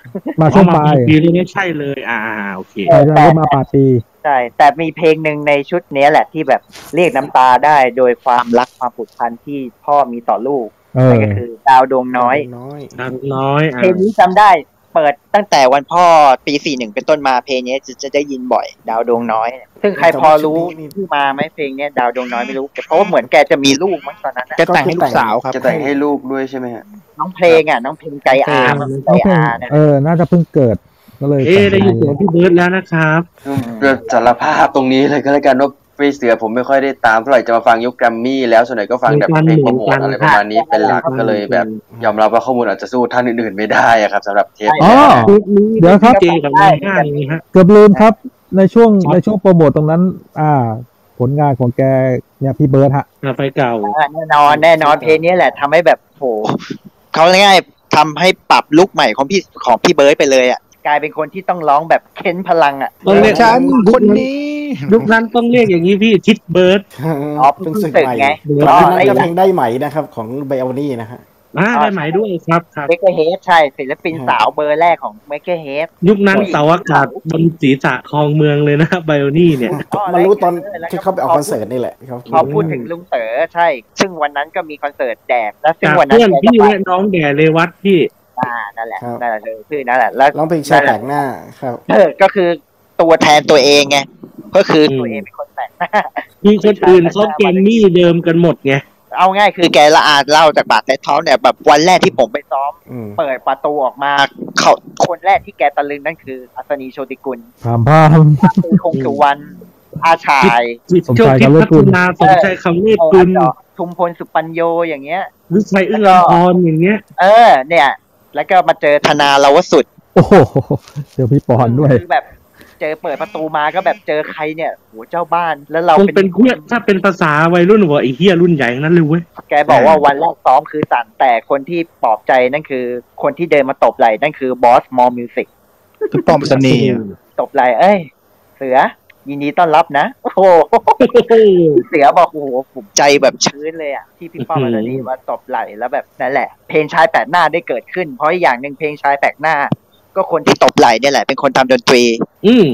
S7: มาช่วงปลาย
S3: ปีนี้ไม่ใช่เลย อ่าๆโอเค
S6: เออ
S7: แล้วก็มาปลายปี
S6: ใช่ แต่มีเพลงหนึ่งในชุดเนี้ยแหละที่แบบเรียกน้ำตาได้โดยความรักความผูกพันที่พ่อมีต่อลูก
S7: เอ
S6: นั่
S7: อน
S6: ก็คือดาวดวงน้อย
S12: น้อย
S3: น้ำน้อยอ่ะ
S6: เพลงนี้จำได้เปิดตั้งแต่วันพ่อปีสี่หนึ่งเป็นต้นมาเพลงนี้จะจะได้ยินบ่อย ดาวดวงน้อย ซึ่งใครพอรู้ที่มาไหมเพลงเนี้ยดาวดวงน้อยไม่รู้แต่เพราะว่าเหมือนแกจะมีลูกมั้งตอนนั้นน่ะ
S1: แกแต่งให้ลูกสาวครับ
S10: จะแต่งให้ลูกด้วยใช่ไหมฮะ
S6: น้องเพลงอ่ะน้องเพลงใจอา
S1: ครับ
S6: น้องเพลงใจ
S7: น้องเพลง
S6: อาเนี่ย
S7: เออน่าจะเพิ่งเกิด ก็เลย
S3: เอ๊ะได้ยินเสียงพี่เบิร์ดแล้วนะครับ
S10: จะสารภาพตรงนี้เลยก็แล้วกันว่าปีเสือผมไม่ค่อยได้ตามเท่าไหร่จะมาฟังยุคแกรมมี่แล้วส่วนใหญ่ก็ฟังแบบเพลงโปรโมทอะไรประมาณนี้เป็นหลักก็เลยแบบยอมรับว่าข้อมูลอาจจะสู้ท่านอื่นๆไม่ได้อะครับสำหรับเทป
S7: อ๋อ
S10: นี้นะ
S7: เดี๋ยวครับ
S3: เจกับนายห้างนี่ฮะ
S7: เกือบลืมครับ ในช่วงในช่วงโปรโมทตรงนั้น อ่า ผลงานของแกเนี่ยพี่เบิร์ดฮะ
S3: กลับไปเก่า
S6: แน่นอนแน่นอนเพลงนี้แหละทำให้แบบโหเขาง่ายๆทำให้ปรับลุคใหม่ของพี่ของพี่เบิร์ดไปเลยอ่ะกลายเป็นคนที่ต้องร้องแบบเค้นพลังอ่ะ
S3: ต้องเรียก
S6: ฉัน
S3: คนนี้ยุคนั้นต้องเรียกอย่างนี้พี่ทิดเบิร์ด
S6: อ๋อเพิ่งศึกไง
S12: ต
S6: อ๋
S12: อ
S6: อน
S12: นั้น
S6: ไอ้
S12: ก็เพ
S6: ไง
S12: ลงได้ไหมนะครับ ของเบลนี่นะฮะ
S3: อ่าได้ไหมด้วยครับครับ
S6: เมกเฮดใช่ศิลปินสาวเบอร์แรกของเมกเฮด
S3: ยุคนั้นเสาอากาศบนศีรษะคลองเมืองเลยนะไบโอนี่เนี่ย
S12: มารู้ตอนที่เขาไปออกคอนเสิร์ตนี่แหละที่เขา
S6: พอพูดถึงลุงเต๋อใช่ ซึ่งวันนั้นก็มีคอนเสิร์ตแดดและซึ่ง
S3: จาก
S6: วันนั้น
S3: เพื่อน
S6: แกก็
S3: พี่
S6: ไป
S3: และน้องแด่เรวัตพี่
S6: อ่านั่นแหละนั่นแหละเลยชื่อนั่นแหละแล้ว
S12: ร้องเพลงชายแปลกหน้าครับ
S6: เออก็คือตัวแทนตัวเองไงก็คือตัวเองเป็นคนแต่งหน้า
S3: มีคนอื่นเขาแกมมี่เดิมกันหมดไง
S6: เอาง่ายคือแกละอาดเล่าจากปากแต่ท้องเนี่ยแบบวันแรกที่ผมไปซ้อม เปิดประตูออกมาเขาคนแรกที่แกตะลึงนั่นคือ อัศนีโชติกุล
S7: ถามพ าม
S6: คือคงสุวรรณอาชาย
S7: สมชายกับรถกุล
S3: นาสมใจคำเวทกุล
S6: เออชุมพลสุปัญโยอย่างเงี้ย
S3: วิชัยเอื้อออนอย่างเงี้ย
S6: เออ เนี่ย แล้วก็มาเจอธนาเราวสุด
S7: โอ้โหเจอพี่ปอนด้วย
S6: คือแบบเจอเปิดประตูมาก็แบบเจอใครเนี่ยโหเจ้าบ้านแล้วเรา
S3: คง
S6: เป็
S3: เป็น นเพื่อนถ้าเป็นภาษาวัยรุ่นหัวไอ้เฮียรุ่นใหญ่ทั้งนั้นเลยเว้ย
S6: แกบอกว่าวันแรกซ้อมคือสั่นแต่คนที่ปลอบใจนั่นคือ คนที่เดินมาตบไหล่นั่นคือบอสมอลมิวสิก
S14: คือปอมเสน่ห์อะ
S6: ตบไหล่เอ้ย เสือ ยินดีต้อนรับนะ โอ้โหเสือบอกโอ้โหผมใจแบบชื้นเลยอ่ะที่พี่ป้อม
S14: อื้
S6: มา
S14: อหื
S6: ต
S14: อ
S6: อนนี้มาตบไหล่แล้วแบบนั่นแหละ เพลงชายแปลกหน้าได้เกิดขึ้น เพราะอย่างหนึ่งเพลงชายแปลกหน้า ก็คนที่ตบไหล่เนี่ยแหละเป็นคนทำดนตรี
S3: อืม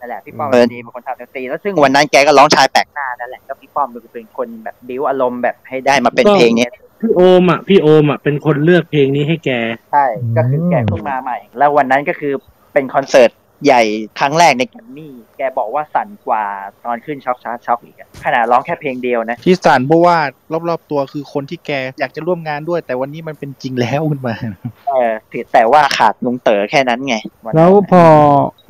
S6: นั่นแหละพี่ป้อมเออดีเป็นคนทำดนตรีแล้วซึ่งวันนั้นแกก็ร้องชายแปลกหน้านั่นแหละแล้วพี่ป้อมก็เป็นคนแบบบิ้วอารมณ์แบบให้ได้มาเป็น
S3: ก็
S6: เพลงเนี้ย
S3: พี่โอมอ่ะ พี่โอมอ่ะ เป็นคนเลือกเพลงนี้ให้แก
S6: ใช่ก็คือแกเพิ่งมาใหม่ แล้ววันนั้นก็คือเป็นคอนเสิร์ตใหญ่ครั้งแรกในแกรมมี่แกบอกว่าสั่นกว่าตอนขึ้นช็อกชาร์ตช็อกอีกอะขนาดร้องแค่เพลงเดียวนะ
S14: ที่สารเพราะว่ารอบๆตัวคือคนที่แกอยากจะร่วมงานด้วย แต่วันนี้มันเป็นจริงแล้วขึ้นมา
S6: เออถือแต่ว่าขาดลุงเต๋อแค่นั้นไงนนั้น
S7: แล้วพอ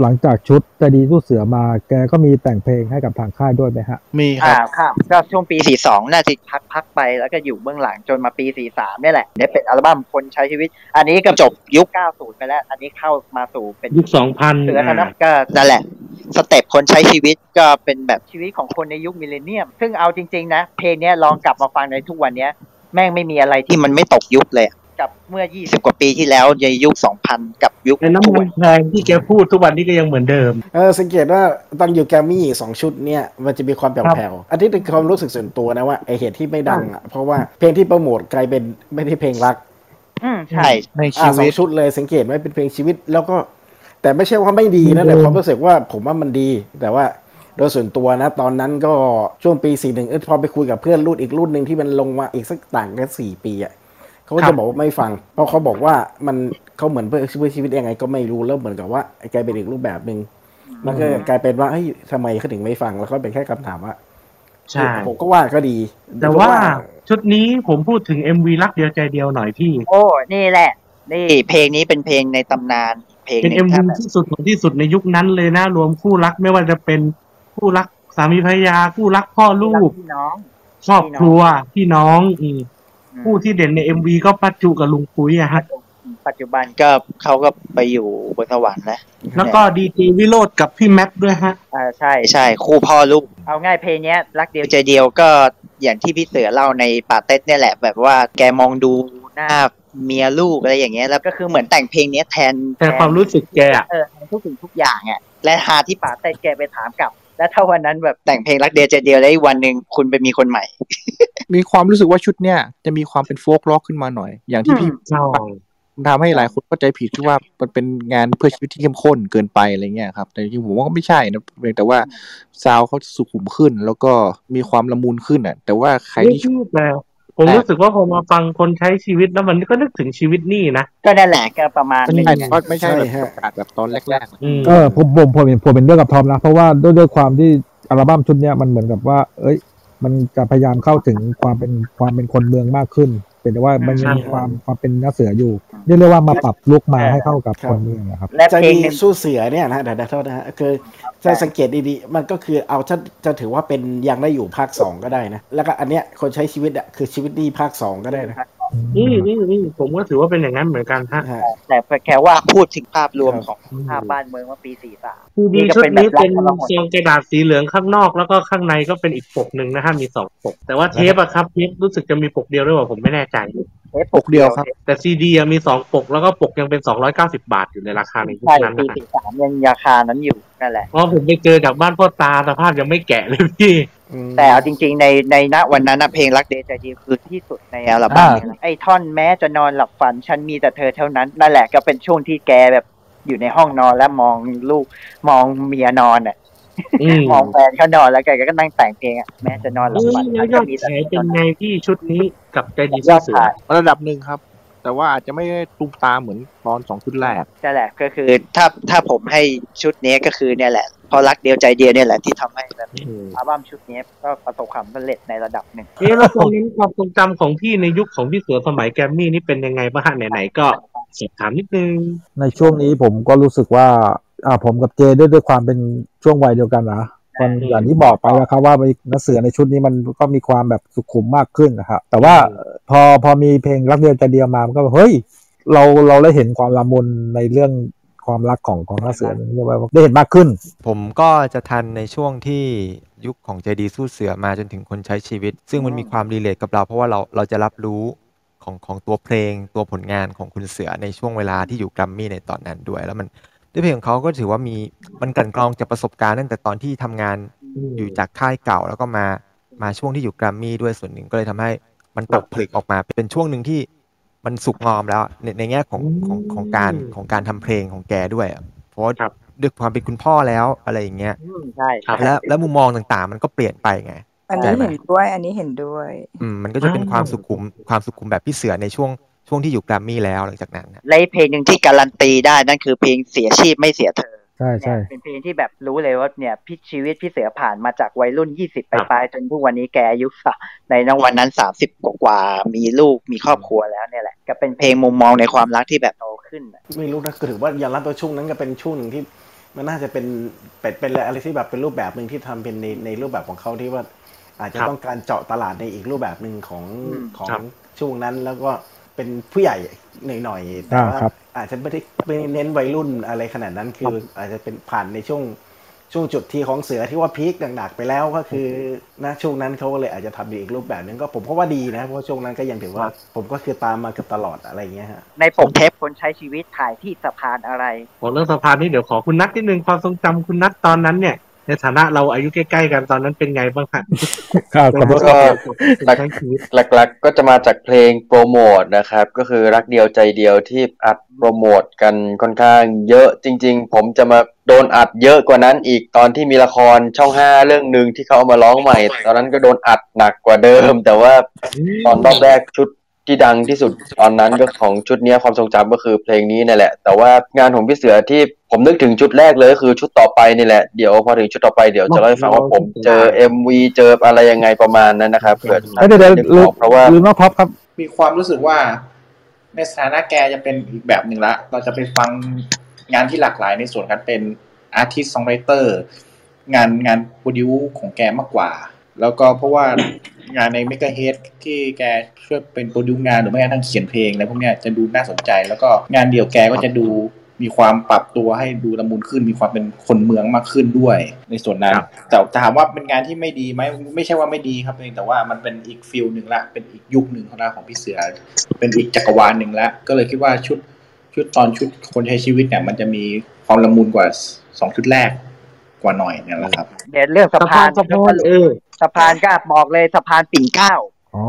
S7: หลังจากชุดใจดีสู้เสือมา แกก็มีแต่งเพลงให้กับทางค่ายด้วยไหมฮะ
S14: มี
S6: อ่าข้ามก็ช่วงปี 42 น่าจะพักพักไปแล้วก็อยู่เบื้องหลังจนมาปี 43เนี่ยแหละเนี่ยเป็นอัลบั้มคนใช้ชีวิต อันนี้ก็จบยุค 90 ไปแล้ว อันนี้เข้ามาสู่เป็น
S3: ยุคสองพัน
S6: เสือธนบก็นั่นแหละ สเต็ปคนใช้ชีวิตก็เป็นแบบชีวิตของคนในยุคมิลเลนเนียม ซึ่งเอาจริงๆนะ เพลงเนี้ยลองกลับมาฟังในทุกวันเนี้ย แม่งไม่มีอะไรที่มันไม่ตกยุคเลยอะกับเมื่อ 20 กว่าปีที่แล้วในยุค 2000 กับยุค
S3: ไอ้น้ำมันแพงที่แกพูดทุกวันนี้ก็ยังเหมือนเดิม
S12: เออสังเกตว่าตอนอยู่แกรมมี่สองชุดเนี่ยมันจะมีความแผ่วๆอันนี้เป็นความรู้สึกส่วนตัวนะว่าไอเหตุที่ไม่ดังอ่ะเพราะว่าเพลงที่โปรโมทกลายเป็นไม่ได้เพลงรัก
S6: อืมใช่
S14: ใน
S12: อ่าสองชุดเลยสังเกตไหมเป็นเพลงชีวิตแล้วก็ แต่ไม่ใช่ว่าไม่ดีนะแต่ความรู้สึกว่าผมว่ามันดี แต่ว่าโดยส่วนตัวนะ ตอนนั้นก็ช่วงปีสี่หนึ่งเออพอไปคุยกับเพื่อนรุ่นอีกรุ่นหนึ่งที่มันลงมาอีกสักต่างกันสี่ปีอ่ะเขาก็
S3: ครั
S12: จะ
S3: บ
S12: บอกว่าไม่ฟัง เพราะเขาบอกว่ามันเขาเหมือนเพื่อชีวิตยังไงก็ไม่รู้แล้วเหมือนกับว่าแกลายเป็นอีกรูปแบบหนึ่งมันก็กลายเป็นว่าเฮ้ยทำไมเขาถึงไม่ฟังแล้วก็เป็นแค่คำถามว่า
S3: ใช่
S12: ผมก็ว่าก็ดี
S3: แต่ว่าชุดนี้ผมพูดถึง MV รักเดียวใจเดียวหน่อยพี่
S6: โอ้ นี่แหละ นี่เพลงนี้เป็นเพลงในตำนาน เพลง
S3: เป็น
S6: หนึ่
S3: เอ็ม
S6: ง
S3: วี
S6: ครับ
S3: ที่สุดของที่สุดในยุคนั้นเลยนะรวมคู่รักไม่ว่าจะเป็นคู่รักสามีภรรยาคู่รักพ่อลูก
S6: พี่น้อง
S3: ครอบครัวพี่น้องอืมคู่ที่เด่นในเอ็มวีก็ปัจจุกับลุงปุ้ยอะฮะ
S6: ปัจจุบันก็เขาก็ไปอยู่บนสวรรค์นะ
S3: แล้วก็ดีเจวิโรธกับพี่แม็กซ์ด้วยฮะ
S6: อ่าใช่ใช่คู่พ่อลูก เอาง่ายเพลงเนี้ย รักเดียวใจเดียวก็อย่างที่พี่เสือเล่าในป่าเต็ดเนี่ยแหละ แบบว่าแกมองดูหน้าเมียลูกอะไรอย่างเงี้ยแล้วก็คือเหมือนแต่งเพลงเนี้ยแทน
S3: แต่ความรู้สึกแกอะ
S6: เออแทนทุกสิ่งทุกอย่างอ่ะและหาที่ป่าเต็ดแกไปถามกลับ แล้วถ้าวันนั้นแบบแต่งเพลงรักเดียวใจเดียวแล้วอีกวันหนึ่งคุณไปมีคนใหม่
S14: มีความรู้สึกว่าชุดเนี่ยจะมีความเป็นโฟกล็อกขึ้นมาหน่อย อย่างที่พี่
S3: ใช่
S14: ทำให้หลายคนเข้าใจผิดที่ว่ามันเป็นงานเพื่อชีวิตที่เข้มข้นเกินไปอะไรเงี้ยครับ แต่จริงๆผมว่าก็ไม่ใช่นะเพียงแต่ว่าซาวด์เขาสุขุมขึ้น แล้วก็มีความละมุนขึ้นอ่ะ แต่ว่าใครที่ชอบ
S3: แต่ผมรู้สึกว่าพอมาฟังคนใช้ชีวิตแล้วมันก็นึกถึงชีวิตนี่นะ
S6: ก็นั่นแหละก็ประมาณหนึง
S14: ใช่
S6: อะ
S14: เพราะไม่ใช่แบบประกาศแบบตอนแรก
S3: อืม
S7: เออผมผมผมเห็นผมเป็นเรื่องกับทอมนะ เพราะว่าด้วยด้วยความที่อัลบั้มชุดเนี้ยมันเหมือนกับว่า เอ้ย มันจะพยายามเข้าถึงความเป็นความเป็นคนเมืองมากขึ้น เป็นแต่ว่ามันยังมีความความเป็นเนื้อเสืออยู่เรียกได้ว่ามาปรับลุกมาให้เข้ากับคนเมืองนะครับ
S12: จะมีสู้เสือเนี่ยนะเดี๋ยวนะโทษนะฮะคือจะสังเกตดีๆ มันก็คือเอาถ้าจะถือว่าเป็นยังได้อยู่ภาคสองก็ได้นะ แล้วก็อันเนี้ยคนใช้ชีวิตอะคือชีวิตนี่ภาคสองก็ได้นะ
S3: นี่นี่นี่ผมก็ถือว่าเป็นอย่างนั้นเหมือนกันฮะ
S6: แต่แค่ว่าพูดถึงภาพรวมของภาพบ้านเมืองว่าปีสี่สาม
S3: คือมีชุดนี้เป็นเซลกระดาษสีเหลืองข้างนอกแล้วก็ข้างในก็เป็นอีกปกหนึ่งนะฮะมีสองปก แต่ว่าเทปอะครับเทปรู้สึกจะมีปกเดียวด้วยว่าผมไม่แน่ใจ
S6: เทปปกเดียวครับ
S3: แต่ซีดีมีสองปกแล้วก็ปกยังเป็นสองร้อยเก้าสิบาทอยู่ในราคาในยุค
S6: ใช่
S3: นั้น
S6: ปี
S3: นะฮะ
S6: สี่สามยังราคานั้นอยู่นั่นแหละ
S3: เพราะผมไปเจอจากบ้านพ่อตาสภาพยังไม่แกะเลยพี่
S6: แต่เอาจริงๆในในณวันนั้นนะเพลงรักเดย์ใจดีคือที่สุดในอัลบั้มเลยนะไอ้ท่อนแม้จะนอนหลับฝัน ฉันมีแต่เธอเท่านั้นนั่นแหละก็เป็นช่วงที่แกแบบอยู่ในห้องนอนและมองลูกมองเมียนอนอ่ะ
S3: อืม
S6: มองแฟนเขานอนแล้วแกก็นั่งแต่งเพลงอ่ะแม้จะนอนหลับฝัน
S3: แล้วยอดขายเป็นไงพี่ชุดนี้กับใจดี
S14: ย
S3: สู้
S14: อด
S3: เสือ
S14: ขายระดับหนึ่งครับ แต่ว่าอาจจะไม่ได้ตุ้มตามเหมือนตอนสองชุดแรก
S6: นั่นแหละก็คือถ้าถ้าผมให้ชุดนี้ก็คือเนี่ยแหละ พอรักเดียวใจเดียวเนี่ยแหละที่ทำให้แบบอัลบั้มชุดนี้ก็ประสบความสำเร็จในระดับหนึ่ง
S3: เอ๊ะแล้วตรงนั้นความทรงจำของพี่ในยุคของพี่เสือสมัยแกรมมี่นี่เป็นยังไงบ้างฮะไหนๆก็สอบถามนิดนึง
S7: ในช่วงนี้ผมก็รู้สึกว่า อ่าผมกับเจด้วยด้วยความเป็นช่วงวัยเดียวกันนะมันอย่างที่บอกไปนะครับว่านักเสือในชุดนี้มันก็มีความแบบสุขุมมากขึ้นนะครับแต่ว่าพอพอมีเพลงรักเดียวใจเดียวมามันก็แบบเฮ้ย เราเราได้เห็นความละมุนในเรื่องความรักของของนักเสือนี่ว่าได้เห็นมากขึ้น
S2: ผมก็จะทันในช่วงที่ยุคของใจดีสู้เสือมาจนถึงคนใช้ชีวิต ซึ่งมันมีความรีเลทกับเราเพราะว่าเราเราจะรับรู้ของของตัวเพลงตัวผลงานของคุณเสือในช่วงเวลาที่อยู่แกรมมี่ในตอนนั้นด้วย แล้วมันด้วยเพลงของเขาก็ถือว่ามีมันกลั่นกรองจากประสบการณ์ตั้งแต่ตอนที่ทำงานอยู่จากค่ายเก่าแล้วก็มามาช่วงที่อยู่แกรมมี่ด้วยส่วนหนึ่งก็เลยทำให้มันตกผลึกออกมาเป็นช่วงหนึ่งที่มันสุกงอมแล้วในในแง่ของของของการของการทำเพลงของแกด้วยอะเพราะว่าด้วยความเป็นคุณพ่อแล้วอะไรอย่างเงี้ย
S6: ใช่
S17: ครับ
S2: แล้วแล้วมุมมองต่างๆ มันก็เปลี่ยนไปไง
S17: อัน
S2: เข้าใจ
S17: นี้
S2: ไหม
S17: เห็นด้วย อันนี้เห็นด้วย
S2: อืมมันก็จะเป็นความสุขุมความสุขุมแบบพี่เสือในช่วงช่วงที่อยู่แกรมมี่แล้วหลังจากนั้นนะ
S6: และเพลงหนึ่งที่การันตีได้นั่นคือเพลงเสียชีพไม่เสียเธอ
S7: ใช่ใช่
S6: เป็นเพลงที่แบบรู้เลยว่าเนี่ยพี่ชีวิตพี่เสือผ่านมาจากวัยรุ่นยี่สิบปลายๆจนทุกวันนี้แกอายุสะในนวันนั้นสามสิบกว่าๆมีลูกมีครอบครัวแล้วเนี่ยแหละ ก็เป็นเพลงมุมมองในความรักที่แบบโตขึ้น
S12: ไม่รู้นะก็ถือว่ายอมรับตัวช่วงนั้นก็เป็นช่วงหนึ่งที่ มันน่าจะเป็นเป็นเป็นอะไรที่แบบเป็นรูปแบบหนึ่งที่ทำเป็นในในรูปแบบของเขาที่ว่า อาจจะ
S3: ครับ
S12: ต้องการเจาะตลาดในอีกรูปแบบหนึ่งของ
S3: อืม
S12: ของ
S3: ครับ
S12: ช่วงนั้นแล้วก็เป็นผู้ใหญ่หน่อยๆแต่ว่า
S7: อ่าครับ
S12: อาจจะไม่ได้ไม่ได้เน้นวัยรุ่นอะไรขนาดนั้นคือ อาจจะเป็นผ่านในช่วงช่วงจุดที่ของเสือที่ว่าพีคหนักๆไปแล้วก็คือนะช่วงนั้นเขาก็เลยอาจจะทำเป็นอีกรูปแบบหนึงก็ผมก็ว่าดีนะเพราะช่วงนั้นก็ยังถือว่า ผมก็คือตามมาเกือบตลอดอะไรอย่างเงี้ยฮะ
S6: ในปกเทปคนใช้ชีวิตถ่ายที่สะพานอะไร
S3: ของเรื่องสะพานนี่เดี๋ยวขอคุณนัทนิดนึงความทรงจำคุณนัทตอนนั้นเนี่ย ในฐานะเราอายุใกล้ๆกันตอนนั้นเป็นไงบ้างฮะ
S7: ครับ
S3: ขอบคุณค
S10: ก็
S3: รับ
S10: หลักหลักๆก็จะมาจากเพลงโปรโมทนะครับ ก็คือรักเดียวใจเดียวที่อัดโปรโมทกันค่อนข้างเยอะจริง ๆ ผมจะมาโดนอัดเยอะกว่านั้นอีกตอนที่มีละครช่องห้าเรื่องหนึ่งที่เขาเอามาร้องใหม่ ตอนนั้นก็โดนอัดหนักกว่าเดิม แต่ว่าตอนรอบแรกชุดที่ดังที่สุดตอนนั้นก็ของชุดเนี้ยความทรงจำก็คือเพลงนี้เนี่ยแหละ แต่ว่างานของพี่เสือที่ผมนึกถึงชุดแรกเลยก็คือชุดต่อไปนี่แหละเดี๋ยวพอถึงชุดต่อไปเดี๋ยวจะเล่าให้ฟังว่าผมเจอ MV เจออะไรยังไงประมาณนั้นนะครับเผื่อ
S7: แล้วเดี๋ยวเดี๋ยวลืม
S10: เพราะว่า
S7: ลืมน้องท็อปครับ
S1: มีความรู้สึกว่า ในสถานะแกจะเป็นอีกแบบหนึ่งละ เราจะไปฟังงานที่หลากหลายในส่วนการเป็นอาร์ติสต์ซองไรเตอร์งานงานโปรดิวของแกมากกว่า แล้วก็เพราะว่างานในเมกะเฮดที่แกช่วยเป็นโปรดิวงานหรือไม่กระทั่งเขียนเพลงอะไรพวกเนี้ยจะดูน่าสนใจ แล้วก็งานเดี่ยวแกก็จะดูมีความปรับตัวให้ดูละมุนขึ้น มีความเป็นคนเมืองมากขึ้นด้วย ในส่วนนั้น แต่ถามว่าเป็นงานที่ไม่ดีไหมไม่ใช่ว่าไม่ดีครับเองแต่ว่ามันเป็นอีกฟิลหนึ่งละเป็นอีกยุคหนึ่งของเราของพี่เสือ เป็นอีกจักรวาลหนึ่งละก็เลยคิดว่าชุดชุดตอนชุดคนใช้ชีวิตเนี่ย มันจะมีความละมุนกว่าสองชุดแรกกว่าหน่อยเนี่ยแหละครับ
S6: เดี๋ยวเรื่องสะพานสะพาน
S3: เออ
S6: สะพานก็บอกเลยสะพานปิ่นเกล้า
S7: อ๋อ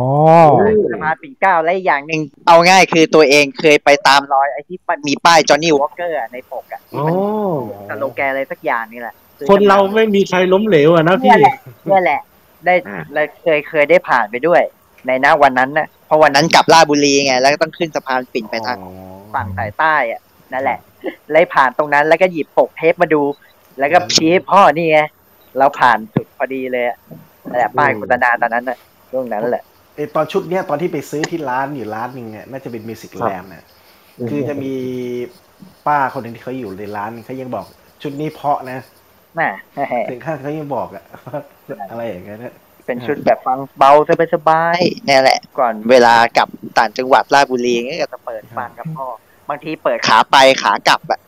S6: สะพานปิ่นเกล้าและอีกอย่างหนึ่งเอาง่ายคือตัวเองเคยไปตามรอยไอ้ที่มันมีป้ายจอห์นนี่วอลเกอร์ในปกอ่ะ
S3: โอ้
S6: สโลแกนอะไรสักอย่างนี่แหละ
S3: คนเราไม่มีใครล้มเหลวอ่ะนะพี่
S6: เนี่ยแหละเนี่ยแหละ ได้เราเคยเคยได้ผ่านไปด้วย ในนะวันนั้นนะเพราะวันนั้นกลับลาดบุรีไง แล้วก็ต้องขึ้นสะพานปิ่นไปทางฝั่งสายใต้อะนั่นแหละ เลยผ่านตรงนั้นแล้วก็หยิบปกเทปมาดู แล้วก็ชี้ให้พ่อนี่ไง เราผ่านจุดพอดีเลยอะนั่นแหละป้ายโฆษณาตอนนั้นน่ะช่วงนั้นแหละ
S12: ไอตอนชุดเนี้ยตอนที่ไปซื้อที่ร้านอยู่ร้านหนึ่งเนี่ยน่าจะเป็นมิวสิก
S7: ครับ
S12: แลมเนี่ยคือจะมีป้าคนหนึ่งที่เขาอยู่ในร้านเขายังบอกชุดนี้เพราะนะ
S6: น่ะ
S12: ถึงขั้นเขายังบอก อะอะไรอย่างเงี้ยนะ
S6: เป็นชุดแบบฟังเบาสบายๆเนี่ยแหละ ก่อนเวลากลับต่างจังหวัดราชบุรีเงี้ยก็จะเปิดฟังกับพ่อ บางทีเปิดขาไปขากลับอะ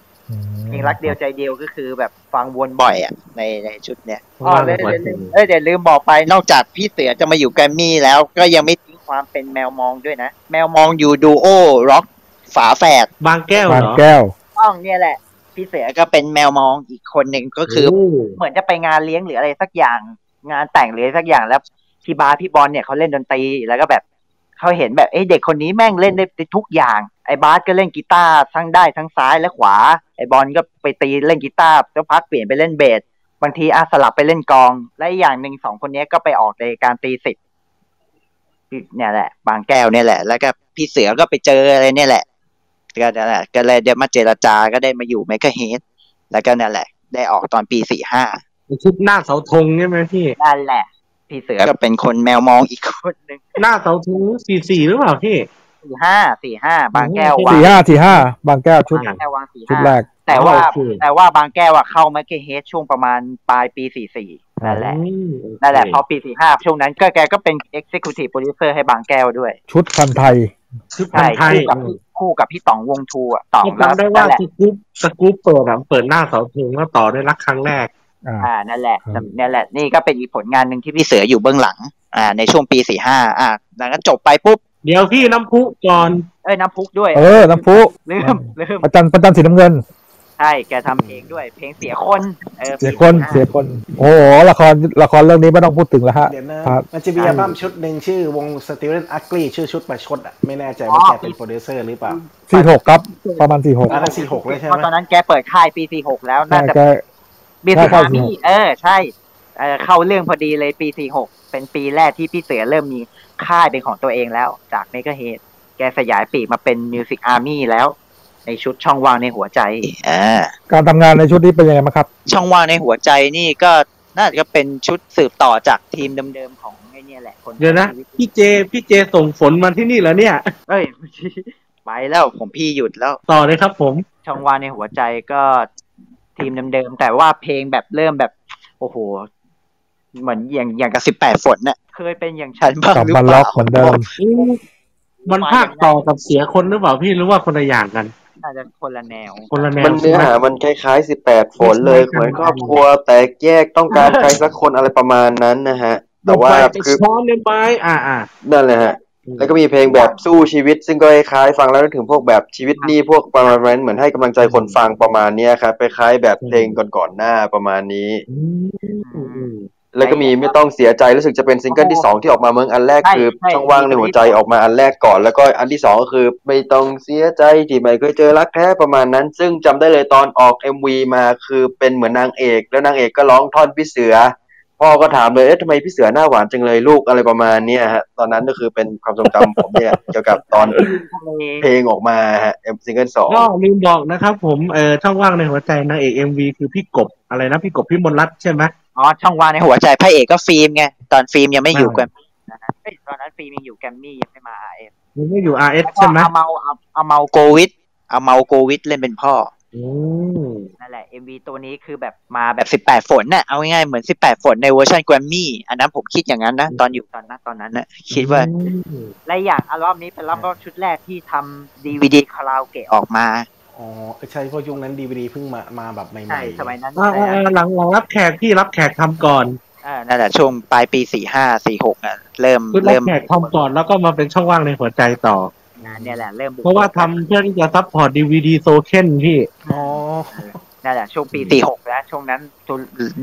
S6: เพลงรักเดียวใจเดียวก็คือแบบฟังวนบ่อยอะในในชุดเนี้ยอ๋อ
S13: ว่า
S6: เดี๋ยว
S13: บ่อย
S6: เดี๋ยวลืมเอ้ยเดี๋ยวลืมบอกไปนอกจากพี่เสือจะมาอยู่แกรมมี่แล้วก็ยังไม่ทิ้งความเป็นแมวมองด้วยนะ แมวมองอยู่ดูโอร็อกฝาแฝด
S3: บางแก้วเหรอ
S7: บางแก้ว
S6: ต้องเนี่ยแหละ พี่เสือก็เป็นแมวมองอีกคนหนึ่งก็คือ
S7: โอ้
S6: เหมือนจะไปงานเลี้ยงหรืออะไรสักอย่าง งานแต่งหรืออะไรสักอย่างแล้วที่บาร์พี่บอลเนี่ยเขาเล่นดนตรีแล้วก็แบบเขาเห็นแบบเอ้ยเด็กคนนี้แม่งเล่นได้ทุกอย่างไอ้บาสก็เล่นกีตาร์ทั้งได้ทั้งซ้ายและขวาไอ้บอลก็ไปตีเล่นกีตาร์แล้วพักเปลี่ยนไปเล่นเบสบางทีอาสลับไปเล่นกลอง และอีกอย่างหนึ่งสองคนเนี้ยก็ไปออกในการตีสิบ เนี่ยแหละ บางแก้วเนี่ยแหละ แล้วก็พี่เสือก็ไปเจออะไรเนี่ยแหละ ก็นั่นแหละก็เลยได้มาเจรจาก็ได้มาอยู่เมกะเฮดแล้วก็นั่นแหละ ได้ออกตอนปีสี่ห้า
S3: ชุดหน้าเสาธงใช่ไหมพี่
S6: นั่นแหละ พี่เสือก็เป็นคนแมวมองอีกคนหนึ่ง
S3: หน้าเสาธงสี่สี่หรือเปล่าพี่
S6: สี่ห้าสี่ห้าบางแก้ววาง
S7: สี่ห้าสี่ห้าบางแก้วชุด
S6: บางแก้ววางสี่
S7: ชุด
S6: ห้า
S7: แรก
S6: แต่ว่า
S7: โอเค
S6: แต่ว่าบางแก้วอะเข้าเมกะเฮดช่วงประมาณปลายปีสี่สี่นั่นแหละนั่นแหละพอปีสี่ห้าช่วงนั้นก็แกก็เป็น executive producer ให้บางแก้วด้วย
S7: ชุดพันไทย
S3: ชุด
S6: ใช่
S3: ไทย
S6: คู่กับพี่คู่กับพี่ต๋องวงทูอ่ะต๋อง
S3: จำได้ว่า
S6: นั่นแหละ
S3: สกู๊ปสกู๊ปเปิดอะเปิดหน้าเสาธงแล้วต่อด้วยรักครั้งแรก
S6: อ่านั่นแหละนั่นแหละ นี่ก็เป็นอีกผลงานหนึ่งที่พี่เสืออยู่เบื้องหลัง อ่า ในช่วงปีสี่ห้าอ่าแล้วก็จบไปปุ๊บ
S3: เดี๋ยวพี่น้ำพุก่อน
S6: เอ้ยน้ำพุด้วย
S7: เออน้ำพุ
S6: ลืมลืม
S7: ประจันประจันสีน้ำเงิน
S6: ใช่แกทำเพลงด้วยเพลงเสียคนเออ
S7: เสียคนเสียคน โอ้โหละครละครเรื่องนี้ไม่ต้องพูดถึงแล้วฮะ
S12: เดี๋ยวนะครับ มันจะมีอัลบั้มชุดหนึ่งชื่อวงสติ v e n อักลีชื่อชุดประชดอะไม่แน่ใจว่าแกเป็นโปรดิวเซอร์หรือเปล่า
S7: สี่หกครับ ประมาณสี่หก
S12: อันนั้นสี่หกเลยใช่ไห
S6: เพ
S12: ม
S6: ราะตอนนั้นแกเปิดค่ายปีสี่หกแล้ว
S7: น่า
S6: น่าจะ
S7: จะ
S6: ปี
S7: น่า
S6: สี่
S7: จะ
S6: ห้ามี
S7: สี่หก
S6: เออใช่เออเข้าเรื่องพอดีเลยปีสี่หกเป็นปีแรกที่พี่เสือเริ่มมีค่ายเป็นของตัวเองแล้ว จากเมกะเฮดแกสยายปีกมาเป็นมิวสิกอาร์มี่แล้ว ในชุดช่องว่างในหัวใจ อ่า
S7: การทำงานในชุดนี้เป็นยังไงบ้างครับ
S6: ช่องว่างในหัวใจนี่ก็น่าจะเป็นชุดสืบต่อจากทีมเดิมๆของไอ้เนี่ยแหละคน
S3: เดี๋ยวนะ พี่เจ พี่เจส่งฝนมาที่นี่เหรอเนี่ย
S6: เอ้ย ไม่ใช่ไปแล้วผมพี่หยุดแล้ว
S3: ต่อเลยครับผม
S6: ช่องว่างในหัวใจก็ทีมเดิมๆแต่ว่าเพลงแบบเริ่มแบบ โอ้โห เหมือนอย่างอย่างกับสิบแปดฝนน่ะเคยเป็นอย่างฉันบ้าง
S7: กลับ
S6: หรือ
S7: มา
S6: เป
S7: ล็
S6: ล่า
S7: อกเหมือนเดิม
S3: มันภาคต่อกับเสียคนหรือเปล่าพี่หรือว่าคนละอย่างกัน
S6: น่าจะคนละแนว
S3: คนละแนว
S10: มันเนื้อหา
S3: ใช่ไหม
S10: มันคล้ายๆสิบแปดฝนเลยเหมือนครอบครัวแตกแยกต้องการใครสักคนอะไรประมาณนั้นนะฮะ แต่ว่าคือ
S3: ช้อนเลยไหมอ่าอ่า
S10: นั่นแหละฮะ แล้วก็มีเพลงแบบสู้ชีวิต ซึ่งก็คล้ายๆฟังแล้วนึกถึงพวกแบบชีวิตนี่พวกประมาณนั้นเหมือนให้กำลังใจคนฟังประมาณเนี้ยครับคล้ายๆแบบเพลงก่อนๆหน้าประมาณนี้ แล้วก็มีไม่ต้องเสียใจรู้สึกจะเป็นซิงเกิลที่สองที่ออกมาเมืองอันแรก
S6: ใช่
S10: คือ
S6: ใช่
S10: ช่องว่างในหัวใจออกมาอันแรกก่อน แล้วก็อันที่สองก็คือ ไม่ต้องเสียใจที่ไม่เคยเจอรักแท้ประมาณนั้น ซึ่งจำได้เลยตอนออก MV มาคือเป็นเหมือนนางเอก แล้วนางเอกก็ร้องท่อนพี่เสือ พ่อก็ถามเลยเอ๊ะทำไมพี่เสือหน้าหวานจังเลยลูกอะไรประมาณเนี้ยฮะตอนนั้นก็คือเป็นความทรงจำผมเนี่ย เกี่ยวกับตอนเพลงออกมาฮะซิงเกิลสอง
S3: ก็ลืมบอกนะครับผมเออช่องว่างในหัวใจนางเอกเอ็มวีคือพี่กบอะไรนะพี่กบพี่มนรัตน์ใช่ไหม
S6: อ๋อช่องว่างในหัวใจพระเอกก็ฟิล์มไงตอนฟิล์มยังไม่อยู่แกรมมี่นะนะเอ้ยตอนนั้นฟิล์มยังอยู่แกรมมี่ยังไม่มาเอฟ
S3: มันก็อยู่ RS
S6: ก็
S3: ใช่ไหม
S6: เอาเมาเอาเอาเมาโกวิดเอาเมาโกวิดเล่นเป็นพ่อ
S3: อืม
S6: นั่นแหละ MV ตัวนี้คือแบบมาแบบ 18 ฝนน่ะ เอาง่ายๆ เหมือน 18 ฝนในเวอร์ชันแกรมมี่ อันนั้นผมคิดอย่างนั้นนะ ตอนอยู่ตอนนั้นตอนนั้นนะคิดว่า และอย่างอัลบั้มนี้เป็นอัลบั้มชุดแรกที่ทำดีวีดีคาราโอเกะออกมา
S12: อ๋อใช่เพราะยุคนั้นดีวดีเพิ่งมามาแบบใหม่ๆ
S6: ใช่สมัยนั้น
S3: อ่า
S6: ใช่
S3: อ่าอ่าหลังหลังรับแขกพี่รับแขกทำก่อน
S6: เออนั่นแหละช่วงปลายปี 45 46น่ะเริ่ม
S3: คือรับ
S6: เริ่ม
S3: แขกทำก่อนแล้วก็มาเป็นช่องว่างในหัวใจต่อ
S6: งานเนี่ยแหละเริ่มบุก
S3: เพราะว่าทำเพื่อที่จะซัพพอร์ตดีวีดีโซเคนพี่
S12: อ๋อ
S6: นั่นแหละช่วงปี 46 แล้ว ช่วงนั้นตัว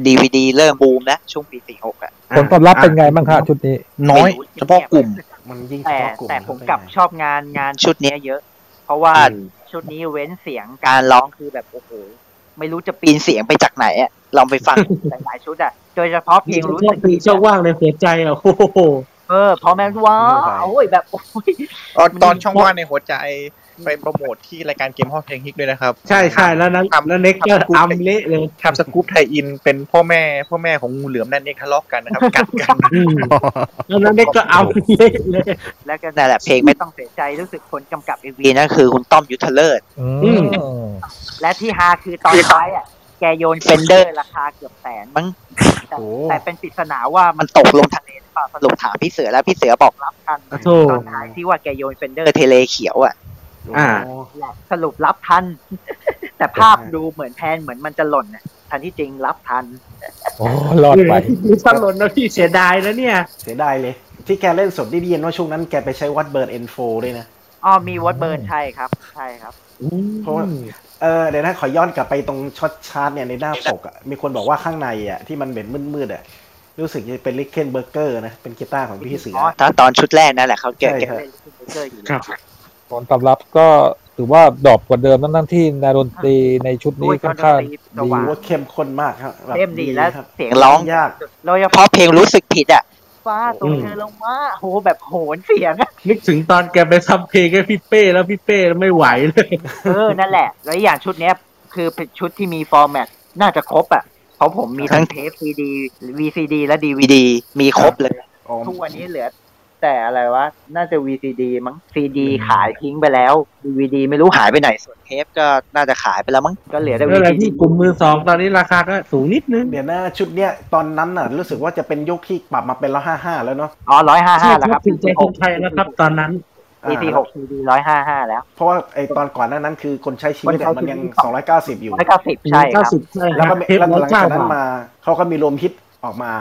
S6: ดีวีดีเริ่มบูมนะช่วงปี 46 อ่ะ
S7: ผลตอบรับเป็นไงบ้างคะชุดนี้
S6: น้อย
S7: เฉพาะกลุ่ม
S12: มันยิ่งเฉ
S6: แต่
S12: พาะกลุ่ม
S6: แต่ผมกลับชอบงานงานชุดเนี้ยเยอะ เพราะว่าชุดนี้เว้นเสียงการร้องคือแบบโอ้โหไม่รู้จะปีนเสียงไปจากไหนอะลองไปฟัง หลายๆชุดอะโดยเฉพาะเพลงรู้
S3: ชอ
S6: สึ
S3: บ
S6: ก
S3: ปี
S6: ผิด
S3: ช่อง
S6: อะ
S3: ว่างในหัวใจอ่ะโอ้โห
S6: เออเพราะแม่นว้าวโอ้ยแบบโอ้ย
S1: ตอนช่องว่างในหัวใจ ไปโปรโมทที่รายการเกมห้องเพลงฮิกด้วยนะครับ
S3: ใช่ใช่แล้วนั้นแล้วเน็กก็อัมเละเลย
S1: ทำสกู๊ปไทยอินเป็นพ่อแม่พ่อแม่ของงูเหลือมนั่นเองทะเลาะกันนะครับกัดกัน
S3: แล้วนั้นเน็กก็อัมเละเลย
S6: แล้วก็นั่นแหละเพลงไม่ต้องเสียใจรู้สึกคนกำกับเอวีนั่นคือคุณต้อมยุทธเลิศและที่ฮาคือตอนท้ายอ่ะ แกโยนเฟนเดอร์ราคาเกือบแสนมั้งแต่แต่เป็นปริศนาว่ามันตกลงทะเลหรือเปล่าสรุปถามพี่เสือแล้วพี่เสือบอกรับทัน
S3: โอ้โธ่
S6: ตอนท้ายที่ว่าแกโยนเฟนเดอร์เทเลเขียวอ่ะ
S3: อ่า
S6: สรุปรับทัน แต่ภาพดูเหมือนแพนเหมือนมันจะหล่นน่ะทันที่จริงรับทัน
S7: โอ้รอดไป
S3: ถ้าหล่นนะพี่เสียดายนะเนี่ย
S12: เสียดายเลย ที่แกเล่นสดได้ดีนว่าช่วงนั้นแกไปใช้วัดเบิร์นเอนโฟด้วยนะ
S6: อ๋อมีวอตเบิร์นใช่ครับ ใช่ครับ
S12: เพราะว่าเออเดี๋ยวนะขอย้อนกลับไปตรงช็อตชาร์ตเนี่ยในหน้าปกอะมีคนบอกว่าข้างในอ่ะที่มันเป็นมืดๆอ่ะรู้สึกจะเป็นลิเคนเบอร์เกอร์นะ เป็นกีตาร์ของพี่เสืออ
S6: ถ้าตอนชุดแรกนั่นแหละเขาแกะแกะ
S12: ครับ
S7: ผลตอบรับก็ถือว่าดรอปกว่าเดิมทั้งๆที่แนวดนตรีในชุดนี้ค่อนข้าง
S12: ดู
S7: ดี
S12: ว่าเข้มข้นมากครับแบบ
S6: เข้มดีและ
S12: ครับ
S6: เสียงร้อง
S12: ยาก
S6: โดยเฉพาะเพลงรู้สึกผิดอ่ะ ฟ้าตกเธอลงมาโหแบบโหนเสียงอะ
S3: นึกถึงตอนแกไปทำเพลงให้พี่เป้แล้วพี่เป้ไม่ไหวเลย
S6: เออ นั่นแหละ แล้วอย่างชุดเนี้ย คือเป็นชุดที่มีฟอร์แมตน่าจะครบอ่ะ เพราะผมมีทั้งเทปซีดีวีซีดีและดีวีดีมีครบเลย ทุกวันนี้เหลือ แต่อะไรวะ น่าจะ VCD มั้ง CD ขายทิ้งไปแล้ว DVD ไม่รู้หายไปไหน ส่วนเทปก็น่าจะขายไปแล้วมั้ง ก็เหลือแต่
S3: อะไร
S6: VCD
S3: ที่กลุ่มมือสองตอนนี้ราคาก็สูงนิดนึง
S12: เดี๋ยวนะชุดเนี้ยตอนนั้นน่ะรู้สึกว่าจะเป็นยุคที่ปรับมาเป็นร้อยห้าห้าแล้วเนาะ
S6: อ๋อร้อยห้าห้าแล้วครับ
S12: ถึงใจคนไทย
S3: แล้วครับตอนนั้น
S6: VCD หก CD ร้อยห้าห้าแล้ว
S12: เพราะว่าไอตอนก่อนหน้านั้นคือคนใช้ชีวิตเนี่ยมันยังสองร้อยเก้าสิบอยู่
S6: 190ใช่ครับ190ใช่ครับ
S12: แล้วก็มี
S6: เทป
S12: แล้วหลังจากนั้น
S6: 190
S12: มาเขาก็มีรวมฮิตออกมา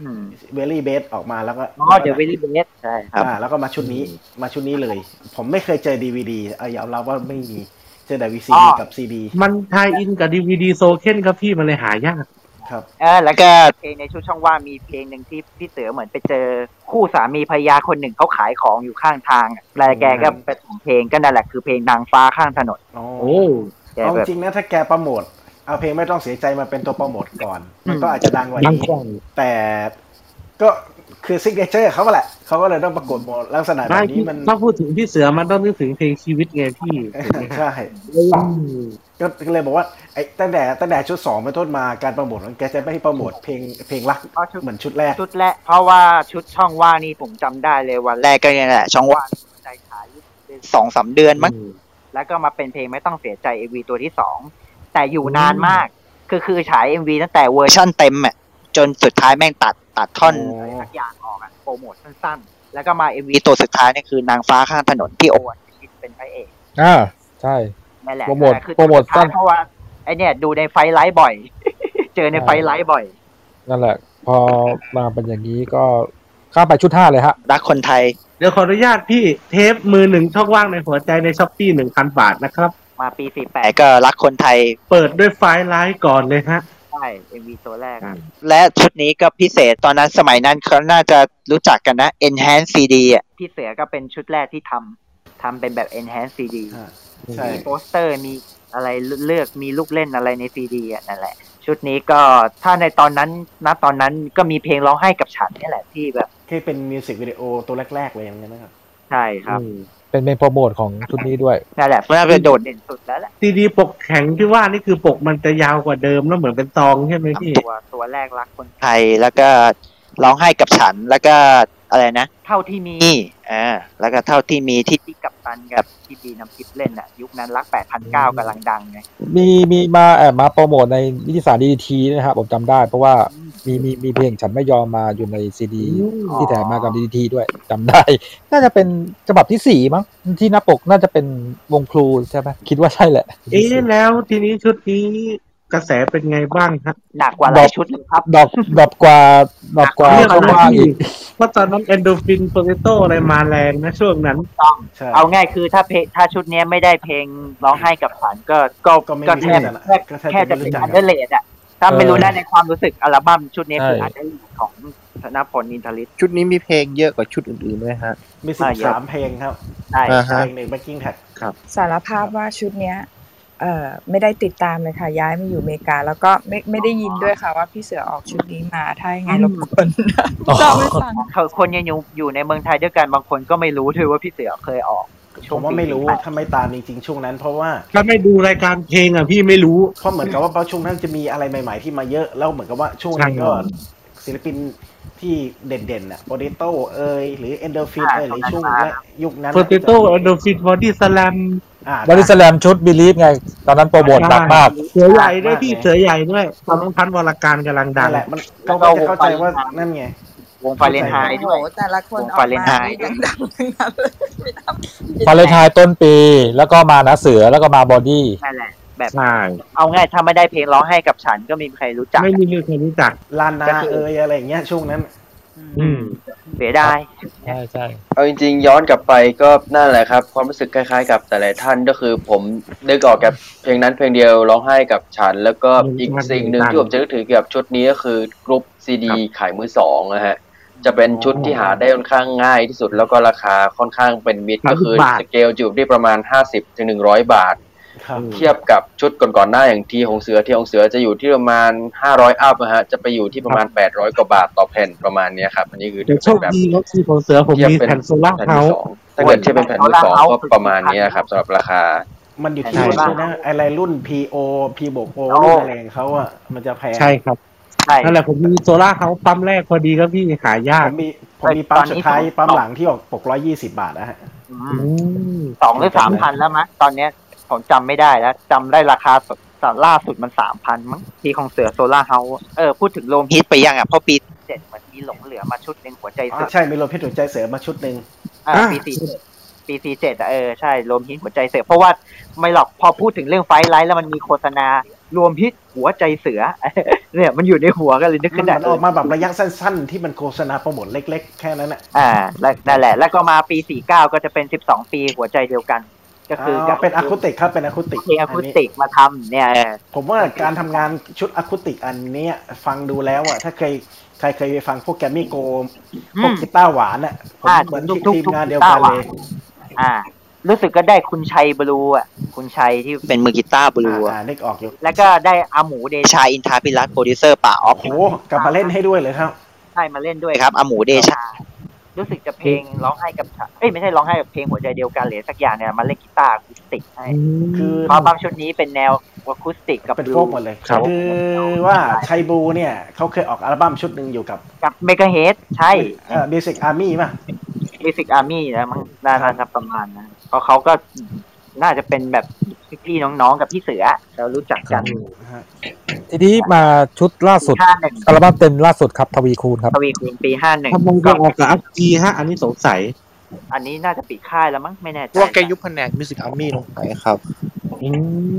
S6: อืม
S12: เวลี่เบสออกมาแล้วก็
S6: อ๋อเดี๋ยว Very Best ใช่ครับ
S12: อ่าแล้วก็มาชุดนี้มาชุดนี้เลย ผมไม่เคยเจอดีวีดีเอายอมรับว่าไม่มีเจอแต่วีซี
S6: อ๋อ
S12: กับซีดี
S3: มันไทยอินกับดีวีดีโซเคนครับพี่มันเลยหายาก
S12: ครับ
S6: เออแล้วก็เพลงในชุดช่องว่างมีเพลงหนึ่งที่พี่เสือเหมือนไปเจอคู่สามีภรรยาคนหนึ่งเขาขายของอยู่ข้างทางอะแล้วแกก็ไปส่งเพลงก็นั่นแหละคือเพลงนางฟ้าข้างถนน
S12: โอ้
S6: แก
S12: เอา
S6: แบบ
S12: จริงนะถ้าแกโปรโมทเอาเพลงไม่ต้องเสียใจมาเป็นตัวโปรโมทก่อน มันก็อาจจะดังกว่า
S3: ดั
S12: นี้
S3: งกว่า
S12: แต่ก็คือซิกเนเจอร์เขาแหละเขาก็เลยต้องประกวดโมลักษณะแบ
S3: ไม่
S12: บนี้มัน
S3: ถ้าพูดถึงพี่เสือมันต้องนึกถึงเพลงชีวิตไงพี่
S12: ใช่ก็เลยบอกว่าไอ้ตั้งแต่ตั้งแต่ชุดสองเป็นต้นมาการโปรโมทของแกจะไม่ให้โปรโมทเพลงเพลงรักเหมือนชุดแรก
S6: ชุดและ เพราะว่าชุดช่องว่างนี่ผมจำได้เลยวันแรกก็เนี่ยแหละช่องว่างใจขายสองสามเดือนมั้งแล้วก็มาเป็นเพลงไม่ต้องเสียใจเอวีตัวที่สองแต่อยู่นานมาก คือคือฉายเอวีตั้งแต่เวอร์ชั่นเต็มอ่ะจนสุดท้ายแม่งตัดตัดท่อนอะไรสักอย่างออกอะโปรโมทสั้นๆ แล้วก็มาเอวีตัวสุดท้ายเนี่ยคือนางฟ้าข้างถนนที่โอวคิดเป็นพระเอก
S7: อ่าใช่
S6: นั่นแหละ
S7: โปรโมท
S6: คือ
S7: โปรโมทสั้น
S6: เพราะว่าไอเนี่ยดูในไฟท์ไลท์บ่อย เจอในไฟท์ไลท์บ่อย
S7: นั่นแหละ พอมาเป็นอย่างนี้ก็ข้ามไปชุดห้าเลยฮะ
S6: รักคนไทย
S3: เดี๋ยวขออนุญาตพี่เทปมือหนึ่งช่องว่างในหัวใจในช้อปปี้หนึ่งพันบาทนะครับ
S6: มาปีสี่แปดก็รักคนไทย
S3: เปิดด้วยไฟล์ไลน์ก่อนเลยฮะ
S6: ใช่เอ็มวีตัวแรก และชุดนี้ก็พิเศษตอนนั้นสมัยนั้นเขาน่าจะรู้จักกันนะ Enhance CD อ่ะพี่เสือก็เป็นชุดแรกที่ทำทำเป็นแบบ Enhance CD
S12: ใช่
S6: มีโปสเตอร์มีอะไรเลือกมีลูกเล่นอะไรในซีดีอ่ะนั่นแหละ ชุดนี้ก็ถ้าในตอนนั้นนะตอนนั้นก็มีเพลงร้องไห้กับฉันนี่แหละที่แบบ
S12: ที่เป็นมิวสิกวิดีโอตัวแรก ๆ เลยเหมือนกันนะครับ
S6: ใช่ครับ
S7: เป็นเพลงโปรโมทของชุดนี้ด้วย
S6: นั่นแหละเพราะน่าจะโดดเด่นสุดแล้วแหละ
S3: ซีดีปกแข็งที่ว่านี่คือปกมันจะยาวกว่าเดิมแล้วเหมือนเป็นซองใช่ไหมพี่
S6: ตัวตัวแรกรักคนไทยแล้วก็ร้องไห้กับฉันแล้วก็อะไรนะ เท่าที่มีอ่าแล้วก็เท่าที่มีที่พี่กับตันกับพี่บีน้ำทิพย์เล่นอ่ะ ยุคนั้นรักแปดพันเก้ากำลังดังไง
S7: มีมีมาแอบมาโปรโมทในนิตยสารดีทีนะครับผมจำได้ เพราะว่ามีมีมีเพลงฉันไม่ยอมมาอยู่ในซีดีที่แถมมากับดีทีด้วยจำได้ น่าจะเป็นฉบับที่สี่มั้งที่หน้าปกน่าจะเป็นวงครูใช่ไหมคิดว่าใช่แหละ
S3: เอ๊ะแล้วทีนี้ชุดนี้กระแสเป็นไงบ้างฮะ
S6: หนักกว่าหลายชุดเลยครับ
S7: ดอกดอกกว่าดอกกว่า
S3: เรื่อง
S7: เขา
S3: อะไร
S7: ว่าอี
S3: พี่
S7: ก
S3: เพราะตอนนั้นเอนโดฟินโปเตโตอะไรมาแรงนะช่วงนั้น
S6: ต้องเอาง่ายคือถ้าเพลงถ้าชุดเนี้ยไม่ได้เพลงร้องไห้กับฉันก็ก็
S12: ก็ไม่มี
S6: ก็แทบ
S12: เพลงอะ
S6: แค่
S12: ก็แทบ
S6: แค่จะ
S12: จะไม่
S6: เป็น
S12: รู้จัก
S6: อันเดอร์เลดอ่ะ ถ้าไม่รู้นะในความรู้สึกอัลบั้มชุดนี้คือ
S1: ใช่
S6: อันเดอร์เลดของธนพลอินทริศ
S1: ชุดนี้มีเพลงเยอะกว่าชุดอื่นๆไหมฮะ
S12: มีสิบสามเพลงครับ
S6: ใช่
S1: อ่าฮะ
S12: เพลงหนึ่งแบ็กกิ้งแท็ก
S1: ครับ
S19: สารภาพว่าชุดเนี้ยเอ่อไม่ได้ติดตามเลยค่ะ ย้ายมาอยู่อเมริกา แล้วก็ไม่ไม่ได้ยินด้วยค่ะว่าพี่เสือออกชุดนี้มาถ้ายังไงรบกวน
S6: เขาคนยังอยู่อยู่ในเมืองไทยด้วยกันบางคนก็ไม่รู้ด้วยว่าพี่เสือเคยออก
S12: ผมว่าไม่รู้ถ้าไม่ตามจริงๆช่วงนั้น เพราะว่า
S3: ถ้าไม่ดูรายการเพลงอ่ะพี่ไม่รู้
S12: เพราะเหมือนกับว่าเพราะช่วงนั้นจะมีอะไรใหม่ๆที่มาเยอะแล้วเหมือนกับว่าช่วงนั้นก็ศิลปินที่เด่นๆอ่ะโปเตโต้เอ่ยหรือเอนเดอร์ฟิเอ่ยหรือช่วงและยุคนั้น
S3: โปเตโต้โดฟิตบอดี้สแลม
S12: อ่า
S7: บริสแลมชุดบิลีฟไง ตอนนั้นโปรโมทหนักมาก
S3: เสือใหญ่ด้วยพี่เสือใหญ่ด้วยตอนนั้นพันวรการกำลังดัง
S12: นั่นแหละมันเขาก็จะเข้าใจว่านั่นไง
S6: วงฟาเรนไฮน์ด้วย
S19: โอ้โหแต่ละคน
S6: วง
S19: ออก
S6: ฟาเรนไฮ
S19: มา
S6: น์
S19: ดังๆทั้งนั้นเลย
S7: พาเลนไทายต้นปี แล้วก็มานะเสือแล้วก็มาบอดี้
S6: นั่นแหละ แบบ
S3: ใช่
S6: เอาง่ายถ้าไม่ได้เพลงร้องให้กับฉันก็ไมมีใครรู้จัก
S3: ไม่มีใครรู้จัก
S12: ลานนา
S6: ก็คือ
S12: เอยอะไรอย่างเงี้ยช่วงนั้น
S3: อืม
S6: เสียดาย
S7: ใช่ใช่
S10: เอาจริงๆย้อนกลับไปก็นั่นแหละครับ ความรู้สึกคล้ายๆ กับแต่หลายท่านก็คือผมนึกออกกับเพลงนั้นเพลงเดียวร้องไห้กับฉัน แล้วก็อีกสิ่งหนึ่งที่ผมจะนึกถึงเกี่ยวกับชุดนี้ก็คือกรุ๊ปซีดีขายมือสองนะฮะจะเป็นชุดที่หาได้ค่อนข้างง่ายที่สุดแล้วก็ราคาค่อนข้างเป็นมิตรก็คือ
S3: 30บาท
S10: สเกลจูบที่ประมาณ 50-100ถึง100 บาท เทียบกับชุดก่อนๆหน้าอย่างทีของเสือที่ของเสือจะอยู่ที่ประมาณ 500 อัพนะฮะจะไปอยู่ที่ประมาณ 800กว่าบาทต่อแผ่นประมาณเนี้ยครับอันนี้คือ
S3: แต่โช
S10: เป็น
S3: ค
S10: แบบ
S3: ดีแล้วที่ของเสือผมมีแผ่นโซล่าเฮาส์
S10: ถ้าเกิดเทียบเป็นแผ่นมือสองก็ประมาณเนี้ยครับสำหรับราคา
S12: มันอยู่ที่
S10: ใช่
S12: รุ่นด้วยนะอะไรรุ่น PO P บวก O รุ่นอะไรของเขาอ่ะมันจะแพง
S3: ใช่ครับ
S6: ใช่
S3: นั่นแหละผมมีโซล่าเฮาส์ปั๊มแรกพอดีครับพี่หายาก
S12: ผมมีผมมีปั๊มสุดท้ายปั๊มหลังที่ออกปกร้อยยี่สิบาทนะฮะ
S6: สองหรือสามพันแล้วมั้งตอนเนี้ยผมจำไม่ได้แล้วจำได้ราคาสดล่าสุดมันสามพันมั้งที่ของเสือโซล่าเฮาเออพูดถึงโลมฮิตไปยังอ่ะเพราะปีเจ็ดมันมีหลงเหลือมาชุดหนึ่งหัวใจ
S12: อ๋
S6: เสื
S12: อ
S6: อ
S12: ใช่มีรถพิษหัวใจเสือมาชุดหนึ่ง
S6: อ่าปีสี่ปีสี่เจ็ดเออใช่โลมฮิตหัวใจเสือ เพราะว่าไม่หรอกพอพูดถึงเรื่องไฟท์ไลท์แล้วมันมีโฆษณารวมฮิตหัวใจเสือ เนี่ยมันอยู่ในหัวก็เลยนึก
S12: มั
S6: ขึ้
S12: น
S6: นได้
S12: ออกมาแบบระยะสั้นๆ ที่มันโฆษณาโปรโมทเล็กๆ แค่นั้นอ่ะ
S6: อ่าแล้วนั่นแหละ แล้วก็มาปีสี่เก้าก็จะเป็นสิบสองปีหัวใจเดียวกัน ก็คือ
S12: อเป็นอะคูติกครับ เป็นอะคูติก
S6: เพลงอะคูติกมาทำเนี่ยเออ
S12: ผมว่าการทำงานชุดอะคูติกอันเนี้ยฟังดูแล้วอ่ะ ถ้าเคยใครเคยไปฟังพวกแกรมมี่โกลด์พวกกีตาร์หวานอ่ะ ผม
S6: อ่า
S12: เหมือน
S6: ทุกๆ
S12: ทีมงาน
S6: ทุกๆ
S12: เดียวกัน
S6: กีตาร์หวา
S12: เล
S6: น
S12: ย
S6: อ่า รู้สึกก็ได้คุณชัยบลูอ่ะ คุณชัยที่เป็นมือกีตาร์บลูอ่ะ
S12: นึกออกอยู่
S6: แล้วก็ได้อาหมูเดชาอินทาพิรัตน์โปรดิวเซอร์ป่าออฟ
S12: โอ้โหกลับมาเล่นให้ด้วยเลยครับ
S6: ใช่มาเล่นด้วยครับอาหมูเดชา รู้สึกจะเพลงร้องไห้กับฉันเอ้ยไม่ใช่ร้องไห้กับเพลงหัวใจเดียวกันหรือสักอย่างเนี่ยมาเล่นกีตาร์อะคูสติกให้
S12: คือ
S6: อัลบั้มชุดนี้เป็นแนวอะคูสติกกับ
S12: เป็น
S6: บลู
S12: พวกหมดเลยคือว่าชัยบูเนี่ยเขาเคยออกอัลบั้มชุดหนึ่งอยู่กับ
S6: กับเมกะเฮดใช่
S12: มิวสิกอาร์มี่ป่ะ
S6: มิสิกอาร์มี่นะมั้งน่าจะประมาณนะเพราะเขาก็น่าจะเป็นแบบพี่ๆน้องๆกับพี่เสือ เรารู้จักกัน
S7: ทีนี้มาชุดล่าสุด
S6: ห้าหนึ่ง
S7: อัลบั้มเต็มล่าสุดครับ ทวีคูณครับ
S6: ทวีคูณปีห้าหนึ่ง
S3: ทำไมจะออกกับอัพจีฮะ อันนี้สงสัย
S6: อันนี้น่าจะปิดค่ายแล้วมั้งไม่แน่ใจ
S1: ว่าแกยุบแผนกมิวสิกอาร์มี่ลงไปครับ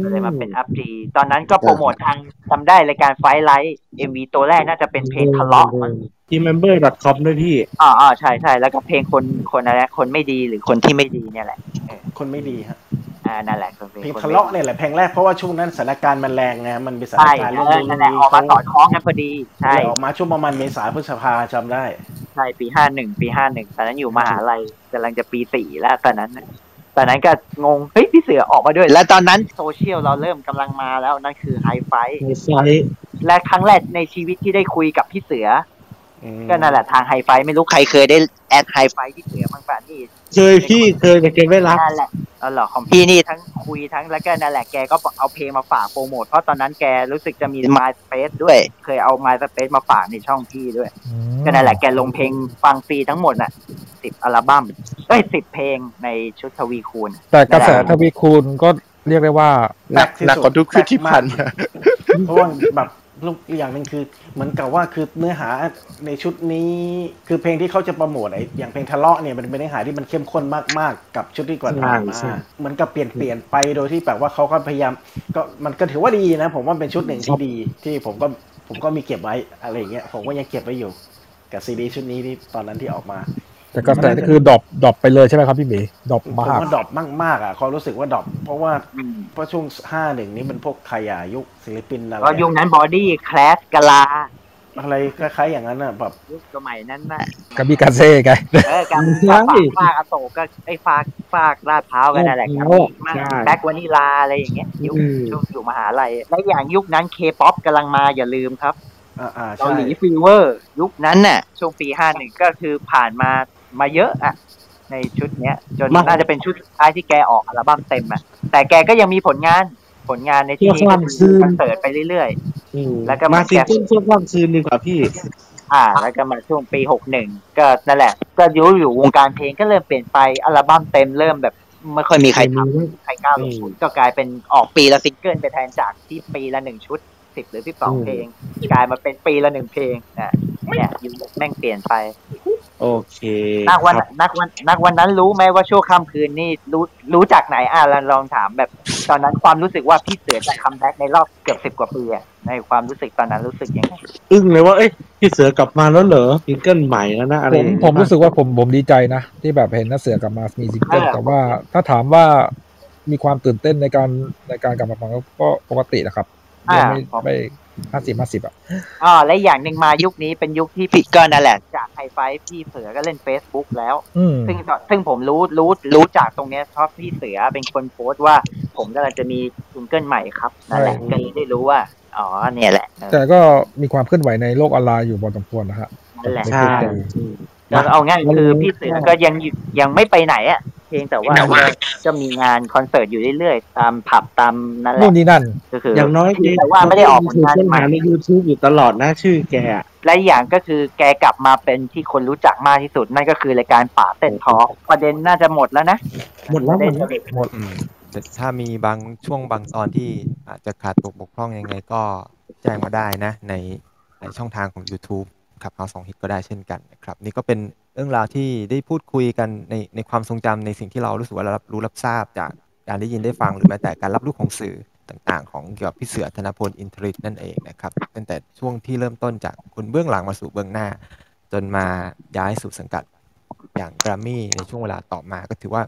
S6: ก็เลยมาเป็นอัพจีตอนนั้นก็โปรโมททางจำได้รายการไฟไลท์เอ็มวีตัวแรกน่าจะเป็นเพลงทะเลาะมั้ง
S3: remember.com ด้วยพี่
S6: อ่าอ่าใช่ใช่แล้วก็เพลงคนคนอะไรนะคนไม่ดีหรือคนที่ไม่ดีเนี่ยแหละ
S12: คนไม่ดีฮะ
S6: อ่านั่นแหละก็เป็น
S12: เพล
S6: คนไม่
S12: ง
S6: ดี
S12: ทะเลาะเนี่ยแหละเพลงแรกเพราะว่าช่วงนั้นสถานการณ์มันแรงไงมันเป็นสถาน
S6: ใช่
S12: การณ์
S6: เอ
S12: เรื่อง
S6: อนั่นแหละออกมาสอดคล้องกันพอดีใช่
S12: ออกมาช่วงประมาณเมษาพฤษภาจำได้
S6: ใช่ปีห้าหนึ่งปีห้าหนึ่งตอนนั้นอยู่มหาลัยกำลังจะปีสี่แล้วตอนนั้นน่ะตอนนั้นก็งงเฮ้ยพี่เสือออกมาด้วย แล้วตอนนั้นโซเชียลเราเริ่มกำลังมาแล้วนั่นคือไฮไฟว์
S3: ในไซต์
S6: และครั้งแรกในชีวิตที่ได้คุยกับพี่เสืออก็นั่นแหละทางไฮไฟว์ไม่รู้ใครเคยได้แอดไฮไฟว์พี่เสือบ้างป่ะนี่
S3: เคยพี่เคยแต่แกไม่รับ
S6: นั่นแหละเอาเหรอของพี่นี่ทั้งคุยทั้งแล้วก็นั่นแหละแกก็เอาเพลงมาฝากโปรโมทเพราะตอนนั้นแกรู้สึกจะมีมายสเปซด้วย เคยเอามายสเปซมาฝากในช่องพี่ด้วย ก็นั่นแหละแกลงเพลงฟังฟรีทั้งหมดน่ะสิบอัลบั้มเอ้ยสิบเพลงในชุดทวีคูณ
S7: แต่กระแสทวีคูณก็เรียกได้ว่า
S12: หนักที่สุดหนักกว่าทุกชุดที่ผ่านมา เพราะว่าแบบลูกอย่างหนึ่งคือ เหมือนกับว่าคือเนื้อหาในชุดนี้คือเพลงที่เขาจะโปรโมทไอ้อย่างเพลงทะเลาะเนี่ยมันเป็นเนื้อหาที่มันเข้มข้นมากๆ กับชุดที่ก่อนผ่านมา
S7: ใช่ใช่
S12: เหมือนกับเปลี่ยนเปลี่ยนไปโดยที่แบบว่าเขาก็พยายาม ก็มันก็ถือว่าดีนะ ผมว่าเป็นชุดหนึ่งที่ดี ที่ผมก็ผมก็มีเก็บไว้อะไรอย่างเงี้ยผมก็ยังเก็บไว้อยู่ กับซีดีชุดนี้ที่ตอนนั้นที่ออกมา
S7: แต่ กระแสนี่คือดรอปดรอปไปเลยใช่ไหมครับพี่หมีดรอป
S12: ผม
S7: มาก
S12: ว่าดรอปมากๆอ่ะความรู้สึกว่าดรอปเพราะว่าเพราะช่วงห้าหนึ่งนี้มันพวกใครอ่ะยุคศิลปินอะไร
S6: ก็ยุคนั้นบอดี้แคลสกลา
S12: อะไรคล้ายๆอย่างนั้นอ่ะแบบ
S6: ยุคสมัยนั้นน่ะ
S7: กามิกาเซ่ไง
S6: เออการฝากฝากอโศกก็ไอ้ฝากฝากลาดพร้าวกันนั่นแหละครับมาก
S7: ใช่
S6: แบ็กวานิลาอะไรอย่างเงี้ยยุค
S7: อืม
S6: ช่วงอยู่มหาลัยและอย่างยุคนั้นเคป๊อปกำลังมาอย่าลืมครับ
S12: อ่าอ่า
S6: เกา
S12: ใช่
S6: หลีฟีเวอร์ ยุคนั้นน่ะช่วงปีห้าหนึ่งก็คือผ่านมามาเยอะอ่ะ ในชุดเนี้ย จนน่าจะเป็นชุดสุดท้ายที่แกออกอัลบั้มเต็มอะแต่แกก็ยังมีผลงานผลงานในที่นี้ก็คือคอนเสิร์ตไปเรื่อยๆ แล้วก็
S3: มา
S6: มา
S3: ซิง
S6: แก
S3: เกิลช่วงกลางคืนดีกว่าพี่
S6: อ่า แล้วก็มาช่วงปีหกหนึ่งก็นั่นแหละ ก็อยู่อยู่วงการเพลงก็เริ่มเปลี่ยนไปอัลบั้มเต็มเริ่มแบบไม่ค่อยมีใครทำใครกล้าลงทุนก็กลายเป็นออกปีละซิงเกิลไปแทนจากที่ปีละหนึ่งชุดสิบหรือสิบสอง
S3: อืม
S6: เพลง กลายมาเป็นปีละหนึ่งเพลงอ่ะเนี่ยอยู่แม่งเปลี่ยนไป
S3: โอเค
S6: นักวัน
S3: ครับ
S6: นักวันนักวันนั้นรู้ไหมว่าช่วงค่ำคืนนี่รู้รู้จากไหนอ่ะลองลองถามแบบ ตอนนั้นความรู้สึกว่าพี่เสือจะคัมแบ็กในรอบเกือบสิบ10 กว่าปีอ่ะในความรู้สึกตอนนั้นรู้สึกยังไง
S3: อึ้งเลยว่าเอ้ยพี่เสือกลับมาแล้วเหรอซิงเกิลใหม่แล้วนะอะไร
S7: ผ
S3: อย่าม งงี้
S7: ผมรู้สึกว่าผมผมดีใจนะ ที่แบบเห็นน้าเสือกลับมามีซิงเกิล
S6: อ่า
S7: แต่ว่าถ้าถามว่ามีความตื่นเต้นในการในการกลับมาฟังก็ปกตินะครับยังไม่ไม่ห้าสิบห้าสิบอ่ะ
S6: อ่าและอย่างหนึ่งมายุคนี้เป็นยุคที่พี่ก็นั่นแหละจากไฮไฟว์พี่เสือก็เล่น Facebook แล้ว
S7: อืม
S6: ซึ่งซึ่งผมรู้รู้รู้จากตรงเนี้ยเพราะพี่เสือเป็นคนโพสต์ว่า ผมกำลังจะมีซิงเกิลใหม่ครับนั่นแหละก็เลยได้รู้ว่า อ๋อเนี่ยแหละเออ
S7: แต่ก็มีความเคลื่อนไหวในโลกออนไลน์อยู่พอสมควรนะฮะ
S6: นั่นแหละ
S7: ไม่พูดกัน
S6: แล้วเอาง่ายคือพี่เสือก็ยังอยู่ยังไม่ไปไหนอ่ะ เพียงแต่ว่าจะมีงานคอนเสิร์ตอยู่เรื่อยๆ ตามผับตามนั่นแห
S7: นู่
S6: ละ
S7: นนี่นั่น
S6: ก็คือ
S3: อ
S6: อย่าง
S3: น้อย
S6: แต่ว่าไม่ได้ออกผลงาน
S3: เส้น
S6: ใหม่
S3: หาในยูทูบอยู่ตลอดนะชื่อแกอะ
S6: และอีกอย่างก็คือแกกลับมาเป็นที่คนรู้จักมากที่สุด นั่นก็คือรายการป่าเต้นทอล์กประเด็นน่าจะหมดแล้วนะ
S3: หมดแล้วหมดแล้ว
S2: หมดแต่ถ้ามีบางช่วงบางตอนที่อาจจะขาดตกบกพร่องยังไงก็แจ้งมาได้นะ ในในช่องทางของ YouTube ครับเอาสองฮิตก็ได้เช่นกันนะครับ นี่ก็เป็นเรื่องราวที่ได้พูดคุยกันในในความทรงจำในสิ่งที่เรารู้สึกว่าเรารับรู้รับทราบจากการได้ยินได้ฟังหรือแม้แต่การรับรู้ของสื่อต่างๆ ของเกี่ยวกับพี่เสือธนพลอินทริตนั่นเองนะครับตั้งแต่ช่วงที่เริ่มต้นจากคนเบื้องหลังมาสู่เบื้องหน้า จนมาย้ายสู่สังกัด อย่างแกรมมี่ในช่วงเวลาต่อมาก็ถือว่า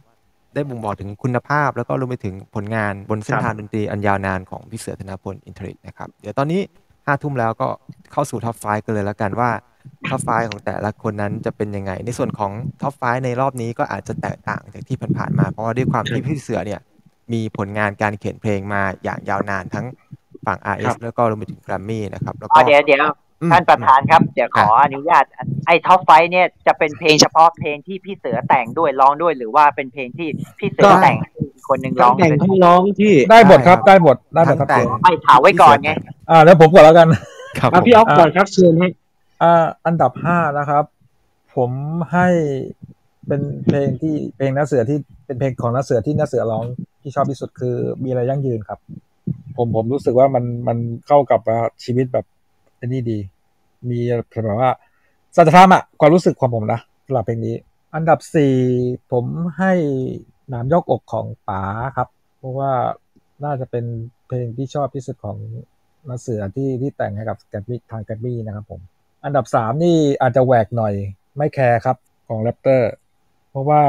S2: ได้บ่งบอกถึงคุณภาพ แล้วก็รวมไปถึงผลงานบนเส้นทางดนตรีอันยาวนานของพี่เสือธนพลอินทริตนะครับ เดี๋ยวตอนนี้ห้าทุ่มแล้วก็เข้าสู่ท็อปไฟกันเลยแล้วกันว่าท็อปไฟของแต่ละคนนั้นจะเป็นยังไง ในส่วนของท็อปไฟในรอบนี้ก็อาจจะแตกต่างจากที่ผ่านๆมา เพราะว่าด้วยความที่พี่เสือเนี่ย มีผลงานการเขียนเพลงมาอย่างยาวนานทั้งฝั่ง
S6: ครั
S2: RS
S6: บ
S2: แล้วก็รวมไปถึงแกรมมี่นะครับแล้ว
S6: อ๋
S2: ก็
S6: อเดี๋ยวเดี๋ยว
S2: อืม
S6: ท่านประธานครับ เดี๋ยวขออนุญาต ไอ้ท็อปไฟเนี่ยจะเป็นเพลงเฉพาะเพลงที่พี่เสือแต่งด้วยร้องด้วย หรือว่าเป็นเพลงที่พี่เสือแต่งให้อีกคนหนึ่งร้อง
S3: แต่ง
S6: เป็น
S3: ทั้งร้องพี่
S7: ได้หมดครับได้หมดได้หมดครับ
S6: ไม่ถามไว้ก่อนไง
S7: อ่าแล้วผมก่อนแล้วกัน
S2: ครับ
S3: อ่ะพี่ออฟก่อนครับเชิญให้
S7: อ่าอันดับห้านะครับ ผมให้เป็นเพลงที่เพลงน้าเสือที่เป็นเพลงของน้าเสือที่น้าเสือร้องที่ชอบที่สุดคือมีอะไรยั่งยืนครับ ผมผมรู้สึกว่ามันมันเข้ากับว่าชีวิตแบบไอ้นี่ดี มีแบบว่าสัจธรรมอะความรู้สึกของผมนะสำหรับเพลงนี้ อันดับสี่ผมให้หนามยอกอกของป๋าครับ เพราะว่าน่าจะเป็นเพลงที่ชอบที่สุดของนักเสือที่ที่แต่งให้กับแกรมมี่ทางแกรมมี่นะครับผม อันดับสามนี่อาจจะแหวกหน่อยไม่แคร์ครับของแรปเตอร์ เพราะว่า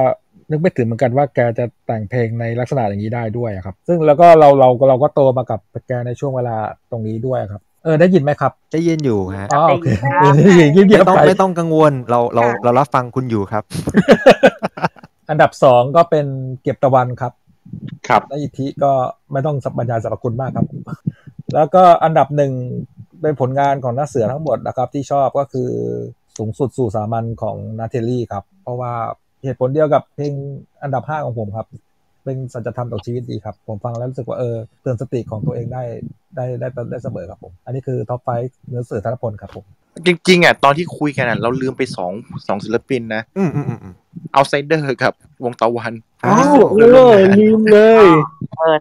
S7: นึกไม่ถึงเหมือนกันว่าแกจะแต่งเพลงในลักษณะอย่างนี้ได้ด้วยอะครับ ซึ่งแล้วก็เราเราเราก็โตมากับแกในช่วงเวลาตรงนี้ด้วยครับ เออได้ยินไหมครับ
S2: ได้ยินอยู่ฮะ
S7: อ๋อโอเค
S2: ได้
S7: ได้
S2: ยิ
S7: ยิน
S2: น
S7: เงียบ
S2: ไม่
S7: ๆ
S2: ต้อง
S7: ไป
S2: ไม่ต้องกังวลเราเราเรารับฟังคุณอยู่ครับ
S7: อันดับสองก็เป็นเก็บตะวันครับ
S1: ครับ
S7: และอิทธิก็ไม่ต้องสับบรรยายสรรพคุณมากครับ แล้วก็อันดับหนึ่งเป็นผลงานของนักเสือทั้งหมดนะครับ ที่ชอบก็คือสูงสุดสู่สามัญของนาเทลลี่ครับ เพราะว่าเหตุผลเดียวกับเพลงอันดับห้าของผมครับ เป็นสัจธรรมต่อชีวิตดีครับ ผมฟังแล้วรู้สึกว่าเออเตือนสติของตัวเองได้ได้ได้ได้ได้เสมอครับผม อันนี้คือท็อปไฟเนื้อเสือธนพลครับผม
S1: จริงๆอ่ะตอนที่คุยกันอ่ะเราลืมไปสองสองศิลปินนะ
S2: อืมอืมอืม
S1: เอาไซเดอร์กับวงตะวัน
S3: อ้าวเออลืมเลย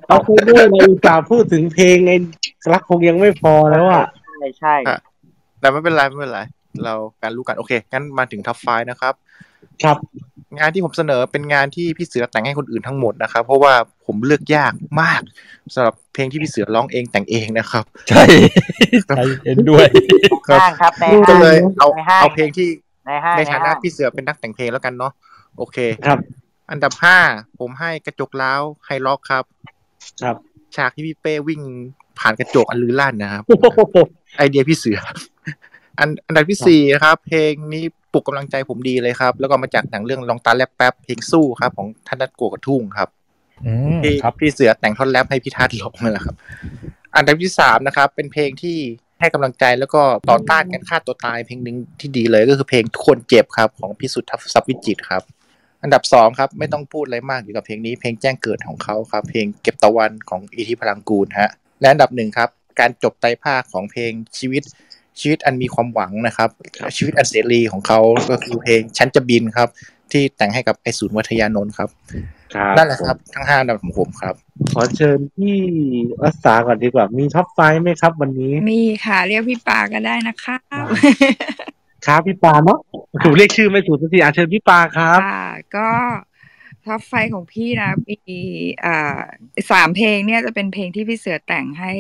S3: เอาคุยด้วยเราอุตส่าห์พูดถึงเพลงไอ้รักคงยังไม่พอแล้วอ่ะ
S6: ใช่ใช่
S1: อ่ะแต่ไม่เป็นไรไม่เป็นไร เราการรู้กันโอเคงั้นมาถึงท็อปไฟนะครับ
S3: ครับ
S1: งานที่ผมเสนอเป็นงานที่พี่เสือแต่งให้คนอื่นทั้งหมดนะครับ เพราะว่าผมเลือกยากมากสำหรับเพลงที่พี่เสือร้องเองแต่งเองนะครับ
S7: ใช่เห็นด้วย
S1: ครับ
S6: ห้างครับในห้าง
S1: ก็เลยเอา
S6: ในห้าง
S1: เอาเพลงที่
S6: ในห้าง
S1: ในฐานะ
S6: ในห้าง
S1: พี่เสือเป็นนักแต่งเพลงแล้วกันเนาะโอเค
S3: ครับ
S1: อันดับห้าผมให้กระจกล้าวไฮล็อกครับ
S3: ครับ
S1: ฉากที่พี่เป้วิ่งผ่านกระจกอันลือลั่นนะครับ ไอเดียพี่เสือ อันอันดับที่สี่นะครับ เพลงนี้ปลุกกำลังใจผมดีเลยครับ แล้วก็มาจากหนังเรื่องลองตาแลบแป๊บเพลงสู้ครับ ของท่านนัดโกกับทุ่งครับ
S7: อืม
S1: ที่
S7: ครับ
S1: พี่เสือแต่งท่อนแรปให้พี่ทัศน์ลงนั่นแหละครับ อันดับที่สามนะครับ เป็นเพลงที่ให้กำลังใจแล้วก็ต่อต้านการฆ่าตัวตายเพลงหนึ่งที่ดีเลยก็คือเพลงทุกคนเจ็บครับ ของพี่สุทธศัพย์วิจิตรครับ อันดับสองครับ ไม่ต้องพูดอะไรมากเกี่ยวกับเพลงนี้ เพลงแจ้งเกิดของเขาครับ เพลงเก็บตะวันของอิทธิพลังกูลฮะ และอันดับหนึ่งครับ การจบไตรภาคของเพลงชีวิตชีวิตอันมีความหวังนะครับ ชีวิตอันเสรีของเขาก็คือเพลงฉันจะบินครับ ที่แต่งให้กับไอศูนย์วัทยานนท์ครับ
S3: ครับ
S1: นั่นแหละครับทั้งห้าอันดับของผมครับ
S3: ขอเชิญพี่รัสาก่อนดีกว่า มีท็อปไฟว์ไหมครับวันนี้
S17: มีค่ะ เรียกพี่ปาก็ได้นะคะ
S3: ครับพี่ปาเนาะผมเรียกชื่อไม่ถูกสักทีอาเชิญพี่ปาครับ
S17: ค่ะก็ท็อปไฟของพี่นะมีอ่าสามเพลงเนี่ยจะเป็นเพลงที่พี่เสือแต่งให้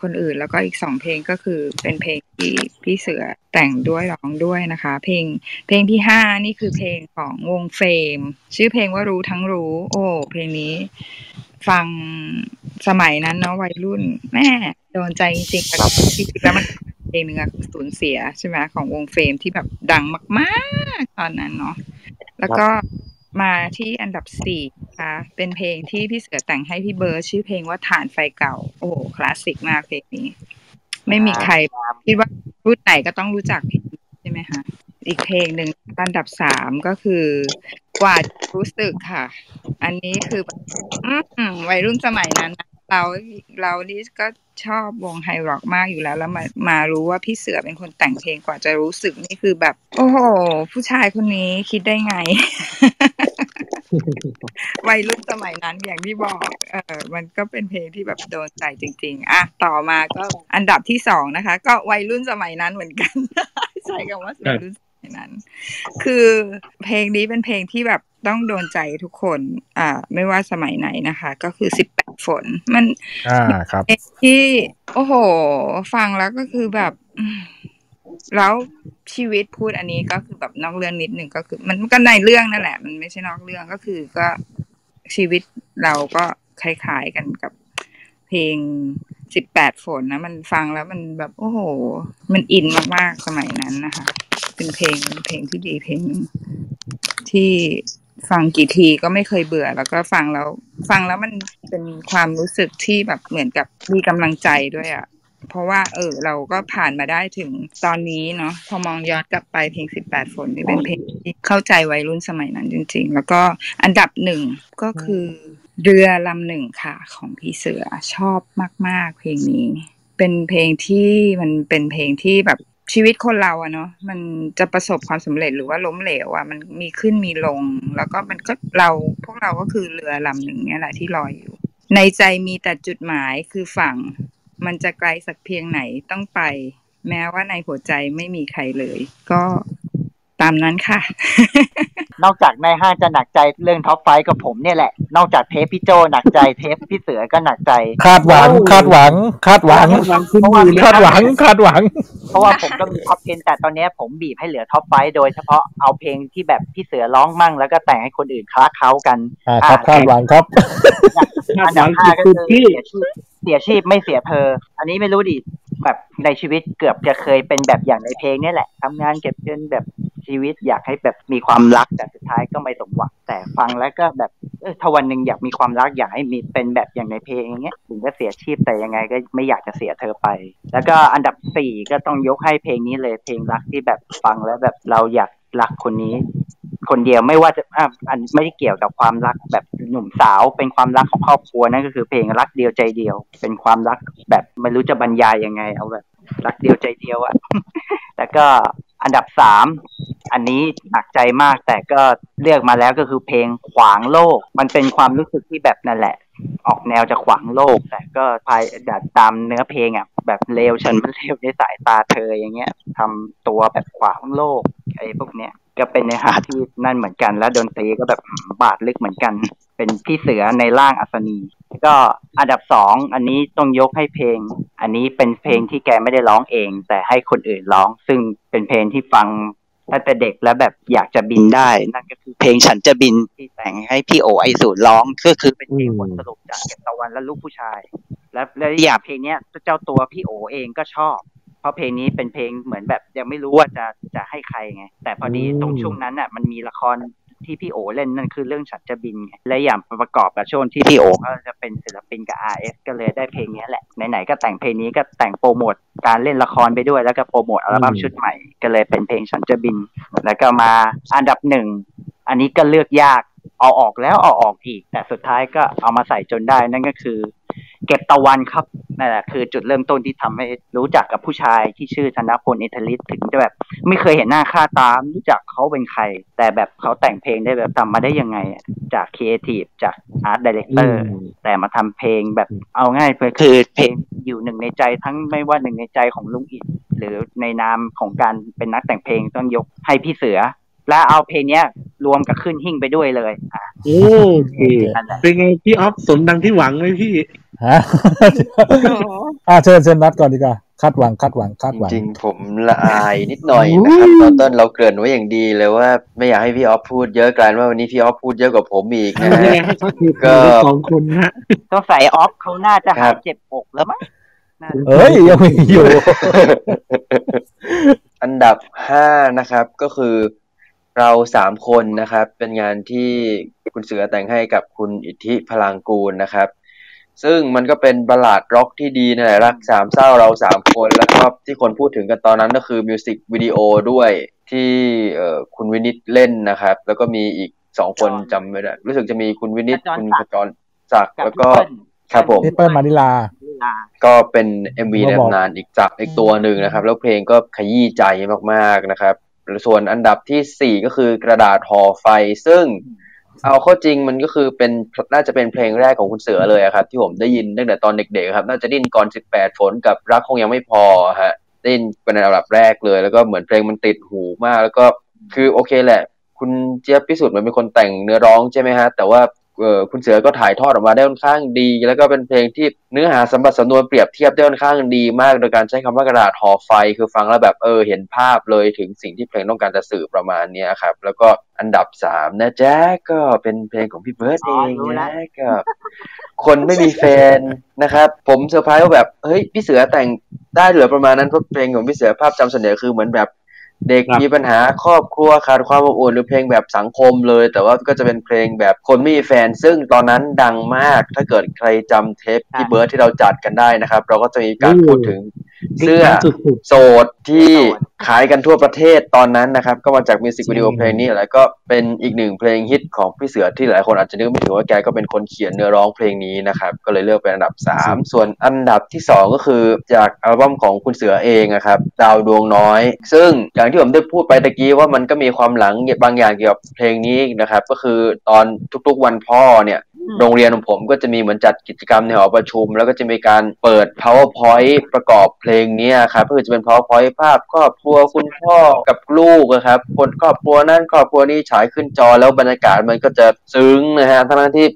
S17: คนอื่น แล้วก็อีกสองเพลงก็คือเป็นเพลงที่พี่เสือแต่งด้วยร้องด้วยนะคะ เพลงเพลงที่ห้านี่คือเพลงของวงเฟรมชื่อเพลงว่ารู้ทั้งรู้ โอ้เพลงนี้ ฟังสมัยนั้นเนาะวัยรุ่น แม่โดนใจจริงๆแล้วก็จริงๆแล้วมันเพลงหนึ่งอะคือสูญเสียใช่ไหมของวงเฟรมที่แบบดังมากๆ ตอนนั้นเนาะแล้วก็มาที่อันดับสี่นะคะเป็นเพลงที่พี่เสือแต่งให้พี่เบิร์ดชื่อเพลงว่าฐานไฟเก่า โอ้โหคลาสสิกมากเพลงนี้ ไม่มีใครคิดว่ารุ่นไหนก็ต้องรู้จักเพลงนี้ใช่ไหมคะ อีกเพลงหนึ่งอันดับสามก็คือกว่าจะรู้สึกค่ะ อันนี้คือแบบอื้อหือวัยรุ่นสมัยนั้นนะเราเรานี่ก็ชอบวงไฮร็อกมากอยู่แล้ว แล้วมามารู้ว่าพี่เสือเป็นคนแต่งเพลงกว่าจะรู้สึกนี่คือแบบ โอ้โห ผู้ชายคนนี้คิดได้ไง วัยรุ่นสมัยนั้นอย่างที่บอก เออมันก็เป็นเพลงที่แบบโดนใจจริง ๆ อ่ะ ต่อมาก็อันดับที่สองนะคะ ก็วัยรุ่นสมัยนั้นเหมือนกัน ใช่คำว่าวัยรุ่นสมัยนั้น คือเพลงนี้เป็นเพลงที่แบบต้องโดนใจทุกคน อ่า ไม่ว่าสมัยไหนนะคะ ก็คือสิบแปดฝน มัน
S20: อ่าครับ
S17: เพลงที่โอ้โห ฟังแล้วก็คือแบบอืมแล้วชีวิตพูดอันนี้ก็คือแบบนอกเรื่องนิดหนึ่งก็คือ มันก็ในเรื่องนั่นแหละ มันไม่ใช่นอกเรื่องก็คือก็ชีวิตเราก็คล้ายๆกันกับเพลงสิบแปดฝนนะ มันฟังแล้วมันแบบโอ้โห มันอินมากๆสมัยนั้นนะคะ เป็นเพลงเพลงที่ดีเพลงหนึ่ง ที่ฟังกี่ทีก็ไม่เคยเบื่อ แล้วก็ฟังแล้วฟังแล้วมันเป็นความรู้สึกที่แบบเหมือนกับมีกำลังใจด้วยอะ่ะ เพราะว่าเออ เราก็ผ่านมาได้ถึงตอนนี้เนาะพอมองย้อนกลับไปเพลงสิบแปดฝนนี่เป็นเพลงที่เข้าใจวัยรุ่นสมัยนั้นจริง ๆ แล้วก็อันดับหนึ่งก็คือเรือลำหนึ่งค่ะ ของพี่เสือชอบมาก ๆ เพลงนี้ เป็นเพลงที่มันเป็นเพลงที่แบบชีวิตคนเราอะเนาะมันจะประสบความสำเร็จหรือว่าล้มเหลวอะมันมีขึ้นมีลง แล้วก็มันก็เราพวกเราก็คือเรือลำหนึ่งเนี่ยแหละที่ลอยอยู่ ในใจมีแต่จุดหมายคือฝั่ง มันจะไกลสักเพียงไหนต้องไป แม้ว่าในหัวใจไม่มีใครเลย ก็ตามนั้นค่ะ
S6: นอกจากนายห้างจะหนักใจเรื่องท็อปไฟว์กับผมเนี่ยแหละ นอกจากเทปพี่โจหนักใจ เทปพี่เสือก็หนักใจ
S7: คาดหวังคาดหวังคาดหวังคาดหวังคาดหวัง
S6: เพราะว่าผมก็มีท็อปเทนแต่ตอนเนี้ยผมบีบให้เหลือท็อปไฟว์โดยเฉพาะเอาเพลงที่แบบพี่เสือร้องมั่งแล้วก็แต่งให้คนอื่นคลาเคล้ากัน
S7: อ่าครับ
S6: อ่ะ
S7: คาดหวังครับ
S6: อันดับห้าก็คือเสียชีพเสียชีพไม่เสียเพอ อันนี้ไม่รู้ดิแบบในชีวิตเกือบจะเคยเป็นแบบอย่างในเพลงเนี่ยแหละทำงานเก็บเงินแบบชีวิตอยากให้แบบมีความรักแต่สุดท้ายก็ไม่สมหวังแต่ฟังแล้วก็แบบเออถ้าวันหนึ่งอยากมีความรักอยากให้มีเป็นแบบอย่างในเพลงอย่างเงี้ยถึงจะเสียชีพแต่ยังไงก็ไม่อยากจะเสียเธอไป แล้วก็อันดับสี่ก็ต้องยกให้เพลงนี้เลยเพลงรักที่แบบฟังแล้วแบบเราอยากรักคนนี้ คนเดียวไม่ว่าจะอ่ะอันไม่ได้เกี่ยวกับความรักแบบหนุ่มสาวเป็นความรักของครอบครัวนั่นก็คือเพลงรักเดียวใจเดียว เป็นความรักแบบไม่รู้จะบรรยายยังไง เอาแบบรักเดียวใจเดียวอะ แล้วก็อันดับสามอันนี้หนักใจมากแต่ก็เลือกมาแล้วก็คือเพลงขวางโลก มันเป็นความรู้สึกที่แบบนั่นแหละ ออกแนวจะขวางโลก แต่ก็ภายตามเนื้อเพลงอ่ะ แบบเลวฉันมันเลวในสายตาเธออย่างเงี้ยทำตัวแบบขวางโลกไอ้พวกเนี้ยก็เป็นเนื้อหาที่นั่นเหมือนกัน แล้วดนตรีก็แบบอืมบาดลึกเหมือนกัน เป็นพี่เสือในร่างอัศนี ก็อันดับสองอันนี้ต้องยกให้เพลง อันนี้เป็นเพลงที่แกไม่ได้ร้องเอง แต่ให้คนอื่นร้อง ซึ่งเป็นเพลงที่ฟังตั้งแต่เด็กแล้วแบบอยากจะบินได้ นั่นก็คือเพลงฉันจะบินที่แต่งให้พี่โอไอสูตรร้องก็คือเป็นเพลงบทสรุปจากเก็บตะวันและลูกผู้ชาย และและอีกอย่างเพลงเนี้ยเจ้าตัวพี่โอเองก็ชอบ เพราะเพลงนี้เป็นเพลงเหมือนแบบยังไม่รู้ว่าจะจะให้ใครไง แต่พอดี
S13: อืม
S6: ตรงช่วงนั้นอ่ะมันมีละครที่พี่โอเล่นนั่นคือเรื่องฉันจะบินไงและอย่างประกอบกับช่วงที่พี่โอก็จะเป็นศิลปินกับ RS ก็เลยได้เพลงนี้แหละไหนๆก็แต่งเพลงนี้ก็แต่งโปรโมทการเล่นละครไปด้วยแล้วก็โปรโมทอัลบั้มชุดใหม่ก็เลยเป็นเพลงฉันจะบิน แล้วก็มาอันดับหนึ่ง อันนี้ก็เลือกยากเอาออกแล้วเอาออกอีก แต่สุดท้ายก็เอามาใส่จนได้นั่นก็คือ เก็บตะวันครับนั่นแหละคือจุดเริ่มต้นที่ทำให้รู้จักกับผู้ชายที่ชื่อธนพลอิทธิฤทธิ์ถึงจะแบบ ไม่เคยเห็นหน้าค่าตาม รู้จักเขาเป็นใคร แต่แบบเขาแต่งเพลงได้แบบทำมาได้ยังไงอะจากครีเอทีฟจากอาร์ตดีเลกเตอร์
S20: อืม
S6: แต่มาทำเพลงแบบเอาง่ายไปคือเพลงอยู่หนึ่งในใจทั้งไม่ว่าหนึ่งในใจของลุงอิดหรือในนามของการเป็นนักแต่งเพลงต้องยกให้พี่เสือ และเอาเพลงเนี้ยรวมกับขึ้นหิ่งไปด้วยเลยอ่ะ
S3: โอ้โหเป็นไงพี่ออฟสมดังที่หวังไหมพี่
S7: ฮะ อ่าเชิญเชิญนัดก่อนดีกว่าคาดหวังคาดหวังคาดหวัง
S10: จริงผมละอายนิดหน่อยนะครับตอนต้นเราเกริ่นไว้อย่างดีเลยว่าไม่อยากให้พี่ออฟพูดเยอะกลายเป็นว่าวันนี้พี่ออฟพูดเยอะกว่าผมอีกนะฮะ ก็
S3: สองคนฮะ
S6: ก็ใส่ออฟเขาน่าจะ
S10: ครั
S6: หาย
S10: บ
S6: เจ็บอกแล้วมั้งน่าจะ
S7: เอ้ยยังมีอยู่
S10: อันดับห้านะครับก็คือเราสามคนนะครับ เป็นงานที่คุณเสือแต่งให้กับคุณอิทธิพลังกูลนะครับ ซึ่งมันก็เป็นบัลลาดร็อกที่ดีนั่นแหละรักสามเศร้าเราสามคน แล้วก็ที่คนพูดถึงกันตอนนั้นก็คือมิวสิกวิดีโอด้วยที่เอ่อคุณวินิตเล่นนะครับ แล้วก็มีอีกสองคนจำไม่ได้รู้สึกจะมีคุณวินิตคุณขจรศักดิ์แล้วก็ครับผม
S7: พี่เปิ้ลมาดิลา
S10: ก็เป็น MV
S7: ก็
S10: ใน
S7: บอก
S10: ตำนานอีกจากอีกตัวหนึ่งนะครับ แล้วเพลงก็ขยี้ใจมากๆนะครับ ส่วนอันดับที่สี่ก็คือกระดาษห่อไฟ ซึ่งเอาเข้อจริงมันก็คือเป็นน่าจะเป็นเพลงแรกของคุณเสือเลยอะครับ ที่ผมได้ยินตั้งแต่ตอนเด็กๆครับ น่าจะไดยินก่อน 18 ฝนกับรักคงยังไม่พอฮะได้ยินเป็นอันดับแรกเลย แล้วก็เหมือนเพลงมันติดหูมาก แล้วก็คือโอเคแหละ คุณเจี๊ยบพิสุทธิ์เหมือนเป็นคนแต่งเนื้อร้องใช่ไหมฮะ แต่ว่าเอ่อคุณเสือก็ถ่ายทอดออกมาได้ค่อนข้างดี แล้วก็เป็นเพลงที่เนื้อหาสัมบัติสำนวนเปรียบเทียบได้ค่อนข้างดีมาก โดยการใช้คำว่ากระดาษห่อไฟ คือฟังแล้วแบบเออเห็นภาพเลยถึงสิ่งที่เพลงต้องการจะสื่อประมาณเนี้ยครับ แล้วก็อันดับสามนะแจ๊กก็เป็นเพลงของพี่เบิร์ดเองนะก็ คนไม่มีแฟนนะครับ ผมเซอร์ไพรส์ว่าแบบเฮ้ยพี่เสือแต่งได้เหลือประมาณนั้นเพราะเพลงของพี่เสือภาพจำเสนอคือเหมือนแบบ เด็กมีปัญหาครอบครัวขาดความอบอุ่นหรือเพลงแบบสังคมเลย แต่ว่าก็จะเป็นเพลงแบบคนไม่มีแฟน ซึ่งตอนนั้นดังมาก ถ้าเกิดใครจำเทปพี่เบิร์ดที่เราจัดกันได้นะครับ เราก็จะมีการพูดถึง เสื้อโสดที่ขายกันทั่วประเทศตอนนั้นนะครับ ก็มาจากมิวสิกวิดีโอเพลงนี้แล้วก็เป็นอีกหนึ่งเพลงฮิตของพี่เสือที่หลายคนอาจจะนึกไม่ถึงว่าแกก็เป็นคนเขียนเนื้อร้องเพลงนี้นะครับ ก็เลยเลือกเป็นอันดับ 3 ส่วนอันดับที่ 2 ก็คือจากอัลบั้มของคุณเสือเองนะครับดาวดวงน้อย ซึ่งอย่างที่ผมได้พูดไปตะกี้ว่ามันก็มีความหลังบางอย่างเกี่ยวกับเพลงนี้นะครับ ก็คือตอนทุกๆวันพ่อเนี่ย โรงเรียนของผมก็จะมีเหมือนจัดกิจกรรมในหอประชุม แล้วก็จะมีการเปิด powerpoint ประกอบเพลงเนี้ยครับก็คือจะเป็น powerpoint ภาพครอบครัวคุณพ่อกับลูกอะครับคนครอบครัวนั่นครอบครัวนี้ฉายขึ้นจอแล้วบรรยากาศมันก็จะซึ้งนะฮะทั้งๆที่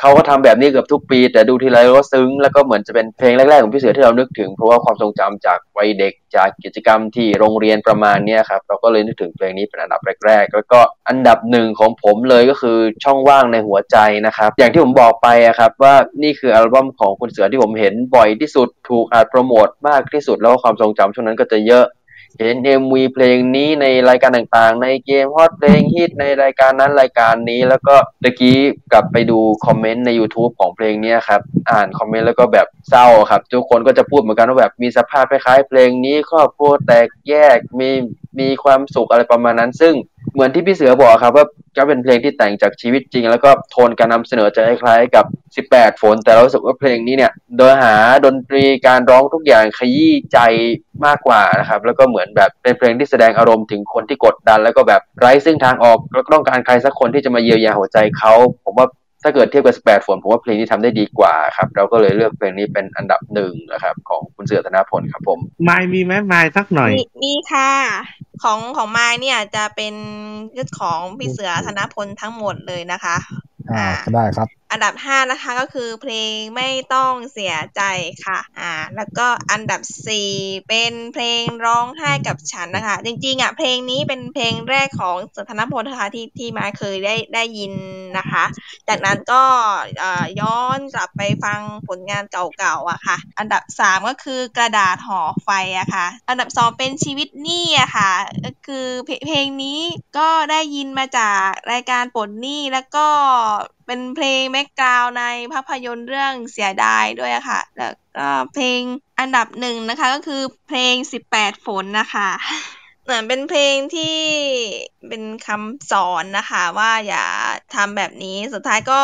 S10: เขาก็ทำแบบนี้เกือบทุกปี แต่ดูทีไรก็ซึ้งแล้วก็เหมือนจะเป็นเพลงแรกๆของพี่เสือที่เรานึกถึงเพราะว่าความทรงจำจากวัยเด็กจากกิจกรรมที่โรงเรียนประมาณเนี้ยครับเราก็เลยนึกถึงเพลงนี้เป็นอันดับแรกๆแล้วก็อันดับหนึ่งของผมเลยก็คือช่องว่างในหัวใจนะครับ อย่างที่ผมบอกไปอะครับว่านี่คืออัลบั้มของคุณเสือที่ผมเห็นบ่อยที่สุดถูกอัดโปรโมทมากที่สุดแล้วก็ความทรงจำช่วงนั้นก็จะเยอะ เห็น MV เพลงนี้ในรายการต่างๆ ในเกมฮอตเพลงฮิตในรายการนั้นรายการนี้แล้วก็ตะกี้กลับไปดูคอมเมนต์ใน YouTube ของเพลงเนี้ยครับ อ่านคอมเมนต์แล้วก็แบบเศร้าครับ ทุกคนก็จะพูดเหมือนกันว่าแบบมีสภาพคล้ายๆเพลงนี้ครอบครัวแตกแยกมีมีความสุขอะไรประมาณนั้น ซึ่งเหมือนที่พี่เสือบอกครับว่าก็เป็นเพลงที่แต่งจากชีวิตจริง แล้วก็โทนการนำเสนอจะคล้ายๆกับ 18 ฝน แต่เรารู้สึกว่าเพลงนี้เนี่ยโดยหาดนตรีการร้องทุกอย่างขยี้ใจมากกว่านะครับ แล้วก็เหมือนแบบเป็นเพลงที่แสดงอารมณ์ถึงคนที่กดดัน แล้วก็แบบไร้ซึ่งทางออกแล้วก็ต้องการใครสักคนที่จะมาเยียวยาหัวใจเขาผมว่าถ้าเกิดเทียบกับ 18 ฝนผมว่าเพลงนี้ทำได้ดีกว่าครับเราก็เลยเลือกเพลงนี้เป็นอันดับหนึ่งนะครับของคุณเสือธนพลครับผม
S3: มายมีไหมมายสักหน่อย
S4: มีมีค่ะ ของของมายเนี่ยจะเป็นยึดของพี่เสือธนพลทั้งหมดเลยนะคะ
S7: อ่าก็ได้ครับ
S4: อันดับห้านะคะก็คือเพลงไม่ต้องเสียใจค่ะ อ่า แล้วก็อันดับสี่เป็นเพลงร้องไห้กับฉันนะคะ จริงๆอ่ะเพลงนี้เป็นเพลงแรกของสุนทรพลนะคะที่ที่มาเคยได้ได้ยินนะคะ จากนั้นก็เอ่อย้อนกลับไปฟังผลงานเก่าๆอะค่ะ อันดับสามก็คือกระดาษห่อไฟอะค่ะ อันดับสองเป็นชีวิตหนี้อะค่ะก็คือเพลงเพลงนี้ก็ได้ยินมาจากรายการปลดหนี้แล้วก็เป็นเพลงแบ็กกราวในภาพยนตร์เรื่องเสียดายด้วยอะค่ะ แล้วก็เพลงอันดับหนึ่งนะคะก็คือเพลง 18 ฝนนะคะ เหมือนเป็นเพลงที่เป็นคำสอนนะคะ ว่าอย่าทำแบบนี้สุดท้ายก็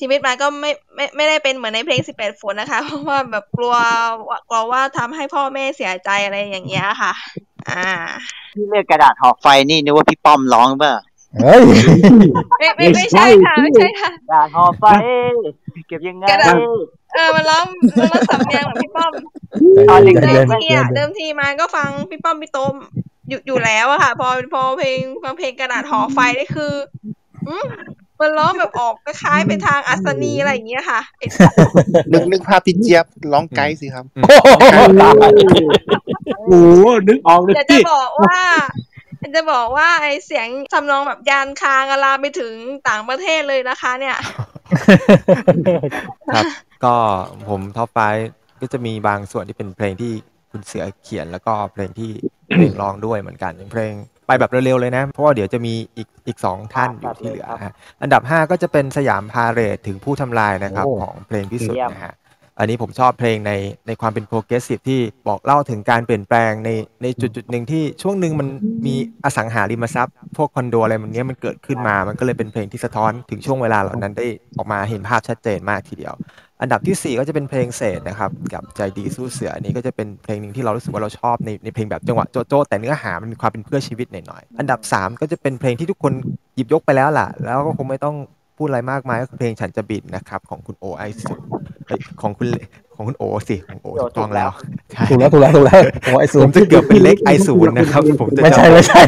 S4: ชีวิตมันก็ไม่ไม่ไม่ได้เป็นเหมือนในเพลง 18 ฝนนะคะ เพราะว่าแบบกลัวว่ากลัวว่าทำให้พ่อแม่เสียใจอะไรอย่างเงี้ยค่ะ อ่า
S6: ที่เลือกกระดาษหอกไฟนี่นึกว่าพี่ป้อมร้องเปล่า
S7: เฮ้ย
S4: ไม่ไม่ไม่ใช่ค่ะไม่ใช่ ค่ะ
S6: กระดาษหอกไฟเก็บยังไง
S4: กระดาษ เออมันร้องมันร้องสำเนียงแบบพี่ป้อม
S6: ตอนเด็ก
S4: เดิมทีอ่ะ
S6: ๆ
S4: เดิมทีมาก็ฟังพี่ป้อมพี่โต้มอยู่อยู่แล้วอะค่ะ พอพอเพลงฟังเพลงกระดาษหอไฟนี่คืออืมมันร้องแบบออกคล้ายๆไปทางอัศนีอะไรอย่างเงี้ยค่ะไอ้
S1: นึกนึกภาพพี่เจี๊ยบร้องไกด์สิครับ
S3: โอ้โหนึกออกเลย
S4: แต่จะ
S3: พี่
S4: บอกว่าแต่จะบอกว่าไอเสียงทำนองแบบยานคางอะลามไปถึงต่างประเทศเลยนะคะ เนี่ย
S2: ครับ ก็ผมท็อปไฟก็จะมีบางส่วนที่เป็นเพลงที่คุณเสือเขียนแล้วก็เพลงที่ เพลงร้องด้วยเหมือนกันอย่างเพลงไปแบบเร็วๆเลยนะ เพราะว่าเดี๋ยวจะมีอีกอีกสองท่านอยู่ที่เหลือนะฮะอันดับ 5 ก็จะเป็นสยามพาเรดถึงผู้ทำลายนะครับ
S7: โอ้
S2: ของเพลงพิสุทธิ์นะฮะ อันนี้ผมชอบเพลงในในความเป็นโปรเกรสซีฟที่บอกเล่าถึงการเปลี่ยนแปลงในในจุดจุดหนึ่งที่ช่วงหนึ่งมันมีอสังหาริมทรัพย์ พวกคอนโดอะไรมันเนี้ยมันเกิดขึ้นมา มันก็เลยเป็นเพลงที่สะท้อนถึงช่วงเวลาเหล่านั้นได้ออกมาเห็นภาพชัดเจนมากทีเดียว อันดับที่ 4 ก็จะเป็นเพลงเศษนะครับ กับใจดีสู้เสืออันนี้ก็จะเป็นเพลงหนึ่งที่เรารู้สึกว่าเราชอบในในเพลงแบบจังหวะโจโจ้แต่เนื้อหามันมีความเป็นเพื่อชีวิตหน่อยๆอันดับ 3 ก็จะเป็นเพลงที่ทุกคนหยิบยกไปแล้วล่ะ แล้วก็คงไม่ต้องพูดอะไรมากมายก็คือเพลงฉันจะบินนะครับของคุณโอไอสุด เอ้ยของคุณเลของคุณโอสิของโอถูกต้องแล้ว
S7: ถูกแล้วถูกแล้วถูกแล้วโอ้ไอศู
S2: ผ
S7: น
S2: ม
S7: ย์
S2: จะเกือบเป็นเลขไอศูนย์นะครับ ผมจะ
S7: ไม่ใช่ไม่ใช่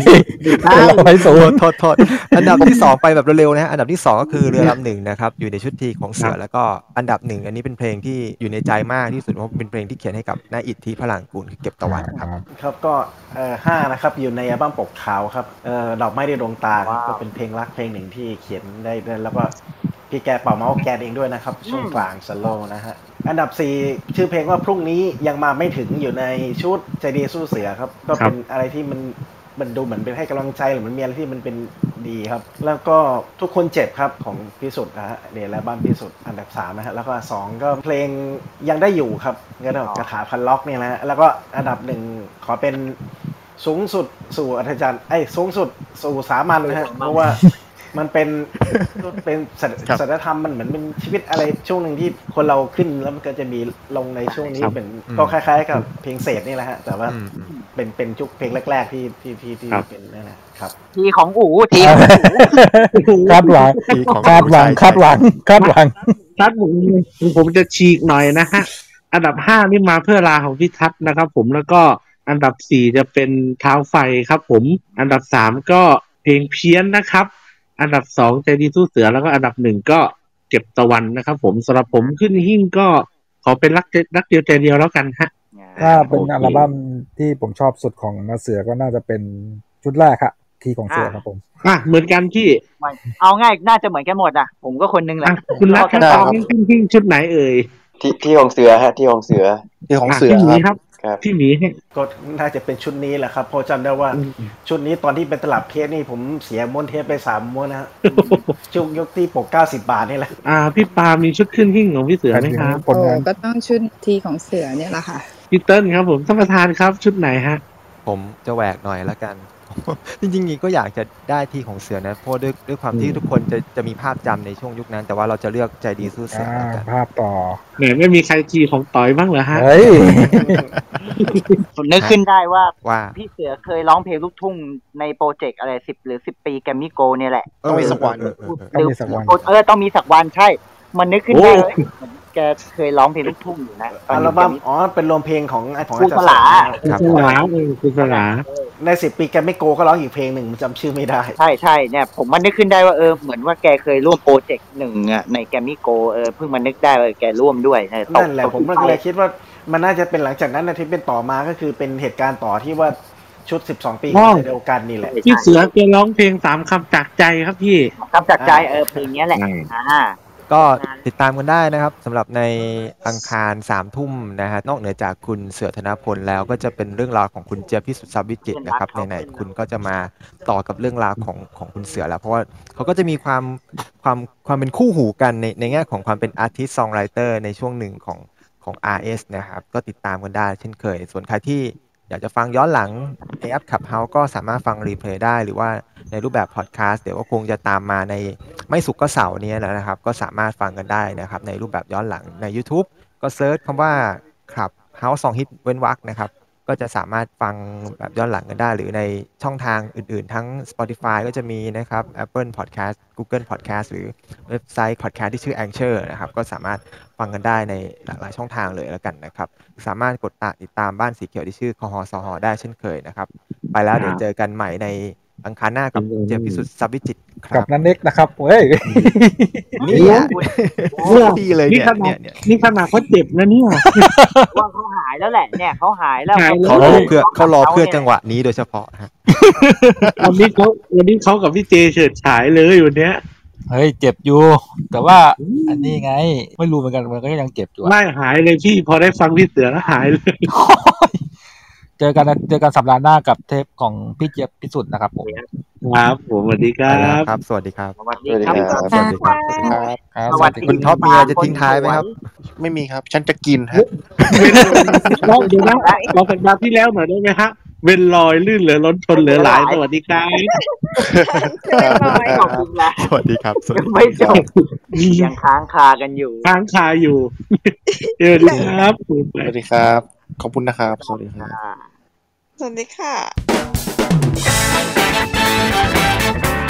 S7: ไอศูนย์
S2: โทษโทษอันดับที่ 2 ไปแบบเร็วๆนะฮะอันดับที่ 2 ก็คือเรือลำหนึ่งนะครับ อยู่ในชุดทีของเสือแล้วก็อันดับหนึ่งอันนี้เป็นเพลงที่อยู่ในใจมากที่สุดเพราะเป็นเพลงที่เขียนให้กับนายอิทธิพลังกูลคือเก็บตะวันครับ
S12: ครับก็เอ่อห้านะครับอยู่ในอัลบั้มปกขาวครับเอ่อดอกไม้ในดวงตาครับก็เป็นเพลงรักเพลงหนึ่งที่เขียนได้ได้แล้วก็พี่แกเป่าเมาส์แกนเองด้วยนะครับ ช่วงกลางสโลว์นะฮะอันดับ 4 ชื่อเพลงว่าพรุ่งนี้ยังมาไม่ถึงอยู่ในชุดใจดีสู้เสือครับ ก็เป็นอะไรที่มันมันดูเหมือนเป็นให้กำลังใจหรือมันมีอะไรที่มันเป็นดีครับ แล้วก็ทุกคนเจ็บครับของพิสุทธิ์นะฮะเดลบ้านพิสุทธิ์อันดับสามนะฮะแล้วก็สองก็เพลงยังได้อยู่ครับกระดกกระถาพันล็อกเนี่ยนะฮะแล้วก็อันดับหนึ่งขอเป็นสูงสุดสู่อัธจันทร์ไอ้ยสูงสุดสู่สามัญนะฮะเพราะว่า มันเป็นเป็นศาส
S7: ครับ
S12: ศาสนธรรมมันเหมือนเป็นชีวิตอะไรช่วงหนึ่งที่คนเราขึ้นแล้วมันก็จะมีลงในช่วงนี้
S7: ครับ
S12: เหมือน
S7: อืม
S12: ก็คล้าย ๆ กับเพลงเศษนี่แหละฮะแต่ว่า
S7: อืม
S12: เป็นเป็นชุกเพลงแรก ๆ ที่ที่ที่ที่
S7: ครับ
S12: เป็นนั่นแหละครับ
S6: ทีของอู๋ทีของอู๋
S7: คาดหวังคาดหวังคาดหวังคาดหวัง
S3: ทัดผมผมจะฉีกหน่อยนะฮะ อันดับห้านี่มาเพื่อลาของพี่ทัศน์นะครับ ผมแล้วก็อันดับสี่จะเป็นเท้าไฟครับผม อันดับสามก็เพลงเพี้ยนนะครับ อันดับสองใจดีสู้เสือแล้วก็อันดับหนึ่งก็เก็บตะวันนะครับ ผมสำหรับผมขึ้นหิ้งก็ขอเป็นรักเดียวรักเดียวใจเดียวแล้วกันฮะ
S7: ถ้าเป็น
S3: โอเค
S7: อัลบั้มที่ผมชอบสุดของนาเสือก็น่าจะเป็นชุดแรกอะทีของเสือครับผม
S3: อ่ะเหมือนกันพี่
S6: มันเอาง่ายน่าจะเหมือนกันหมดอ่ะ ผมก็คนนึงแหละ
S3: คุณรักกันตอนนี้ขึ้นหิ้งชุดไหนเอ่ย
S10: ที่ที่ของเสือฮะที่ของเสือ
S1: ที่ของเสือ
S3: พี่หมีครับ
S10: ครับ
S3: พี่หมี
S12: ก็น่าจะเป็นชุดนี้แหละครับเพราะจำได้ว่าชุดนี้ตอนที่เป็นตลับเทปนี่ผมเสียม้วนเทปไปสามม้วน นะฮะช่วงยกที่ปกเก้าสิบบาทนี่แหละ
S3: อ่า พี่ปามีชุดขึ้นหิ้งของพี่เสือไหมครับ
S12: ผลงาน
S19: ก็ต้องชุดทีของเสือเนี่ยแหละค่ะ
S3: พี่เติ้ลครับผมท่านประธานครับชุดไหนฮะ
S2: ผมจะแหวกหน่อยละกัน จริงๆก็อยากจะได้ที่ของเสือนะเพราะด้วยด้วยความที่ทุกคนจะจะมีภาพจำในช่วงยุคนั้น แต่ว่าเราจะเลือกใจดีสู้เสือ
S7: อ่า
S2: แล้วกัน
S7: ภาพต่อ
S3: ไหนไม่มีใครจีของต่อยบ้างเหรอฮะ
S7: เฮ้ย
S6: ผมนึกขึ้นได้ว่า
S2: ว่า
S6: พี่เสือเคยร้องเพลงลูกทุ่งในโปรเจกต์อะไรสิบหรือสิบปีแกรมมี่โกลเนี่ยแหละ
S2: เออต้องมีสักวัน
S6: หรือ
S2: เออเออเออ
S6: หรือ
S2: ต้องมีสักวัน
S6: เออต้องมีสักวันใช่ มันนึกขึ้นได้เลยแกเคยร้องเพลงลูกทุ่งอยู่นะ
S12: อัลบั้มอ๋อเป็นรวมเพลงของของ
S6: คุณ
S12: อา
S6: ส
S12: จารย์
S6: ลา
S3: คุณสลาเออคุณสลา
S12: ในสิบปีแกไม่โกก็ร้องอีกเพลงหนึ่งผมจำชื่อไม่ได้
S6: ใช่ใช่เนี่ยผมมันนึกขึ้นได้ว่าเออเหมือนว่าแกเคยร่วมโปรเจกต์หนึ่งอ่ะในแกรมมี่โกลเออเพิ่งมานึกได้ว่าแกร่วมด้วยเออตก
S12: นั่นแหละ
S6: ตก
S12: ผมก็เลยคิดว่ามันน่าจะเป็นหลังจากนั้นนะที่เป็นต่อมาก็คือเป็นเหตุการณ์ต่อที่ว่าชุด 12 ปีของเดียวกันนี่แหละ
S3: พี่เสือเคยร้องเพลงสามคำจากใจครับพี่
S6: คำจากใจเออเพลงเนี้ยแหละ
S3: อืม
S6: อ่า
S2: ก็ติดตามกันได้นะครับสำหรับในอังคาร3ามทุ่มนะฮะนอกเหนือจากคุณเสือธนพลแล้วก็จะเป็นเรื่องราวของคุณเจี๊ยบพิสุทธิ์ทรัพย์วิจิตรนะครับไหนๆคุณก็จะมาต่อกับเรื่องราวของของคุณเสือแล้ว เพราะว่าเขาก็จะมีความความความเป็นคู่หูกันในในแง่ของความเป็นอาร์ติสต์ซองไรเตอร์ในช่วงหนึ่งของของ RS นะครับก็ติดตามกันได้เช่นเคย ส่วนใครที่ อยากจะฟังย้อนหลังในแอปขับเฮาก็สามารถฟังรีเพลย์ได้หรือว่าในรูปแบบพอดแคสต์เดี๋ยวก็คงจะตามมาในไม่สุกร์ก็เสาร์เนี้ยแล้วนะครับ ก็สามารถฟังกันได้นะครับ ในรูปแบบย้อนหลังใน YouTube ก็เซิร์ชคำว่าขับเฮาสองฮิตเว้นวักนะครับ ก็จะสามารถฟังแบบย้อนหลังกันได้ หรือในช่องทางอื่นๆ ทั้ง Spotify ก็จะมีนะครับ Apple Podcast Google Podcast หรือเว็บไซต์ Podcast ที่ชื่อ a n c h o r นะครับ ก็สามารถฟังกันได้ในหลากหลายช่องทางเลยแล้วกันนะครับ สามารถกดติดตามบ้านสีเขียวที่ชื่อคอฮอสอฮอได้เช่นเคยนะครับ ไปแล้วเดี๋ยวเจอกันใหม่ในอังคารหน้ากับเจอพิสุทธิ์ซับวิจิตรค
S7: กั
S2: รั
S7: บบ นันเน็กนะครับเว้ย
S2: นี่อ่ะ
S3: เสื้อ
S2: ดีเลยเนี่ยเนี่ยเนี่ย
S3: นี่ขนาดเขาเจ็บนะเนี่ย
S6: ว่าเขาหายแล้วแหละ เนี่ยเขาหายแล้ว
S3: หายแล้ว
S2: เขารอเพื่อเขารอเพื่อจังหวะนี้โดยเฉพาะฮะ
S3: วันนี้เขาวันนี้เขากับพี่เจเฉิดฉายเลยอยู่เนี้ย
S7: เฮ้ยเจ็บอยู่ แต่ว่าอันนี้ไง ไม่รู้เหมือนกันมันก็ยังเจ็บ อยู่อะ
S3: ไม่หายเลยพี่พอได้ฟังพี่เสือแล้วหายเลย
S7: เจอกันนะเจอกันสัปดาห์หน้ากับเทปของพี่เจี๊ยบพิสุทธิ์นะครับผม
S3: ครับผมสวัสดีครั
S7: ไปแล้ว
S3: บ
S7: ครับ
S2: สวัสดีครับ
S6: สวัสดีครับ
S14: สวัสดีครับ สวัสดีครับ
S2: สวัสดีคุณท็อปมีอะไรจะทิ้งท้ายไหมครับ
S14: ไม่มีครับ ฉันจะกินฮะ
S3: ลองดูนะลองสัปดาห์ที่แล้วหน่อยได้ไหมฮะเวนลอยลื่นเหลือล้นทนเหลือหลายสวัสดีครับ
S2: สวัสดีครับ
S6: ไม่จบยังค้างคากันอยู่
S3: ค้างคา อยู่สวัสดีครับส
S14: วัสดีครับ ขอบคุณนะครับ สวัสดีครับ
S4: สวัสดีค่ะ